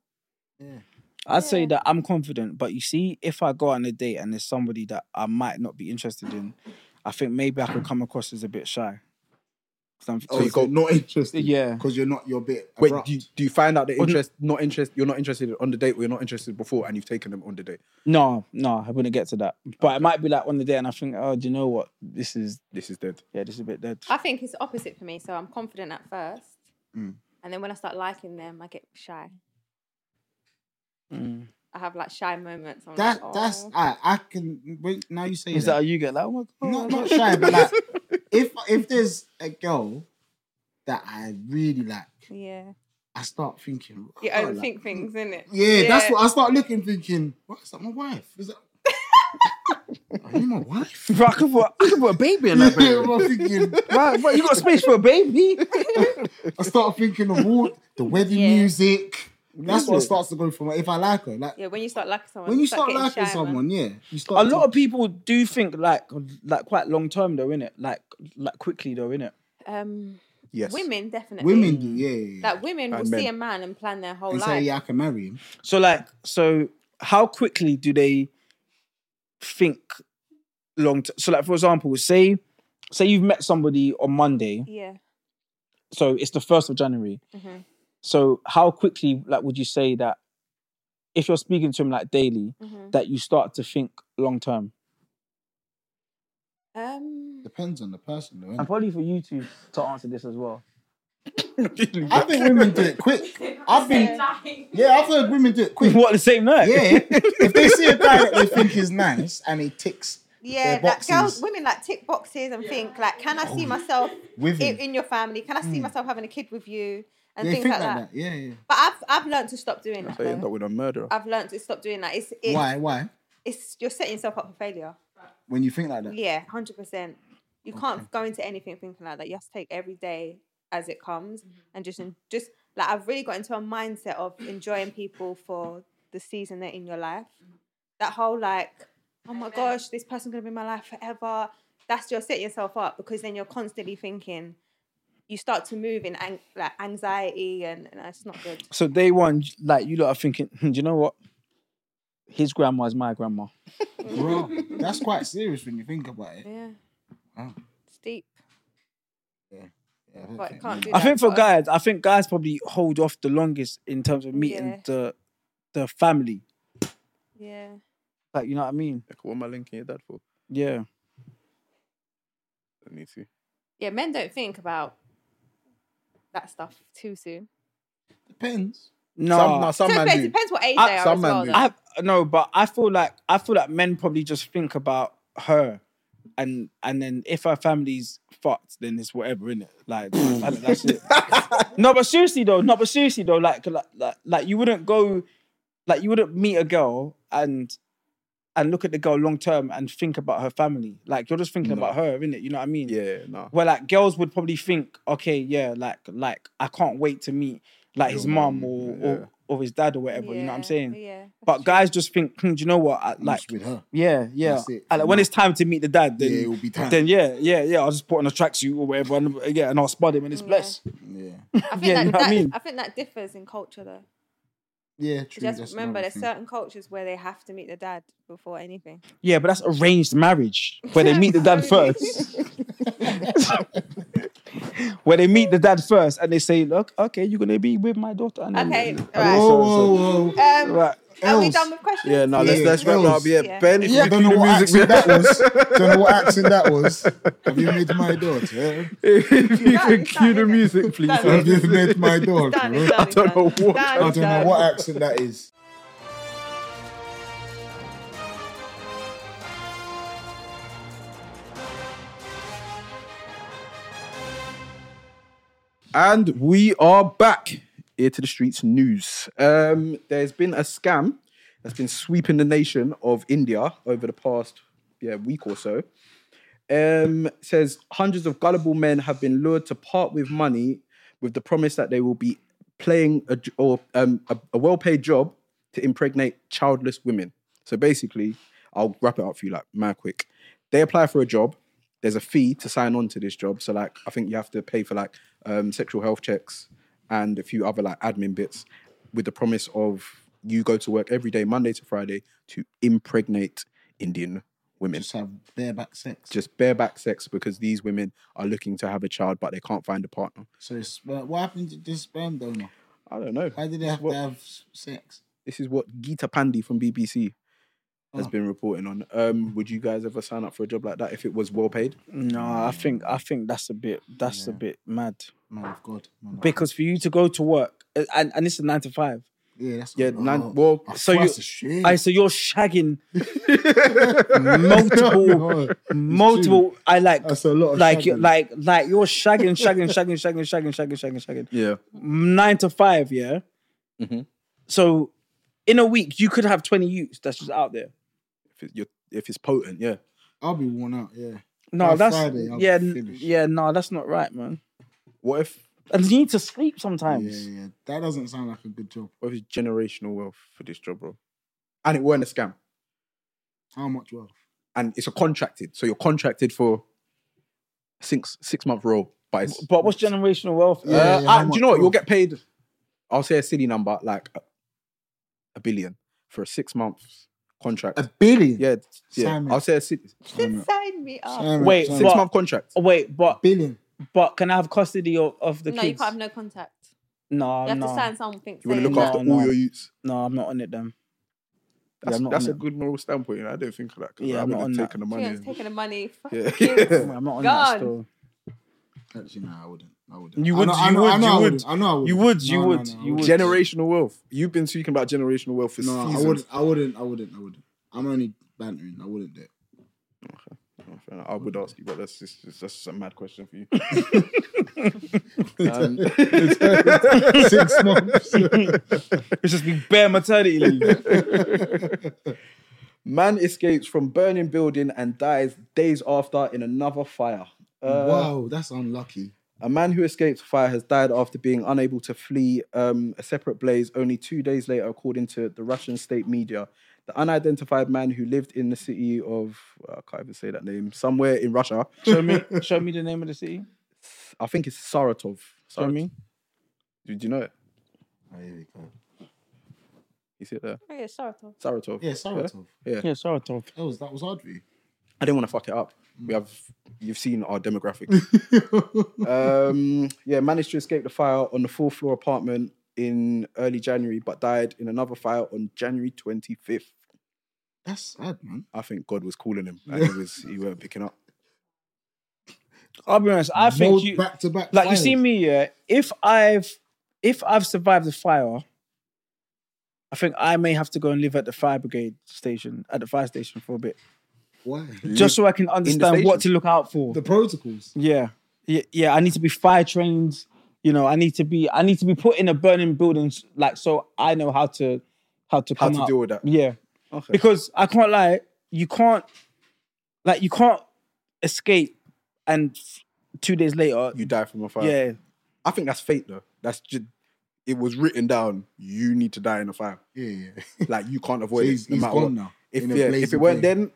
Speaker 3: Yeah.
Speaker 1: I'd say
Speaker 4: Yeah.
Speaker 1: that I'm confident, but you see, if I go on a date and there's somebody that I might not be interested in, I think maybe I could come across as a bit shy. 'Cause I'm-
Speaker 3: Oh, you got not interested.
Speaker 1: yeah.
Speaker 3: because you're not. You're a bit.
Speaker 2: Wait,
Speaker 3: abrupt.
Speaker 2: do you, do you find out that
Speaker 1: On-
Speaker 2: interest, not interest, you're not interested on the date or you're not interested before and you've taken them on the date?
Speaker 1: No, no, I wouldn't get to that. But it might be like on the day and I think, oh, do you know what? This is,
Speaker 2: This is dead.
Speaker 1: yeah, this is a bit dead.
Speaker 4: I think it's opposite for me. So I'm confident at first,
Speaker 3: Mm.
Speaker 4: and then when I start liking them, I get shy.
Speaker 1: Mm.
Speaker 4: I have like shy moments. I'm
Speaker 3: That
Speaker 4: like,
Speaker 3: that's
Speaker 4: "Oh."
Speaker 3: I I can wait now you say
Speaker 1: Is that
Speaker 3: that,
Speaker 1: how you get? Like, oh my God. (laughs)
Speaker 3: not not shy but like if if there's a girl that I really like
Speaker 4: yeah.
Speaker 3: I start thinking
Speaker 4: You
Speaker 3: "Oh,
Speaker 4: overthink
Speaker 3: like,
Speaker 4: things, isn't it?
Speaker 3: yeah, that's what I start looking thinking why is that my wife is that
Speaker 4: (laughs)
Speaker 3: are you
Speaker 1: (laughs)
Speaker 3: my wife
Speaker 1: Bro, I could, put, I could put a baby in that
Speaker 3: yeah,
Speaker 1: baby.
Speaker 3: (laughs) I'm thinking,
Speaker 1: Right, bro, you got space for a baby.
Speaker 3: I start thinking of all the wedding
Speaker 4: Yeah.
Speaker 3: music that's what
Speaker 1: Music.
Speaker 3: starts to go from if I like her like
Speaker 4: Yeah, when you start liking someone,
Speaker 3: when you start
Speaker 4: start, getting
Speaker 3: liking
Speaker 4: shy, man.
Speaker 3: someone yeah you
Speaker 1: A
Speaker 3: start to-
Speaker 1: lot of people do think like, like quite long term though, innit? Like, like quickly though, innit?
Speaker 4: um,
Speaker 2: Yes.
Speaker 4: women definitely.
Speaker 3: women do yeah, yeah, yeah.
Speaker 4: Like women will
Speaker 2: And
Speaker 4: see
Speaker 2: men.
Speaker 4: a man and plan their whole
Speaker 3: and
Speaker 4: life.
Speaker 3: say yeah I can marry him
Speaker 1: So like, so how quickly do they think long? T- so like, for example, say say you've met somebody on Monday,
Speaker 4: Yeah.
Speaker 1: so it's the first of January.
Speaker 4: Mhm.
Speaker 1: So how quickly like would you say that if you're speaking to him like daily,
Speaker 4: Mhm.
Speaker 1: that you start to think long term?
Speaker 4: Um,
Speaker 3: depends on the person though innit?
Speaker 1: And probably for you two to answer this as well.
Speaker 3: I think women do it
Speaker 4: (laughs)
Speaker 3: quick. I've been, yeah, I've heard women do it
Speaker 1: (laughs)
Speaker 3: quick.
Speaker 1: What the same night?
Speaker 3: Yeah, if they see a guy that they think is nice and he ticks
Speaker 4: yeah,
Speaker 3: Their
Speaker 4: like girls,
Speaker 3: boxes. Oh,
Speaker 4: women like tick boxes and think like, can I see myself
Speaker 3: (laughs) with
Speaker 4: in,
Speaker 3: him, Mm.
Speaker 4: in your family? Can I see myself having a kid with you? And
Speaker 3: they
Speaker 4: things
Speaker 3: think
Speaker 4: like
Speaker 3: like
Speaker 4: that.
Speaker 3: that. Yeah, yeah.
Speaker 4: But I've I've learned to stop doing that.
Speaker 2: So you end
Speaker 4: though.
Speaker 2: up with a murderer.
Speaker 4: I've learned to stop doing that. It's it's,
Speaker 3: Why? Why?
Speaker 4: it's you're setting yourself up for failure.
Speaker 3: When you think like that,
Speaker 4: Yeah, hundred percent. You can't go into anything thinking like that. You have to take every day as it comes, and just en- just like I've really got into a mindset of enjoying people for the season they're in your life. That whole like, oh my gosh, this person's gonna be in my life forever. That's you're setting yourself up because then you're constantly thinking. You start to move in ang- like anxiety, and, and it's not good.
Speaker 1: So day one, like you lot are thinking, "Hmm, do you know what? His grandma is my grandma.
Speaker 3: bro, that's quite serious when you think about it.
Speaker 4: Yeah,
Speaker 3: Wow.
Speaker 4: it's deep.
Speaker 3: Yeah, I don't
Speaker 4: But
Speaker 3: think-
Speaker 4: can't do
Speaker 1: I think for
Speaker 4: That's what
Speaker 1: guys, I think guys probably hold off the longest in terms of meeting
Speaker 4: Yeah.
Speaker 1: the the family.
Speaker 4: Yeah.
Speaker 1: Like you know what I mean?
Speaker 2: Like, what am I linking your dad for?
Speaker 1: Yeah.
Speaker 2: I need to.
Speaker 4: yeah, men don't think about that stuff too soon.
Speaker 3: depends.
Speaker 1: No,
Speaker 2: Some, nah, some
Speaker 4: So
Speaker 2: man
Speaker 4: it
Speaker 2: do. Ah,
Speaker 4: depends what age
Speaker 1: I-
Speaker 4: they are
Speaker 2: some
Speaker 4: as
Speaker 2: man
Speaker 4: well.
Speaker 2: do.
Speaker 4: though.
Speaker 1: I no, but I feel like I feel like men probably just think about her, and and then if her family's fucked, then it's whatever in it. Like I- that's
Speaker 2: (laughs)
Speaker 1: it. No, but seriously though, no, but seriously though, like like like, like you wouldn't go, like you wouldn't meet a girl and. And look at the girl long term and think about her family. Like you're just thinking
Speaker 2: No.
Speaker 1: about her, innit? You know what I mean?
Speaker 2: yeah, no.
Speaker 1: where like girls would probably think, okay, yeah, like like I can't wait to meet like his
Speaker 2: Your
Speaker 1: mom
Speaker 2: mum,
Speaker 1: or,
Speaker 2: yeah.
Speaker 1: or or his dad or whatever. You know what I'm
Speaker 4: Yeah,
Speaker 1: saying?
Speaker 4: Yeah. that's
Speaker 1: But
Speaker 4: true.
Speaker 1: guys just think, hmm, do you know what? I,
Speaker 3: like
Speaker 1: like,
Speaker 3: with her.
Speaker 1: yeah, yeah.
Speaker 3: That's it.
Speaker 1: And like, when it's time to meet the dad,
Speaker 3: yeah, it
Speaker 1: then
Speaker 3: will
Speaker 1: (laughs)
Speaker 3: be time.
Speaker 1: then yeah, yeah, yeah. I'll just put on a tracksuit or whatever, and yeah, and I'll spot him and it's
Speaker 4: Yeah.
Speaker 1: blessed.
Speaker 3: yeah,
Speaker 4: I think
Speaker 1: yeah,
Speaker 4: that,
Speaker 1: you know what I
Speaker 4: that-
Speaker 1: mean?
Speaker 4: I think that differs in culture though.
Speaker 3: yeah. True.
Speaker 4: Just
Speaker 3: that's
Speaker 4: remember,
Speaker 3: another
Speaker 4: there's
Speaker 3: thing.
Speaker 4: certain cultures where they have to meet the dad before anything.
Speaker 1: Yeah, but that's arranged marriage where they meet the
Speaker 4: (laughs)
Speaker 1: dad first. (laughs) where they meet the dad first and they say, look, okay, you're gonna be with my daughter. And then-
Speaker 4: Okay,
Speaker 1: and
Speaker 4: right.
Speaker 1: so- so-
Speaker 3: whoa, whoa.
Speaker 4: Um,
Speaker 1: right.
Speaker 4: Are we
Speaker 3: Else.
Speaker 4: done with questions?
Speaker 2: Yeah, no, let's
Speaker 3: Yeah,
Speaker 2: let's wrap it up.
Speaker 3: girls.
Speaker 2: Yeah,
Speaker 4: Yeah.
Speaker 2: Ben, if
Speaker 3: Yeah,
Speaker 2: you
Speaker 3: don't
Speaker 2: do
Speaker 3: know
Speaker 2: the
Speaker 3: what
Speaker 2: music
Speaker 3: accent that was.
Speaker 1: (laughs)
Speaker 3: Don't know what accent that was. Have you made my daughter?
Speaker 2: (laughs) if you
Speaker 4: No,
Speaker 2: can
Speaker 4: it's
Speaker 2: cue
Speaker 4: not,
Speaker 2: the
Speaker 4: is it?
Speaker 2: music, please.
Speaker 4: Done.
Speaker 3: Have you made my daughter?
Speaker 4: Done, it's done,
Speaker 2: I
Speaker 4: it's
Speaker 2: don't know
Speaker 4: done.
Speaker 2: what-
Speaker 4: Done,
Speaker 3: I
Speaker 4: it's
Speaker 3: don't know
Speaker 4: done.
Speaker 3: what accent that is.
Speaker 2: And we are back. Ear to the streets news. Um, there's been a scam that's been sweeping the nation of India over the past yeah week or so. Um, says hundreds of gullible men have been lured to part with money with the promise that they will be playing a j- or um, a, a well-paid job to impregnate childless women. So basically, I'll wrap it up for you like mad quick. They apply for a job. There's a fee to sign on to this job. So like, I think you have to pay for like um, sexual health checks and a few other like admin bits, with the promise of you go to work every day, Monday to Friday, to impregnate Indian women
Speaker 3: Just have bareback sex.
Speaker 2: just bareback sex because these women are looking to have a child but they can't find a partner.
Speaker 3: So it's, uh, what happened to this sperm donor?
Speaker 2: I don't know.
Speaker 3: Why did they have
Speaker 2: Well-
Speaker 3: to have s- sex?
Speaker 2: This is what Geeta Pandey from BBC has
Speaker 3: Oh.
Speaker 2: been reporting on. Um, would you guys ever sign up for a job like that if it was well paid?
Speaker 1: No, I think I think that's a bit that's a
Speaker 3: Yeah.
Speaker 1: bit mad
Speaker 3: Man of God. Man of
Speaker 1: because for you to go to work uh, and and it's a nine to five.
Speaker 3: God. yeah, that's
Speaker 2: Yeah,
Speaker 3: oh,
Speaker 2: nine, well,
Speaker 3: oh,
Speaker 1: so you-
Speaker 3: that's a shame. (laughs)
Speaker 1: I so you're shagging multiple
Speaker 3: Oh, it's
Speaker 1: multiple. I like
Speaker 3: That's a lot of
Speaker 1: like you
Speaker 3: shagging.
Speaker 1: like like you're shagging shagging shagging shagging shagging shagging shagging shagging
Speaker 2: yeah,
Speaker 1: nine to five. Yeah.
Speaker 2: Mhm.
Speaker 1: So in a week you could have twenty youths that's just out there.
Speaker 2: if, it, you're, if it's potent, yeah.
Speaker 3: (laughs) I'll be worn out. Yeah,
Speaker 1: No,
Speaker 3: By
Speaker 1: that's
Speaker 3: Friday, I'll be
Speaker 1: yeah n-
Speaker 3: finished.
Speaker 1: yeah no, that's not right, man.
Speaker 2: What if
Speaker 1: And you need to sleep
Speaker 3: yeah,
Speaker 1: sometimes.
Speaker 3: yeah, yeah. That doesn't sound like a good job.
Speaker 2: what if it's generational wealth for this job, bro? And it weren't a scam,
Speaker 3: How much wealth?
Speaker 2: and it's a contracted, so you're contracted for six six month role, but it's
Speaker 1: But what's generational wealth?
Speaker 3: Yeah,
Speaker 2: Uh,
Speaker 3: yeah, how
Speaker 2: uh, do
Speaker 3: much
Speaker 2: you know what? You'll
Speaker 3: was-
Speaker 2: get paid. I'll say a silly number, like a, a billion for a six month contract.
Speaker 3: A billion.
Speaker 2: yeah, yeah.
Speaker 3: Simon.
Speaker 2: I'll say a si- six
Speaker 3: Sign up,
Speaker 4: Sign me up.
Speaker 3: sign up,
Speaker 1: Ah, Wait,
Speaker 3: sign
Speaker 1: What?
Speaker 3: up.
Speaker 2: month contract.
Speaker 1: Oh, Wait, but
Speaker 3: billion.
Speaker 1: But can I have custody of, of the
Speaker 4: no, you
Speaker 1: kids?
Speaker 4: can't have no contact.
Speaker 1: no,
Speaker 4: You have
Speaker 1: no,
Speaker 4: to sign something.
Speaker 2: Oh, You want to
Speaker 4: saying
Speaker 2: look
Speaker 1: No,
Speaker 2: after
Speaker 1: no.
Speaker 2: all your youths.
Speaker 1: no, I'm not on it then.
Speaker 2: That's,
Speaker 1: I'm not
Speaker 2: that's
Speaker 1: on
Speaker 2: a
Speaker 1: it.
Speaker 2: good moral standpoint. You know? I don't think of that. 'cause
Speaker 1: Yeah,
Speaker 2: I
Speaker 1: I'm
Speaker 2: would
Speaker 1: not
Speaker 2: have
Speaker 1: on that.
Speaker 2: taken the
Speaker 4: that.
Speaker 2: money.
Speaker 4: Yeah, it's taking the money. Fuck
Speaker 2: Yeah. (laughs)
Speaker 4: you.
Speaker 1: I'm not on
Speaker 4: God.
Speaker 1: that still.
Speaker 3: Actually, no, I wouldn't. I wouldn't.
Speaker 1: You
Speaker 3: I
Speaker 1: would,
Speaker 3: know- I
Speaker 1: you
Speaker 3: know-
Speaker 1: would,
Speaker 3: I
Speaker 1: you
Speaker 3: know I
Speaker 1: would.
Speaker 3: wouldn't. I know I wouldn't.
Speaker 1: You would, you
Speaker 3: No, no,
Speaker 1: would,
Speaker 3: no, I
Speaker 1: you
Speaker 3: wouldn't.
Speaker 1: would.
Speaker 2: generational wealth. You've been speaking about generational wealth for
Speaker 3: No, I
Speaker 2: seasons.
Speaker 3: wouldn't. I wouldn't. I wouldn't. I wouldn't. I'm only bantering. I wouldn't do it.
Speaker 2: Oh, fair enough. I would ask you, but that's just, that's just a mad question
Speaker 3: (laughs)
Speaker 2: for you. Um,
Speaker 3: Six months.
Speaker 1: It's just be bare maternity leave.
Speaker 2: Man escapes from burning building and dies days after in another fire. Uh,
Speaker 3: wow, that's unlucky.
Speaker 2: A man who escaped fire has died after being unable to flee um, a separate blaze only two days later, according to the Russian state media. The unidentified man who lived in the city of, uh, I can't even say that name, somewhere in Russia,
Speaker 1: show me, show me the name of the city.
Speaker 2: I think it's Saratov.
Speaker 1: Show me.
Speaker 2: Did you know it?
Speaker 3: Oh, here we go.
Speaker 2: You see it there?
Speaker 4: Oh, yeah, sorry, Tom.
Speaker 2: Saratov.
Speaker 3: Yeah, Saratov.
Speaker 1: Yeah, Saratov.
Speaker 3: That was that was Audrey.
Speaker 2: I didn't want to fuck it up. We have, you've seen our demographic. um, yeah, managed to escape the fire on the fourth floor apartment in early January, but died in another fire on January 25th.
Speaker 3: That's sad, man.
Speaker 2: I think God was calling him, and he was he weren't picking up.
Speaker 1: I'll be honest. I think
Speaker 3: Both
Speaker 1: you,
Speaker 3: back to back.
Speaker 1: like, you see me. Yeah, if I've, if I've survived the fire, I think I may have to go and live at the fire brigade station, at the fire station for a bit,
Speaker 3: Why?
Speaker 1: just so I can understand what to
Speaker 2: station?
Speaker 1: look out for.
Speaker 3: The protocols.
Speaker 1: Yeah. yeah, yeah. I need to be fire trained. You know, I need to be. I need to be put in a burning building, s- like so I know how to how to
Speaker 2: How
Speaker 1: come
Speaker 2: to
Speaker 1: out.
Speaker 2: deal with that?
Speaker 1: Yeah,
Speaker 2: Okay.
Speaker 1: because I can't lie. You can't, like, you can't escape, and f- two days later,
Speaker 2: You die from a fire.
Speaker 1: yeah,
Speaker 2: I think that's fate though. That's just it was written down. You need to die in a fire.
Speaker 3: Yeah, (laughs) yeah.
Speaker 2: Like you can't
Speaker 3: So
Speaker 2: avoid
Speaker 3: he's,
Speaker 2: it. No
Speaker 3: he's
Speaker 2: matter
Speaker 3: gone
Speaker 2: what.
Speaker 3: now.
Speaker 2: If
Speaker 3: in a
Speaker 2: yeah, if
Speaker 3: blazing
Speaker 2: it weren't
Speaker 3: flame.
Speaker 2: then,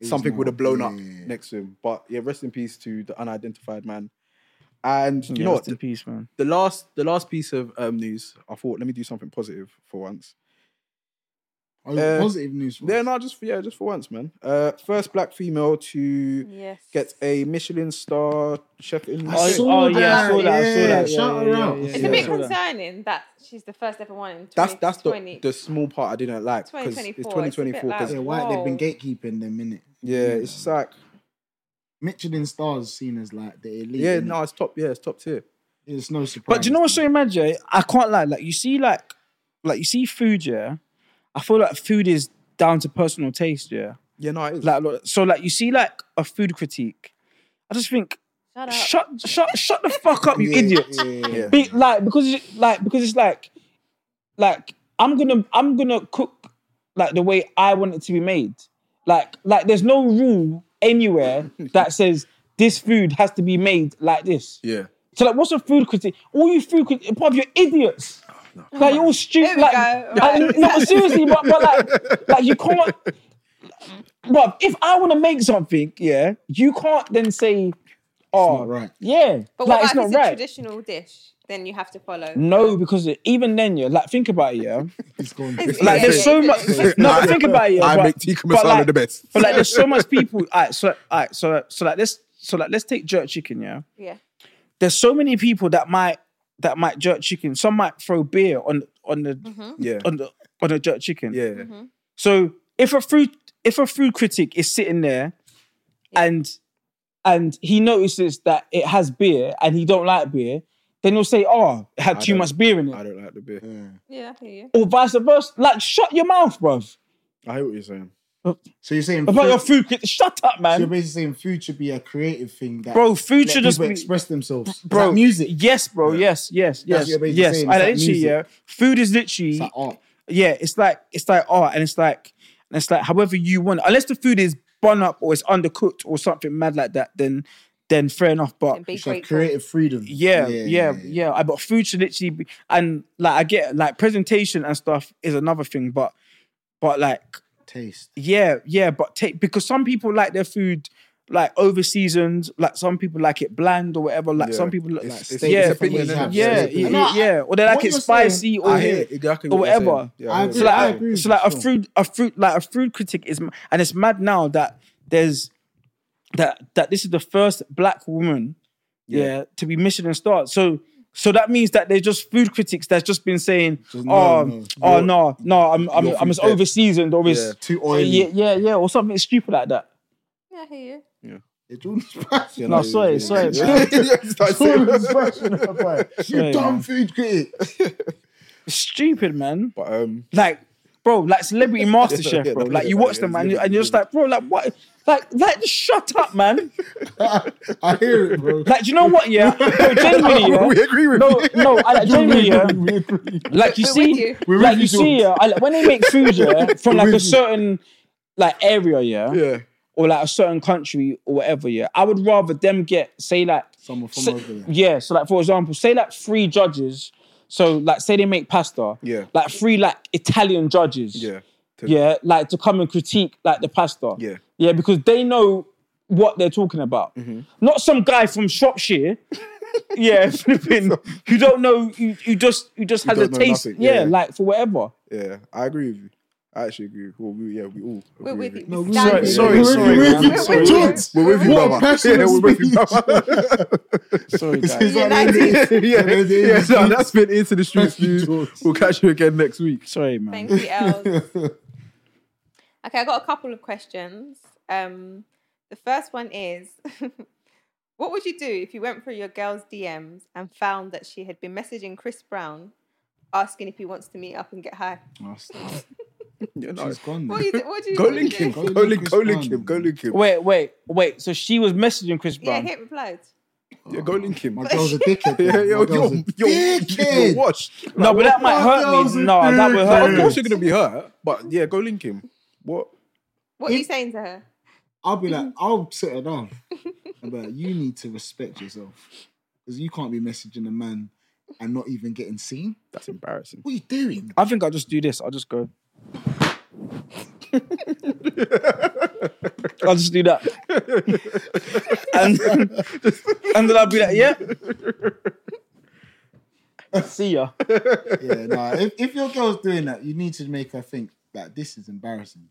Speaker 3: He's
Speaker 2: something
Speaker 3: now-
Speaker 2: would have blown up
Speaker 3: yeah, yeah, yeah.
Speaker 2: next to him. But yeah, rest in peace to the unidentified man. And you
Speaker 1: Yeah,
Speaker 2: know
Speaker 1: rest
Speaker 2: what?
Speaker 1: in peace, man.
Speaker 2: the last the last piece of um, news, I thought let me do something positive for once.
Speaker 3: Oh,
Speaker 2: Uh,
Speaker 3: positive news. for
Speaker 2: Yeah,
Speaker 3: us.
Speaker 2: no, just for, yeah, just for once, man. Uh, first black female to
Speaker 4: Yes.
Speaker 2: get a Michelin star chef in.
Speaker 3: I saw
Speaker 1: Oh, yeah, I
Speaker 3: that,
Speaker 1: saw that. I saw
Speaker 3: yeah,
Speaker 1: that.
Speaker 3: shout her out.
Speaker 4: It's
Speaker 2: Yeah.
Speaker 4: a bit
Speaker 1: I saw that.
Speaker 4: concerning that she's the first ever one in 20,
Speaker 2: That's that's the,
Speaker 4: 20
Speaker 2: the small part I didn't like because it's
Speaker 4: 2024, it's a bit
Speaker 2: 2024. 'cause-
Speaker 3: yeah,
Speaker 4: like-
Speaker 3: why they've been
Speaker 4: Whoa.
Speaker 3: gatekeeping them minute.
Speaker 2: yeah, it's just like
Speaker 3: Michelin stars seen as like the elite.
Speaker 2: yeah,
Speaker 3: innit?
Speaker 2: no, it's top. Yeah, it's top tier.
Speaker 3: it's no surprise.
Speaker 1: But do you know what's
Speaker 3: man.
Speaker 1: so mad, Jay? I can't lie. Like you see, like like you see food. Yeah, I feel like food is down to personal taste. Yeah,
Speaker 2: Yeah, no, it is.
Speaker 1: like look, so like you see like a food critique. I just think
Speaker 4: Shut up.
Speaker 1: shut shut shut the fuck up, you idiot.
Speaker 3: Yeah, yeah, yeah.
Speaker 2: yeah.
Speaker 1: Be, like because it- like because it's like like I'm gonna I'm gonna cook like the way I want it to be made. Like like there's no rule
Speaker 3: (laughs)
Speaker 1: anywhere that says this food has to be made like this.
Speaker 2: yeah.
Speaker 1: So like, what's a food critic? All you food critics, part of you idiots.
Speaker 3: Oh,
Speaker 1: Like you're all
Speaker 4: There
Speaker 1: stupid.
Speaker 4: we
Speaker 1: Like,
Speaker 4: go.
Speaker 1: like,
Speaker 4: Right.
Speaker 1: no, seriously, but, but like, like you can't. But if I want to make something, yeah, you can't then say, oh,
Speaker 3: not right.
Speaker 1: yeah,
Speaker 4: But
Speaker 1: like
Speaker 4: what
Speaker 1: it's
Speaker 4: about
Speaker 1: not
Speaker 4: if it's a
Speaker 1: right.
Speaker 4: traditional dish? Then you have to follow.
Speaker 1: No, because even then, yeah, like think about it, yeah.
Speaker 3: It's gone.
Speaker 4: It's
Speaker 1: Like
Speaker 4: Yeah,
Speaker 1: there's
Speaker 4: yeah,
Speaker 1: so
Speaker 4: yeah.
Speaker 1: much. No, but think about it. Yeah,
Speaker 2: I
Speaker 1: but-
Speaker 2: make tikka
Speaker 1: but,
Speaker 2: masala
Speaker 1: like,
Speaker 2: the best.
Speaker 1: But like, there's so much people. (laughs) All right, so all right, so so like let's so like let's take jerk chicken, yeah.
Speaker 4: Yeah.
Speaker 1: there's so many people that might that might jerk chicken. Some might throw beer on on the
Speaker 2: yeah,
Speaker 1: on the on the jerk chicken.
Speaker 2: yeah.
Speaker 1: So if a food if a food critic is sitting there and and he notices that it has beer and he don't like beer, then he'll say, "Oh, it had
Speaker 2: I
Speaker 1: too
Speaker 2: don't-
Speaker 1: much beer in
Speaker 2: I
Speaker 1: it,"
Speaker 2: don't like the beer.
Speaker 3: Yeah.
Speaker 4: Yeah, I hear you.
Speaker 1: or vice versa. Like, shut your mouth, bruv.
Speaker 2: I hear what you're saying.
Speaker 3: So you're saying
Speaker 1: About
Speaker 3: food-
Speaker 1: your food critic. Shut up,
Speaker 3: so you're
Speaker 1: man.
Speaker 3: basically saying food should be a creative thing that
Speaker 1: Bro, food
Speaker 3: let
Speaker 1: should just
Speaker 3: people
Speaker 1: be
Speaker 3: express themselves. Bro,
Speaker 1: bro
Speaker 3: music.
Speaker 1: Yes, bro. Yes, yes, yes,
Speaker 3: That's what you're basically
Speaker 1: yes.
Speaker 3: saying,
Speaker 1: I
Speaker 3: it's like
Speaker 1: literally,
Speaker 3: music.
Speaker 1: yeah. Food is literally
Speaker 3: It's like art.
Speaker 1: yeah, it's like it's like art, and it's like and it's like however you want. Unless the food is bun up or it's undercooked or something mad like that, then then fair enough. But
Speaker 4: And be
Speaker 3: It's like
Speaker 4: grateful.
Speaker 3: creative freedom.
Speaker 1: yeah, yeah, yeah. I but food should literally be and like I get like presentation and stuff is another thing, but but like
Speaker 3: Taste.
Speaker 1: yeah, yeah, but take because some people like their food like over seasoned, like some people like it bland or whatever. Like
Speaker 2: Yeah.
Speaker 1: some people like
Speaker 2: It's- it's-
Speaker 1: yeah, yeah,
Speaker 2: it's opinion,
Speaker 3: innit?
Speaker 1: yeah,
Speaker 2: It's opinion.
Speaker 1: yeah, yeah, or they
Speaker 3: what
Speaker 1: like it
Speaker 3: you're
Speaker 1: spicy
Speaker 3: saying,
Speaker 1: or
Speaker 2: I hear exactly what
Speaker 1: or
Speaker 2: you're saying.
Speaker 1: whatever.
Speaker 2: Yeah,
Speaker 3: I
Speaker 2: I hear
Speaker 3: agree.
Speaker 1: So
Speaker 2: what
Speaker 1: like,
Speaker 2: you're
Speaker 3: I
Speaker 2: saying.
Speaker 3: agree.
Speaker 1: so like
Speaker 3: for
Speaker 1: a
Speaker 3: sure.
Speaker 1: food, a fruit, like a fruit critic is, m- and it's mad now that there's that that this is the first black woman, yeah, to be Michelin starred. So so that means that they're just food critics that's just been saying,
Speaker 3: Just no,
Speaker 1: oh,
Speaker 3: no.
Speaker 1: oh
Speaker 2: Your-
Speaker 1: no, no, I'm I'm
Speaker 2: your
Speaker 1: I'm
Speaker 2: food's
Speaker 1: as
Speaker 2: dead."
Speaker 1: over seasoned or it's
Speaker 3: Too
Speaker 1: yeah.
Speaker 3: oily.
Speaker 1: yeah yeah or something stupid like that.
Speaker 4: Yeah, I hear you.
Speaker 3: It's (laughs) Jordan's passion.
Speaker 2: Yeah,
Speaker 1: No, sorry,
Speaker 2: yeah,
Speaker 1: sorry.
Speaker 2: (laughs) yeah. You
Speaker 1: (laughs)
Speaker 2: start saying-
Speaker 3: Jordan's passion
Speaker 2: (laughs)
Speaker 3: about it. You
Speaker 1: Sorry,
Speaker 3: dumb
Speaker 1: man.
Speaker 3: food critic.
Speaker 1: Stupid man,
Speaker 2: But um,
Speaker 1: like. Bro, like celebrity master chef,
Speaker 2: yeah,
Speaker 1: bro.
Speaker 2: no,
Speaker 1: Like
Speaker 2: yeah,
Speaker 1: you
Speaker 2: no,
Speaker 1: watch
Speaker 2: yeah,
Speaker 1: them,
Speaker 2: it's
Speaker 1: man,
Speaker 2: really
Speaker 1: and you're just
Speaker 2: good.
Speaker 1: like, bro, like what? Like, like, shut up, man.
Speaker 3: I hear it, (laughs) bro.
Speaker 1: Like, do you know what? Yeah, bro, genuinely, yeah.
Speaker 2: we agree with
Speaker 1: No,
Speaker 2: you.
Speaker 1: no, I like, genuinely, yeah.
Speaker 3: We agree.
Speaker 1: Like you
Speaker 4: We're
Speaker 1: see,
Speaker 4: with you.
Speaker 3: We're
Speaker 1: like
Speaker 3: with
Speaker 1: you
Speaker 3: you,
Speaker 1: see, yeah. I, like, when they make food, yeah, from like a certain like area, yeah,
Speaker 2: Yeah,
Speaker 1: or like a certain country or whatever, yeah. I would rather them get say like,
Speaker 3: Someone from
Speaker 1: say-
Speaker 3: over there.
Speaker 1: yeah. So like for example, say like three judges. So like say they make pasta,
Speaker 2: Yeah.
Speaker 1: Like three like Italian judges,
Speaker 2: yeah, To-
Speaker 1: yeah. Like to come and critique like the pasta,
Speaker 2: Yeah.
Speaker 1: yeah, because they know what they're talking about.
Speaker 2: Mm-hmm.
Speaker 1: Not some guy from
Speaker 2: (laughs)
Speaker 1: Shropshire, yeah, Flipping, who don't know, who, who just who just has a
Speaker 2: don't know
Speaker 1: taste,
Speaker 2: nothing,
Speaker 1: yeah,
Speaker 2: yeah.
Speaker 1: like for
Speaker 2: (laughs)
Speaker 1: whatever.
Speaker 2: yeah. I agree with you. I actually agree. Well, we, yeah, we all.
Speaker 4: We're
Speaker 2: agree
Speaker 4: with you. No,
Speaker 1: Sorry, sorry, sorry, man.
Speaker 4: We're
Speaker 1: Sorry.
Speaker 4: with you.
Speaker 3: Jordan.
Speaker 2: We're with you,
Speaker 3: What a
Speaker 2: brother.
Speaker 3: passionate
Speaker 2: Yeah, we're with you,
Speaker 3: speech.
Speaker 2: brother.
Speaker 1: Sorry, guys.
Speaker 3: He's like,
Speaker 2: (laughs)
Speaker 4: United.
Speaker 2: yeah, yeah. So that's been into the
Speaker 3: Thank
Speaker 2: streets
Speaker 3: you,
Speaker 2: news.
Speaker 3: George.
Speaker 2: We'll catch you again next week.
Speaker 4: (laughs)
Speaker 1: Sorry, man.
Speaker 4: Thank you, Els. okay, I got a couple of questions. Um, the first one is, (laughs) what would you do if you went through your girl's DMs and found that she had been messaging Chris Brown asking if he wants to meet up and get high.
Speaker 2: (laughs) You know,
Speaker 3: She's gone.
Speaker 4: What
Speaker 3: then.
Speaker 4: you do, what do
Speaker 2: (laughs)
Speaker 4: you
Speaker 2: go
Speaker 4: what do you
Speaker 2: link
Speaker 4: do?
Speaker 2: him. Go
Speaker 3: Go
Speaker 2: link.
Speaker 3: link
Speaker 2: Go
Speaker 3: Chris
Speaker 2: link
Speaker 3: Brown.
Speaker 2: him. Go link him.
Speaker 1: Wait, wait, wait. So she was messaging Chris
Speaker 4: Yeah,
Speaker 1: Brown.
Speaker 4: hit replied.
Speaker 2: Yeah, go link him.
Speaker 3: My girl's a
Speaker 2: (laughs)
Speaker 3: dickhead.
Speaker 2: Yeah,
Speaker 3: man.
Speaker 2: yo, yo,
Speaker 3: My girl's a
Speaker 2: yo, yo,
Speaker 3: dickhead.
Speaker 2: watch.
Speaker 1: no, but that might
Speaker 3: my
Speaker 1: hurt
Speaker 3: girl's
Speaker 1: me.
Speaker 3: a
Speaker 1: No, that would hurt.
Speaker 2: Of
Speaker 1: me.
Speaker 2: course you're gonna be hurt, but yeah, go link him. What?
Speaker 4: What are you saying to her?
Speaker 3: I'll be like, I'll sit it off. But you need to respect yourself because you can't be messaging a man and not even getting seen.
Speaker 2: That's embarrassing.
Speaker 3: What are you
Speaker 2: (laughs)
Speaker 3: doing?
Speaker 1: I think I'll just do this. I'll just
Speaker 3: (laughs)
Speaker 1: go. I'll just do that. and, then- and then I'll be like, yeah. See ya.
Speaker 3: Yeah, no. If, if your girl's doing that, you need to make her think that this is embarrassing.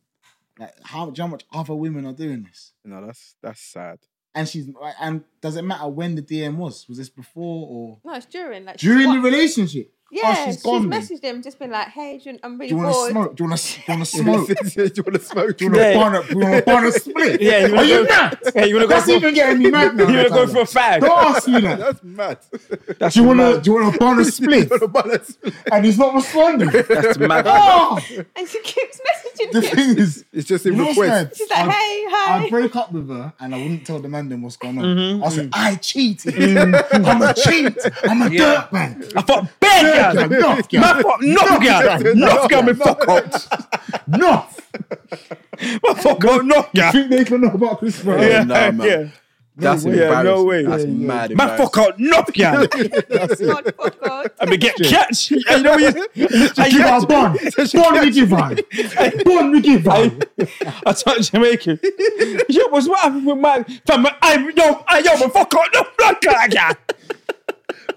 Speaker 3: Like, how, do you know how much other women are doing this?
Speaker 2: No, that's that's (laughs) sad.
Speaker 3: And she's and does it matter when the DM was? Was this before or
Speaker 4: No, it's during like
Speaker 3: during the
Speaker 4: what-
Speaker 3: relationship?
Speaker 4: Yeah,
Speaker 3: oh,
Speaker 4: she's,
Speaker 3: she's gone. then.
Speaker 4: messaged him, just been like, "Hey, do you, I'm really
Speaker 3: do you want to
Speaker 4: bored."
Speaker 3: smoke? Do you want to?
Speaker 1: (laughs)
Speaker 3: Do you want to
Speaker 2: (laughs) Do you
Speaker 3: smoke?
Speaker 2: want to smoke?
Speaker 3: Do you want to
Speaker 1: Yeah.
Speaker 3: burn a- do you want to burn a split?
Speaker 1: Yeah, you wanna
Speaker 3: are you
Speaker 1: go-
Speaker 3: mad?
Speaker 1: Hey, you wanna go (laughs)
Speaker 3: That's
Speaker 1: for, you
Speaker 3: even getting me mad now.
Speaker 1: wanna go
Speaker 3: Natalia.
Speaker 1: for a fag?
Speaker 3: Don't ask me
Speaker 2: (laughs)
Speaker 3: that.
Speaker 2: That's mad. (laughs)
Speaker 1: That's
Speaker 3: do you wanna
Speaker 1: mad.
Speaker 3: do you
Speaker 1: (laughs)
Speaker 3: wanna burn a split? and he's not responding.
Speaker 1: That's mad.
Speaker 3: oh,
Speaker 4: and she keeps (laughs) messaging
Speaker 3: the
Speaker 4: him.
Speaker 1: (laughs)
Speaker 3: thing is,
Speaker 2: It's just
Speaker 3: you
Speaker 2: in
Speaker 3: know what's
Speaker 2: request.
Speaker 3: mad?
Speaker 4: She's like,
Speaker 3: I'd-
Speaker 4: "Hey, hi."
Speaker 3: I'd break up with her and I wouldn't tell the man then what's going on.
Speaker 1: Mhm,
Speaker 3: I'll say, I cheated. I'm a cheat. I'm a
Speaker 1: Mm. Yeah.
Speaker 3: dirtbag.
Speaker 1: I thought bad
Speaker 3: Dirtbag.
Speaker 1: girl.
Speaker 3: Nuff,
Speaker 1: My
Speaker 3: girl.
Speaker 1: fuck,
Speaker 3: (laughs)
Speaker 1: knock girl. Knock girl, me fuck up.
Speaker 3: Nuff.
Speaker 1: My fuck up, knock girl.
Speaker 3: Think they can know about Chris Brown?
Speaker 1: Yeah,
Speaker 2: nah, man.
Speaker 1: yeah.
Speaker 2: That's
Speaker 1: way. Yeah, no way.
Speaker 2: That's
Speaker 1: Yeah, yeah.
Speaker 2: mad.
Speaker 1: My fuck out, knock girl.
Speaker 4: God, God, oh, God.
Speaker 1: I mean, get
Speaker 3: (laughs)
Speaker 1: catch. And you know what you, I
Speaker 3: Give
Speaker 1: catch-
Speaker 3: her
Speaker 1: (laughs)
Speaker 3: bun. Bun me give her. (laughs) Bun me give her.
Speaker 1: I told
Speaker 3: (laughs)
Speaker 1: Jamaican. yo, what's what happened with my fam? I yo, I yo, but fuck out, no blood clot, yeah.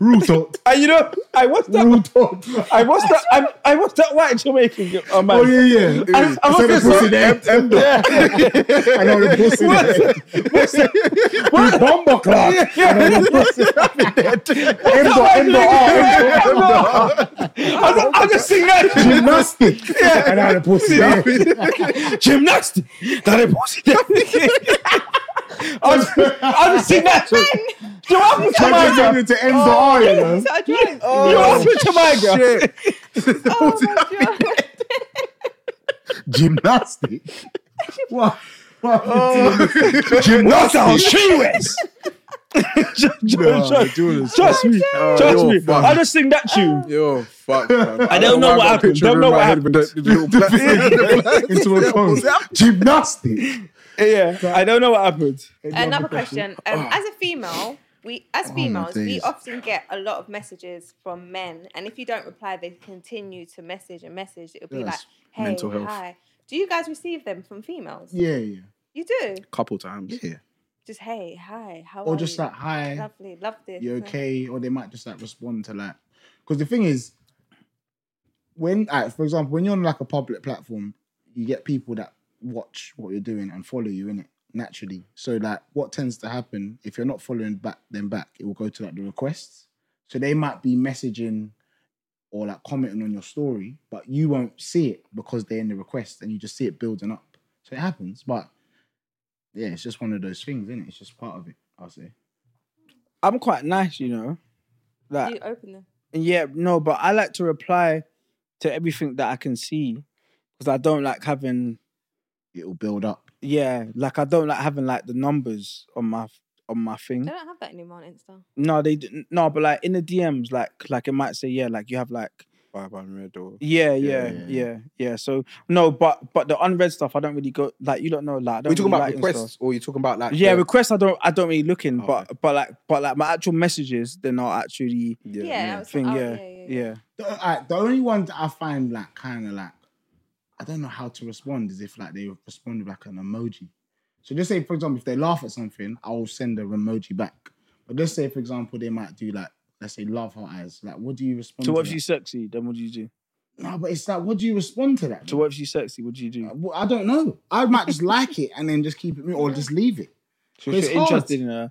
Speaker 3: Root out.
Speaker 1: And you know, I watched that.
Speaker 3: Root out.
Speaker 1: I watched that. I, I watched that white Jamaican. girl- Oh man.
Speaker 3: Oh, yeah, yeah.
Speaker 1: I, I
Speaker 3: Instead of
Speaker 1: was
Speaker 3: pussy
Speaker 1: just
Speaker 3: there, M dot. I know the pussy there. Bomber clock. I know the pussy there. M dot, M dot, R, M dot, R.
Speaker 1: I'm, I'm just singing that
Speaker 3: Gymnastic. I know the pussy there.
Speaker 1: gymnastic. That it was. I was, I was singing that. Yo, I'm with
Speaker 3: I just turned
Speaker 1: Jamaica.
Speaker 3: into M dot R, you know.
Speaker 4: So I drank. Oh,
Speaker 1: Yo, I'm with Jamaica.
Speaker 2: Shit.
Speaker 4: my God.
Speaker 3: Gymnastic. What? What?
Speaker 1: That's how she was.
Speaker 2: Nah,
Speaker 1: Trust me.
Speaker 2: Jordan, Oh,
Speaker 1: Trust
Speaker 2: you're
Speaker 1: me.
Speaker 2: fucked.
Speaker 1: I just sing that tune.
Speaker 2: You're fucked, man.
Speaker 1: I don't know
Speaker 2: why
Speaker 1: what happened.
Speaker 2: I've got a picture
Speaker 1: Don't
Speaker 2: in
Speaker 1: know
Speaker 2: my
Speaker 1: what
Speaker 2: head
Speaker 1: happened.
Speaker 2: with the- the little plastic- the plastic
Speaker 3: Into a tongue.
Speaker 2: samples out.
Speaker 3: Gymnastic.
Speaker 1: Yeah, I don't know what happened.
Speaker 4: Another question. Um, as a female, we as females, we
Speaker 3: oh. days.
Speaker 4: often get a lot of messages from men, and if you don't reply, they continue to message and message. It'll be
Speaker 3: Yes,
Speaker 4: like, "Hey,
Speaker 2: mental health.
Speaker 4: hi." Do you guys receive them from females?
Speaker 3: Yeah, yeah.
Speaker 4: You do.
Speaker 2: Couple times.
Speaker 3: Yeah.
Speaker 4: Just hey, hi, how
Speaker 3: Or
Speaker 4: are
Speaker 3: just
Speaker 4: you?
Speaker 3: like, hi,
Speaker 4: Lovely, love this.
Speaker 3: you okay? Or they might just like respond to like, because the thing is, when, like, for example, when you're on like a public platform, you get people that watch what you're doing and follow you in it naturally. So like, what tends to happen if you're not following back them back, it will go to like the requests. So they might be messaging or like commenting on your story, but you won't see it because they're in the request, and you just see it building up. So it happens, but yeah, it's just one of those things, isn't it? It's just part of it. I'll say.
Speaker 1: I'm quite nice, you know. Like,
Speaker 4: You open them.
Speaker 1: yeah, no, but I like to reply to everything that I can see because I don't like having,
Speaker 3: it'll build up.
Speaker 1: yeah, like I don't like having like the numbers on my on my thing.
Speaker 4: They don't have that anymore on Insta.
Speaker 1: No, they d- no, but like in the DMs, like like it might say, yeah, like you have like
Speaker 2: Five hundred or
Speaker 1: Yeah,
Speaker 2: Yeah,
Speaker 1: yeah, yeah, yeah. So no, but but the unread stuff, I don't really go like you don't know like. I don't
Speaker 2: we talking
Speaker 1: really like
Speaker 2: about
Speaker 1: Insta.
Speaker 2: requests or you talking about like
Speaker 1: Yeah,
Speaker 2: the-
Speaker 1: requests. I don't I don't really look in,
Speaker 2: Oh,
Speaker 1: but but like but like my actual messages, they're not actually
Speaker 4: Yeah, I was
Speaker 1: thing.
Speaker 4: like, oh,
Speaker 1: yeah,
Speaker 4: yeah, yeah,
Speaker 1: yeah.
Speaker 4: yeah.
Speaker 3: The, uh, the only one that I find like kind of like I don't know how to respond is if like they respond with like an emoji. So just say for example, if they laugh at something, I will send an emoji back. But just say for example, they might do like let's say love her eyes. Like, what do you respond?
Speaker 1: So
Speaker 3: to
Speaker 1: what if
Speaker 3: that?
Speaker 1: she's sexy? Then what do you do?
Speaker 3: No, but it's like, what do you respond to that?
Speaker 1: So what if she's sexy? What do you
Speaker 2: Um,
Speaker 1: do?
Speaker 3: Well, I don't know. I might just like it and then just keep it moving or just leave it.
Speaker 1: So
Speaker 3: But
Speaker 1: if
Speaker 3: it's
Speaker 1: you're
Speaker 3: hard.
Speaker 1: interested in her,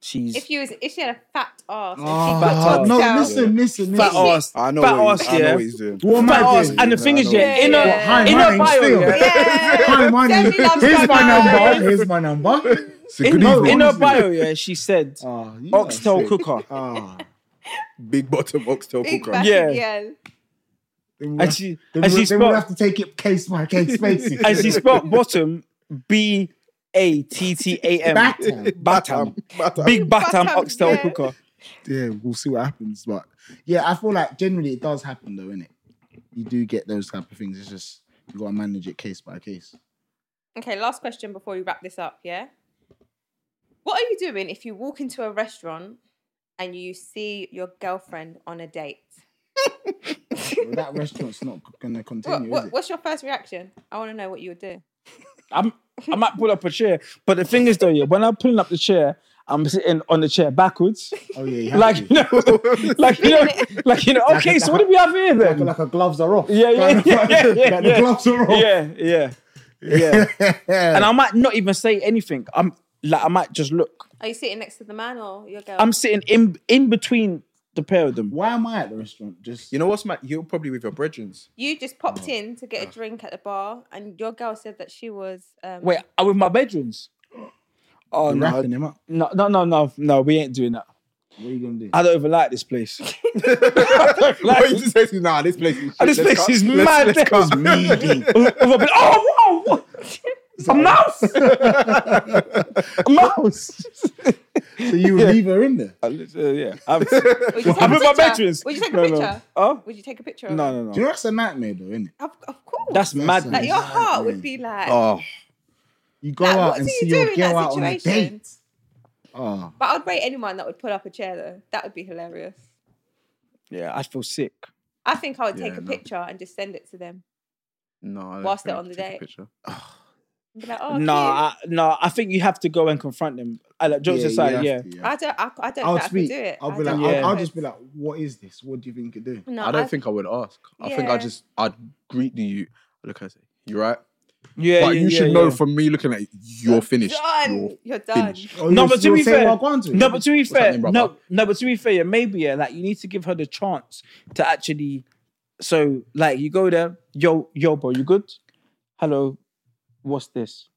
Speaker 1: she's
Speaker 4: If you was, if she had a fat ass, and she
Speaker 1: Fat
Speaker 3: Oh,
Speaker 4: got
Speaker 1: ass.
Speaker 4: topped
Speaker 3: no,
Speaker 4: out,
Speaker 3: listen, listen, listen.
Speaker 1: fat ass.
Speaker 2: I know
Speaker 1: Fat
Speaker 2: what he's-
Speaker 1: ass,
Speaker 2: I
Speaker 1: yeah.
Speaker 2: know what he's doing.
Speaker 3: What am
Speaker 1: Fat
Speaker 3: I
Speaker 1: ass.
Speaker 3: doing?
Speaker 1: And the
Speaker 2: Yeah,
Speaker 1: thing
Speaker 2: I
Speaker 1: is,
Speaker 2: know.
Speaker 1: yeah, in
Speaker 4: Yeah.
Speaker 1: her
Speaker 3: Hi,
Speaker 1: in
Speaker 3: my
Speaker 1: her
Speaker 3: name's
Speaker 1: bio,
Speaker 3: Phil.
Speaker 1: yeah.
Speaker 4: Yeah.
Speaker 3: Hi, my name.
Speaker 4: Definitely loves
Speaker 3: Here's my
Speaker 4: Batman.
Speaker 3: number. Here's my number.
Speaker 1: (laughs)
Speaker 2: It's a
Speaker 1: In,
Speaker 2: good
Speaker 1: in
Speaker 2: evening.
Speaker 1: her bio, yeah, she said
Speaker 3: Oh, you are
Speaker 1: oxtail
Speaker 3: sick.
Speaker 1: cooker.
Speaker 3: Oh,
Speaker 2: Big bottom oxtail
Speaker 4: Big
Speaker 2: cooker.
Speaker 4: back,
Speaker 1: Yeah.
Speaker 4: yeah.
Speaker 3: Then we'll
Speaker 1: And
Speaker 3: have,
Speaker 1: she,
Speaker 3: then
Speaker 1: and
Speaker 3: we'll,
Speaker 1: she
Speaker 3: then we'll
Speaker 1: spelled,
Speaker 3: have to take it case
Speaker 1: (laughs)
Speaker 3: by case basis.
Speaker 1: and she spelled bottom, B A T T A M.
Speaker 3: Batam.
Speaker 1: Batam.
Speaker 2: Batam.
Speaker 1: Big Batam
Speaker 4: Batam,
Speaker 1: oxtail
Speaker 4: yeah.
Speaker 1: cooker.
Speaker 3: yeah, we'll see what happens. But yeah, I feel like generally it does happen though, innit? You do get those type of things. It's just you gotta manage it case by case.
Speaker 4: Okay, last question before we wrap this up, yeah? What are you doing if you walk into a restaurant and you see your girlfriend on a date?
Speaker 3: Well, that restaurant's not gonna
Speaker 4: What,
Speaker 3: continue, is
Speaker 4: what,
Speaker 3: it?
Speaker 4: what's your first reaction? I want to know what you would do.
Speaker 1: I'm, I might pull up a chair, but the thing is though, yeah, when I'm pulling up the chair, I'm sitting on the chair backwards,
Speaker 3: Oh yeah, you have to.
Speaker 1: like you know, (laughs) like you know, like you know.
Speaker 3: Like
Speaker 1: Okay,
Speaker 3: a-
Speaker 1: so what do we have here
Speaker 3: like,
Speaker 1: then?
Speaker 3: like her gloves are off.
Speaker 1: Yeah, yeah,
Speaker 3: (laughs) Like,
Speaker 1: yeah, yeah, yeah,
Speaker 3: like the
Speaker 1: yeah.
Speaker 3: gloves are off.
Speaker 1: Yeah, yeah, yeah.
Speaker 3: (laughs)
Speaker 1: And I might not even say anything. I'm like, I might just look.
Speaker 4: Are you sitting next to the man or your girl?
Speaker 1: I'm sitting in in between the pair of them.
Speaker 3: Why am I at the restaurant? Just
Speaker 2: You know what's my? You're probably with your brethren.
Speaker 4: you just popped in to get a drink at the bar and your girl said that she was. Um,
Speaker 1: Wait, are with my bedrooms? Oh
Speaker 3: you're
Speaker 1: no,
Speaker 3: wrapping him up.
Speaker 1: no, no, no, no, no. We ain't doing that.
Speaker 3: What are you gonna do?
Speaker 1: I don't even like this place.
Speaker 2: What you just said, nah, this place is.
Speaker 1: Oh, this
Speaker 2: shit, let's
Speaker 1: place
Speaker 2: cut-
Speaker 1: is
Speaker 2: let's-
Speaker 1: mad.
Speaker 2: let's cut."
Speaker 3: Meaty.
Speaker 1: oh, whoa! A mouse! a mouse!
Speaker 3: So you would leave her in there?
Speaker 1: Uh, yeah. (laughs) I'm,
Speaker 4: would you take
Speaker 1: I'm
Speaker 4: a
Speaker 1: with my
Speaker 4: picture?
Speaker 1: veterans.
Speaker 4: Would you take a
Speaker 1: No, no.
Speaker 4: picture?
Speaker 1: Oh?
Speaker 4: Would you take a picture? of
Speaker 1: No,
Speaker 4: it?
Speaker 1: no,
Speaker 3: Do you
Speaker 1: no.
Speaker 3: know that's a nightmare though, isn't it?
Speaker 4: Of, of course.
Speaker 1: That's
Speaker 4: like
Speaker 1: madness.
Speaker 4: your heart would be like.
Speaker 2: Oh,
Speaker 3: You go
Speaker 4: Like,
Speaker 3: out
Speaker 4: what
Speaker 3: and
Speaker 4: do you
Speaker 3: see
Speaker 4: do
Speaker 3: your
Speaker 4: in
Speaker 3: girl
Speaker 4: that
Speaker 3: out on a
Speaker 4: situation?
Speaker 3: date.
Speaker 4: (laughs)
Speaker 3: Oh,
Speaker 4: But I'd rate anyone that would pull up a chair though. That would be hilarious.
Speaker 1: Yeah, I feel sick.
Speaker 4: I think I would take
Speaker 2: Yeah,
Speaker 4: a
Speaker 2: no.
Speaker 4: picture and just send it to them.
Speaker 2: no. I don't
Speaker 4: Whilst
Speaker 2: think
Speaker 4: they're
Speaker 2: I
Speaker 4: on
Speaker 2: could
Speaker 4: the
Speaker 2: take a
Speaker 4: date.
Speaker 2: picture.
Speaker 4: And be like, oh,
Speaker 1: No, I, no, I think you have to go and confront them. I, like, jokes
Speaker 3: you
Speaker 1: aside,
Speaker 3: have
Speaker 1: yeah.
Speaker 3: to,
Speaker 4: I don't. I, I don't
Speaker 3: I'll
Speaker 4: think I
Speaker 3: speak.
Speaker 4: could do it.
Speaker 3: I'll
Speaker 4: I
Speaker 3: be like,
Speaker 4: don't
Speaker 1: Yeah.
Speaker 4: think
Speaker 3: I'll,
Speaker 4: I
Speaker 3: I'll
Speaker 4: could.
Speaker 3: just be like, what is this? What do you think you're doing?
Speaker 4: No,
Speaker 2: I don't think I would ask. I think I
Speaker 4: Yeah.
Speaker 2: just I'd greet you. Look, I say you right,
Speaker 1: Yeah,
Speaker 2: but
Speaker 1: yeah,
Speaker 2: you
Speaker 1: yeah,
Speaker 2: should know
Speaker 1: yeah.
Speaker 2: from me looking at you, you're finished.
Speaker 4: Done.
Speaker 2: You're
Speaker 4: You're, done.
Speaker 2: finished.
Speaker 1: No,
Speaker 3: Oh, you'll-
Speaker 1: but to
Speaker 3: you'll
Speaker 1: be
Speaker 3: say,
Speaker 1: fair-
Speaker 3: well, go on to it.
Speaker 1: No, but to be fair,
Speaker 2: happening, brother?
Speaker 1: no, no, but to be fair, yeah, maybe yeah, like you need to give her the chance to actually. So, like, you go there, yo, yo, bro, you good? Hello, what's
Speaker 2: (laughs)
Speaker 1: this?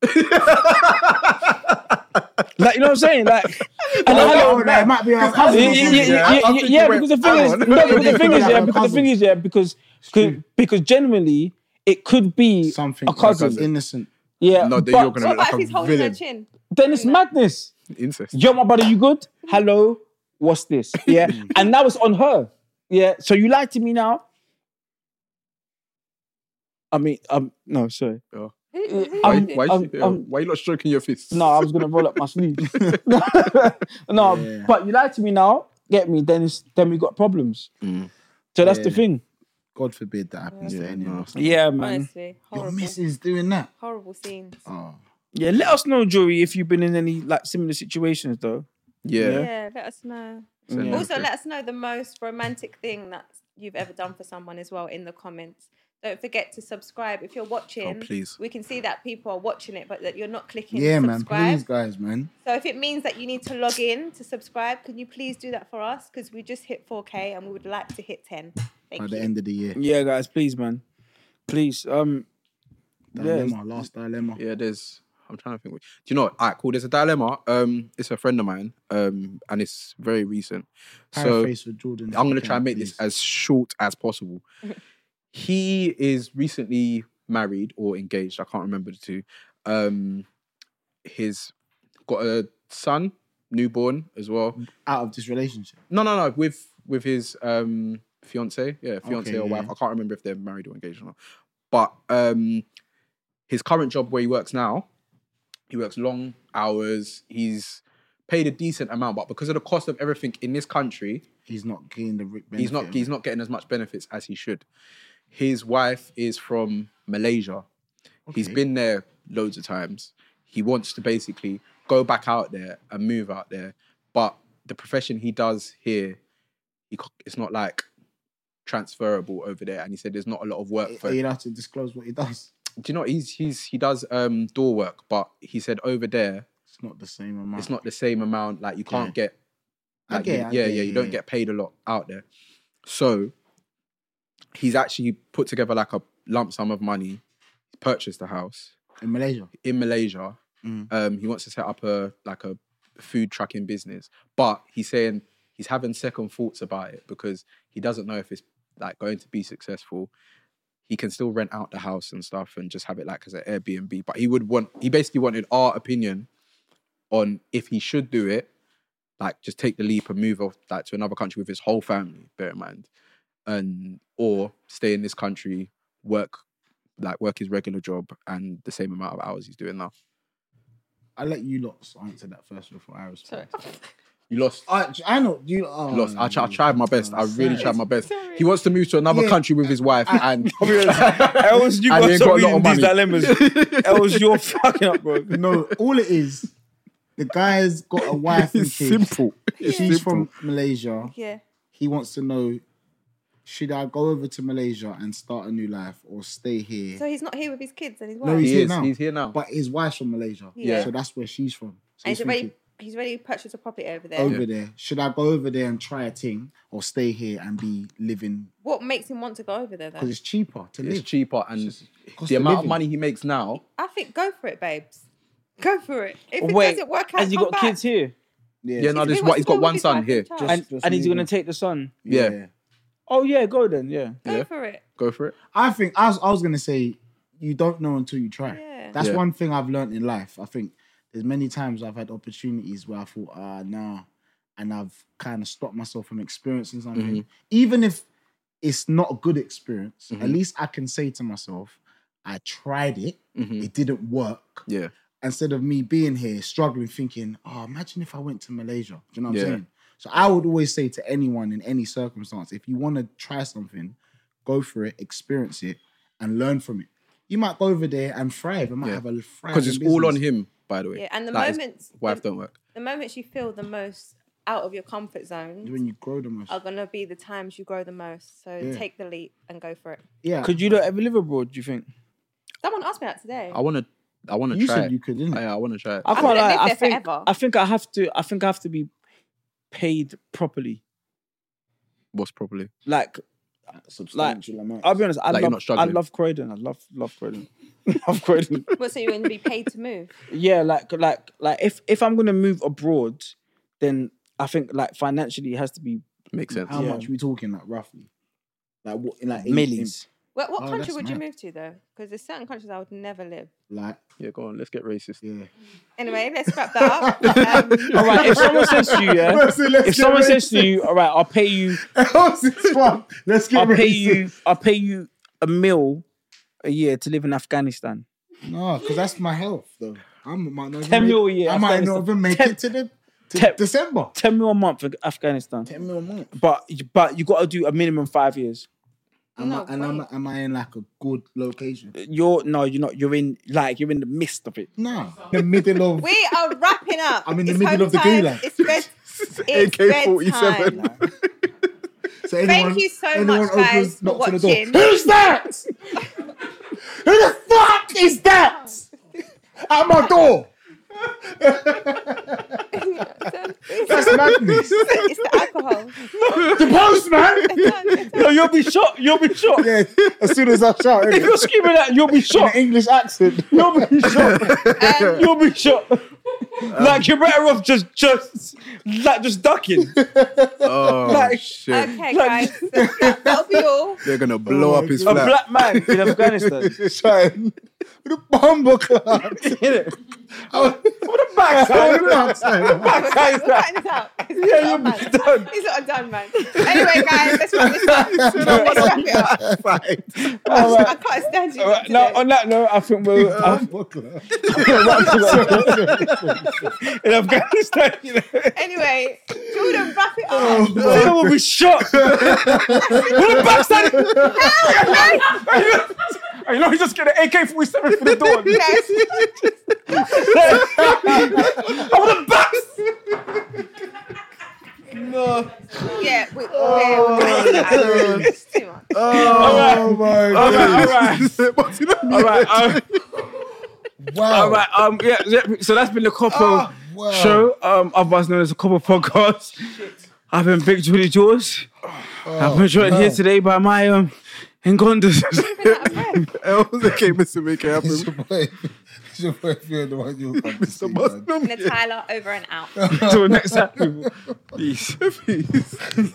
Speaker 1: like, you know what I'm saying?
Speaker 2: (laughs)
Speaker 1: Like, and
Speaker 3: Oh,
Speaker 1: hello,
Speaker 3: no, that might be our cousin.
Speaker 1: yeah, yeah, yeah, yeah,
Speaker 2: I
Speaker 1: yeah,
Speaker 2: think
Speaker 1: yeah,
Speaker 2: you
Speaker 1: because the
Speaker 2: went,
Speaker 1: thing is,
Speaker 2: "Hang on."
Speaker 1: no, because the thing is,
Speaker 3: Like
Speaker 1: yeah,
Speaker 2: (laughs)
Speaker 3: a
Speaker 1: because the thing
Speaker 3: cousin.
Speaker 1: is, yeah, because
Speaker 3: true.
Speaker 1: because- because generally it could be
Speaker 3: Something
Speaker 1: a cousin,
Speaker 3: innocent.
Speaker 1: yeah.
Speaker 2: No,
Speaker 1: but
Speaker 2: then you're gonna
Speaker 4: What
Speaker 2: look
Speaker 4: about
Speaker 2: like
Speaker 4: if
Speaker 2: a
Speaker 4: he's holding
Speaker 2: villain.
Speaker 4: her chin?
Speaker 1: then it's madness.
Speaker 2: Incest.
Speaker 1: Yo, my brother, you good? Hello, what's
Speaker 2: (laughs)
Speaker 1: this? Yeah, and now it's on her. Yeah, so you lied to me now. I mean, um, no, sorry.
Speaker 4: Who- who
Speaker 2: Why,
Speaker 1: I'm-
Speaker 4: is it?
Speaker 2: why,
Speaker 1: I'm-
Speaker 2: you, yeah,
Speaker 1: I'm-
Speaker 2: why you not stroking your fists?
Speaker 1: No, I was gonna roll up my sleeve. (laughs) no,
Speaker 3: Yeah.
Speaker 1: but you lied to me now. Get me? Then it's, then we got problems.
Speaker 2: Mm.
Speaker 1: So that's the
Speaker 3: Yeah.
Speaker 1: thing.
Speaker 3: God forbid that happens to
Speaker 2: Yeah,
Speaker 3: any of
Speaker 2: no.
Speaker 3: us.
Speaker 1: Yeah, man.
Speaker 4: Honestly,
Speaker 3: Your
Speaker 4: horrible,
Speaker 3: missus doing that.
Speaker 4: horrible scenes.
Speaker 3: Oh,
Speaker 1: Yeah, let us know, jury, if you've been in any like similar situations though.
Speaker 4: Yeah.
Speaker 2: Yeah.
Speaker 4: let us know.
Speaker 2: Send
Speaker 1: Yeah.
Speaker 2: me a
Speaker 4: Also,
Speaker 2: pic.
Speaker 4: let us know the most romantic thing that you've ever done for someone as well in the comments. Don't forget to subscribe if you're
Speaker 2: Oh,
Speaker 4: watching.
Speaker 2: please.
Speaker 4: We can see that people are watching it, but that you're not clicking
Speaker 3: yeah, man.
Speaker 4: subscribe.
Speaker 3: Please, guys, man.
Speaker 4: So if it means that you need to log in to subscribe, can you please do that for us? Because we just hit 4K and we would like to hit 10. Thank
Speaker 3: By the
Speaker 4: you.
Speaker 3: end of the year,
Speaker 1: Yeah, guys, please, man. Please.
Speaker 2: (laughs)
Speaker 1: Um yeah.
Speaker 3: dilemma, last dilemma.
Speaker 2: Yeah, there's. I'm trying to think. Which, do you know? What? All right, cool. There's a dilemma. Um, it's a friend of mine. Um, and it's very recent. So
Speaker 3: Paraphrase for Jordan.
Speaker 2: I'm gonna try and make this as short as
Speaker 3: (laughs)
Speaker 2: possible. he is recently married or engaged. I can't remember the two. Um, he's got a son, newborn as well.
Speaker 3: out of this relationship.
Speaker 2: No, no, no. With with his um fiance, yeah, fiance
Speaker 3: Okay,
Speaker 2: or
Speaker 3: yeah.
Speaker 2: wife. I can't remember if they're married or engaged or not. But um, his current job where he works now, he works long hours. He's paid a decent amount, but because of the cost of everything in this country,
Speaker 3: He's not getting the re- benefit.
Speaker 2: he's not
Speaker 3: of
Speaker 2: he's not getting as much benefits as he should. His wife is from Malaysia.
Speaker 3: it.
Speaker 2: He's
Speaker 3: Okay.
Speaker 2: been there loads of times. He wants to basically go back out there and move out there, but the profession he does here, he, c- it's not like transferable over there. And he said there's not a lot of work for.
Speaker 3: Are you allowed to disclose what he does?
Speaker 2: Do you know what? he's he's he does um, door work, but he said over there
Speaker 3: It's not the same amount.
Speaker 2: it's not the same amount. Like you
Speaker 3: Ah. Yeah.
Speaker 2: can't get.
Speaker 3: I
Speaker 2: like,
Speaker 3: get
Speaker 2: you-
Speaker 3: it, I
Speaker 2: yeah,
Speaker 3: get
Speaker 2: yeah,
Speaker 3: it,
Speaker 2: you don't
Speaker 3: yeah.
Speaker 2: get paid a lot out there. So he's actually put together like a lump sum of money, purchased a house
Speaker 3: in Malaysia.
Speaker 2: in Malaysia.
Speaker 3: Mm.
Speaker 2: Um, he wants to set up a like a food trucking business, but he's saying he's having second thoughts about it because he doesn't know if it's like going to be successful. He can still rent out the house and stuff and just have it like as an Airbnb. But he would want he basically wanted our opinion on if he should do it, like just take the leap and move off like to another country with his whole family, bear in mind. And or stay in this country, work like work his regular job and the same amount of hours he's doing now.
Speaker 3: I let you lots answer that first before I respond.
Speaker 2: You lost.
Speaker 3: I, I know you.
Speaker 2: You
Speaker 3: Oh,
Speaker 2: lost. I, tr- I tried my best. I really tried my best.
Speaker 4: Sorry.
Speaker 2: He wants to move to another
Speaker 3: Yeah.
Speaker 2: country with his wife, and (laughs)
Speaker 1: Else you
Speaker 2: And
Speaker 1: got
Speaker 2: he ain't
Speaker 1: some
Speaker 2: got a lot
Speaker 1: reading these
Speaker 2: of money. (laughs)
Speaker 1: dilemmas. Else you're fucking up, bro.
Speaker 3: (laughs) No, all it is, the guy's got a wife and
Speaker 2: it's
Speaker 3: kids.
Speaker 2: simple.
Speaker 3: She's
Speaker 2: It's simple.
Speaker 3: from Malaysia.
Speaker 4: Yeah.
Speaker 3: He wants to know: Should I go over to Malaysia and start a new life, or stay here?
Speaker 4: So he's not here with his kids and his
Speaker 3: No,
Speaker 4: wife.
Speaker 3: he's
Speaker 2: He
Speaker 3: here
Speaker 2: is.
Speaker 3: now.
Speaker 2: He's here now.
Speaker 3: but his wife's from Malaysia,
Speaker 4: Yeah.
Speaker 3: so that's where she's from. So
Speaker 4: and
Speaker 3: he's
Speaker 4: he's already
Speaker 3: thinking,
Speaker 4: he's already purchased a property over there.
Speaker 3: over there. Should I go over there and try a thing, or stay here and be living
Speaker 4: What makes him want to go over there
Speaker 3: because
Speaker 4: though?
Speaker 3: it's cheaper to
Speaker 2: it's
Speaker 3: live?
Speaker 2: cheaper, and
Speaker 3: cost
Speaker 2: the
Speaker 3: of
Speaker 2: amount of
Speaker 3: living.
Speaker 2: money he makes now.
Speaker 4: I think go for it, babes. Go for it. If it
Speaker 1: Wait,
Speaker 4: doesn't work out,
Speaker 1: and you
Speaker 4: come
Speaker 1: got
Speaker 4: back.
Speaker 1: kids here,
Speaker 2: Yeah, no,
Speaker 4: If he
Speaker 2: this
Speaker 4: wants
Speaker 2: one.
Speaker 4: to
Speaker 2: He's
Speaker 4: go
Speaker 2: got
Speaker 4: with
Speaker 2: one
Speaker 4: his
Speaker 2: son
Speaker 4: wife
Speaker 2: here.
Speaker 4: and child,
Speaker 3: Just-
Speaker 1: and, and he's
Speaker 3: leave
Speaker 1: gonna
Speaker 3: it.
Speaker 1: take the son.
Speaker 2: Yeah.
Speaker 1: Oh yeah, go then. Yeah,
Speaker 4: Go
Speaker 2: Yeah.
Speaker 4: for it.
Speaker 2: Go for it.
Speaker 3: I think I was, I was gonna say you don't know until you try.
Speaker 4: Yeah.
Speaker 3: That's
Speaker 2: Yeah.
Speaker 3: one thing I've learned in life. I think there's many times I've had opportunities where I thought, ah, nah, and I've kind of stopped myself from experiencing something,
Speaker 2: Mm-hmm.
Speaker 3: even if it's not a good experience. At
Speaker 2: Mhm.
Speaker 3: least I can say to myself, I tried it,
Speaker 2: Mhm.
Speaker 3: it didn't work.
Speaker 2: Yeah.
Speaker 3: Instead of me being here struggling, thinking, oh, imagine if I went to Malaysia. Do you know what
Speaker 2: Yeah.
Speaker 3: I'm saying? So I would always say to anyone in any circumstance, if you want to try something, go for it, experience it, and learn from it. You might go over there and thrive. I might
Speaker 2: Yeah.
Speaker 3: have a thrive
Speaker 2: Because it's all on him, by the way.
Speaker 4: Yeah. And the
Speaker 2: Like, his
Speaker 4: moments
Speaker 2: wife
Speaker 4: the,
Speaker 2: don't work.
Speaker 4: the moments you feel the most out of your comfort zone
Speaker 3: when you grow the most.
Speaker 4: are gonna be the times you grow the most. So
Speaker 3: Yeah.
Speaker 4: take the leap and go for it.
Speaker 3: Yeah,
Speaker 1: could you not ever live abroad? Do you think?
Speaker 4: Someone asked me that today.
Speaker 2: I want to. I want to
Speaker 3: you
Speaker 2: try.
Speaker 3: said
Speaker 2: it. Oh,
Speaker 3: you could, didn't you?
Speaker 2: Yeah, I want to try. it.
Speaker 1: I
Speaker 4: wouldn't live
Speaker 1: I
Speaker 4: there
Speaker 1: think
Speaker 4: forever.
Speaker 1: I think I have to. I think I have to be paid properly.
Speaker 2: What's probably
Speaker 1: Like
Speaker 3: Substantial amount.
Speaker 1: I'll be honest, I
Speaker 2: Like, you're not
Speaker 1: love I
Speaker 2: struggling.
Speaker 1: love Croydon. I love love Croydon. (laughs) love Croydon.
Speaker 4: Well, so you're gonna be paid to move.
Speaker 1: Yeah, like like like if if I'm gonna move abroad, then I think like financially it has to be
Speaker 2: makes sense.
Speaker 3: How
Speaker 1: Yeah.
Speaker 3: much we talking, like roughly? Like what? In like in-
Speaker 1: millies.
Speaker 4: Well, what
Speaker 3: Oh,
Speaker 4: country
Speaker 3: that's
Speaker 4: would you
Speaker 3: mad.
Speaker 4: move to though? Because there's certain countries I would never live.
Speaker 3: in- like
Speaker 2: Yeah, go on. Let's get racist.
Speaker 3: yeah.
Speaker 4: Anyway, let's wrap that up. Um,
Speaker 1: All right, if someone says to you, yeah,
Speaker 3: (laughs) Let's- let's
Speaker 1: if
Speaker 3: get
Speaker 1: someone says
Speaker 3: racist.
Speaker 1: to you, all right, I'll pay you,
Speaker 3: How's this one? (laughs) Let's get (laughs)
Speaker 1: I'll pay
Speaker 3: racist.
Speaker 1: you, I'll pay you a mil a year to live in Afghanistan.
Speaker 3: No, because that's my health, though. I'm might not
Speaker 1: 10
Speaker 3: even
Speaker 1: mil a
Speaker 3: make,
Speaker 1: year,
Speaker 3: I might
Speaker 1: Afghanistan.
Speaker 3: not even make
Speaker 1: 10
Speaker 3: it to the to
Speaker 1: 10
Speaker 3: December.
Speaker 1: Ten mil a month for Afghanistan,
Speaker 3: Ten mil a month.
Speaker 1: but but you got to do a minimum five years.
Speaker 3: Am
Speaker 4: No
Speaker 3: I, and am,
Speaker 4: way.
Speaker 3: I- am I in like a good location?
Speaker 1: You're no, you're not. You're in like you're in the midst of it.
Speaker 3: No, the middle of.
Speaker 4: we are wrapping up.
Speaker 3: I'm in the
Speaker 4: It's
Speaker 3: middle of the
Speaker 4: home
Speaker 3: gulag.
Speaker 4: time. It's
Speaker 3: (laughs)
Speaker 4: bed. It's
Speaker 2: AK-47.
Speaker 4: bedtime.
Speaker 3: So
Speaker 4: Thank you so much, guys, for
Speaker 3: knocks on
Speaker 4: watching.
Speaker 3: Who's
Speaker 4: (laughs)
Speaker 3: that? Who the fuck is that at my
Speaker 4: (laughs)
Speaker 3: door? That's madness.
Speaker 4: it's the alcohol.
Speaker 3: the postman.
Speaker 1: No, you'll be shot. You'll be shot.
Speaker 3: yeah, as soon as I shout
Speaker 1: If
Speaker 3: in
Speaker 4: (laughs)
Speaker 1: you're screaming that, you'll be shot.
Speaker 3: an English accent,
Speaker 1: You'll
Speaker 3: (laughs)
Speaker 1: be shot.
Speaker 4: Um,
Speaker 1: You'll be shot. like you're better off just just like just ducking.
Speaker 3: (laughs)
Speaker 2: Oh
Speaker 1: Like-
Speaker 2: shit!
Speaker 4: okay, guys. That, that'll be all.
Speaker 2: They're gonna blow
Speaker 3: Oh,
Speaker 2: up his
Speaker 1: A
Speaker 3: God.
Speaker 2: flat.
Speaker 1: black man in Afghanistan.
Speaker 3: (laughs)
Speaker 1: (laughs)
Speaker 3: shouting with a bumble club.
Speaker 1: Innit? What the back (laughs)
Speaker 3: (laughs)
Speaker 4: We're cutting we're cutting this out.
Speaker 1: Yeah, you'll be (laughs) done.
Speaker 4: It's not done, man. Anyway, guys, let's wrap this
Speaker 3: (laughs)
Speaker 4: up. Let's wrap it up.
Speaker 1: All
Speaker 4: I
Speaker 1: right.
Speaker 4: can't stand you.
Speaker 1: All right.
Speaker 4: today.
Speaker 1: Now, on that note, I think we're (laughs) uh, in Afghanistan. You know, (laughs)
Speaker 4: Anyway, Jordan, wrap it up.
Speaker 3: Oh.
Speaker 1: Taylor will be shot. (laughs) what a backside! (laughs) you know he's just getting an AK-47 for the (laughs) door.
Speaker 4: Guys,
Speaker 1: I'm the best.
Speaker 4: yeah, we,
Speaker 3: Oh,
Speaker 4: we're, we're it's too much.
Speaker 1: All right, all
Speaker 3: my
Speaker 1: right, all right, (laughs) all right. um,
Speaker 3: Wow.
Speaker 1: All right. Um. Yeah. yeah, So that's been the Copper
Speaker 3: wow.
Speaker 1: Show. Um. Otherwise known as the Copper Podcast. I've been Big Julie Jaws. I've been joined
Speaker 3: no.
Speaker 1: here today by my um Ngondas. (laughs)
Speaker 2: Elza came to make it
Speaker 3: It's
Speaker 2: happen.
Speaker 3: your boy. (laughs) It's your boy. If you're the one you're going to see,
Speaker 2: Mr.
Speaker 3: man.
Speaker 1: (laughs)
Speaker 2: Muslim.
Speaker 4: Natalia, over and out.
Speaker 1: Till next time, people. Peace.
Speaker 2: Please.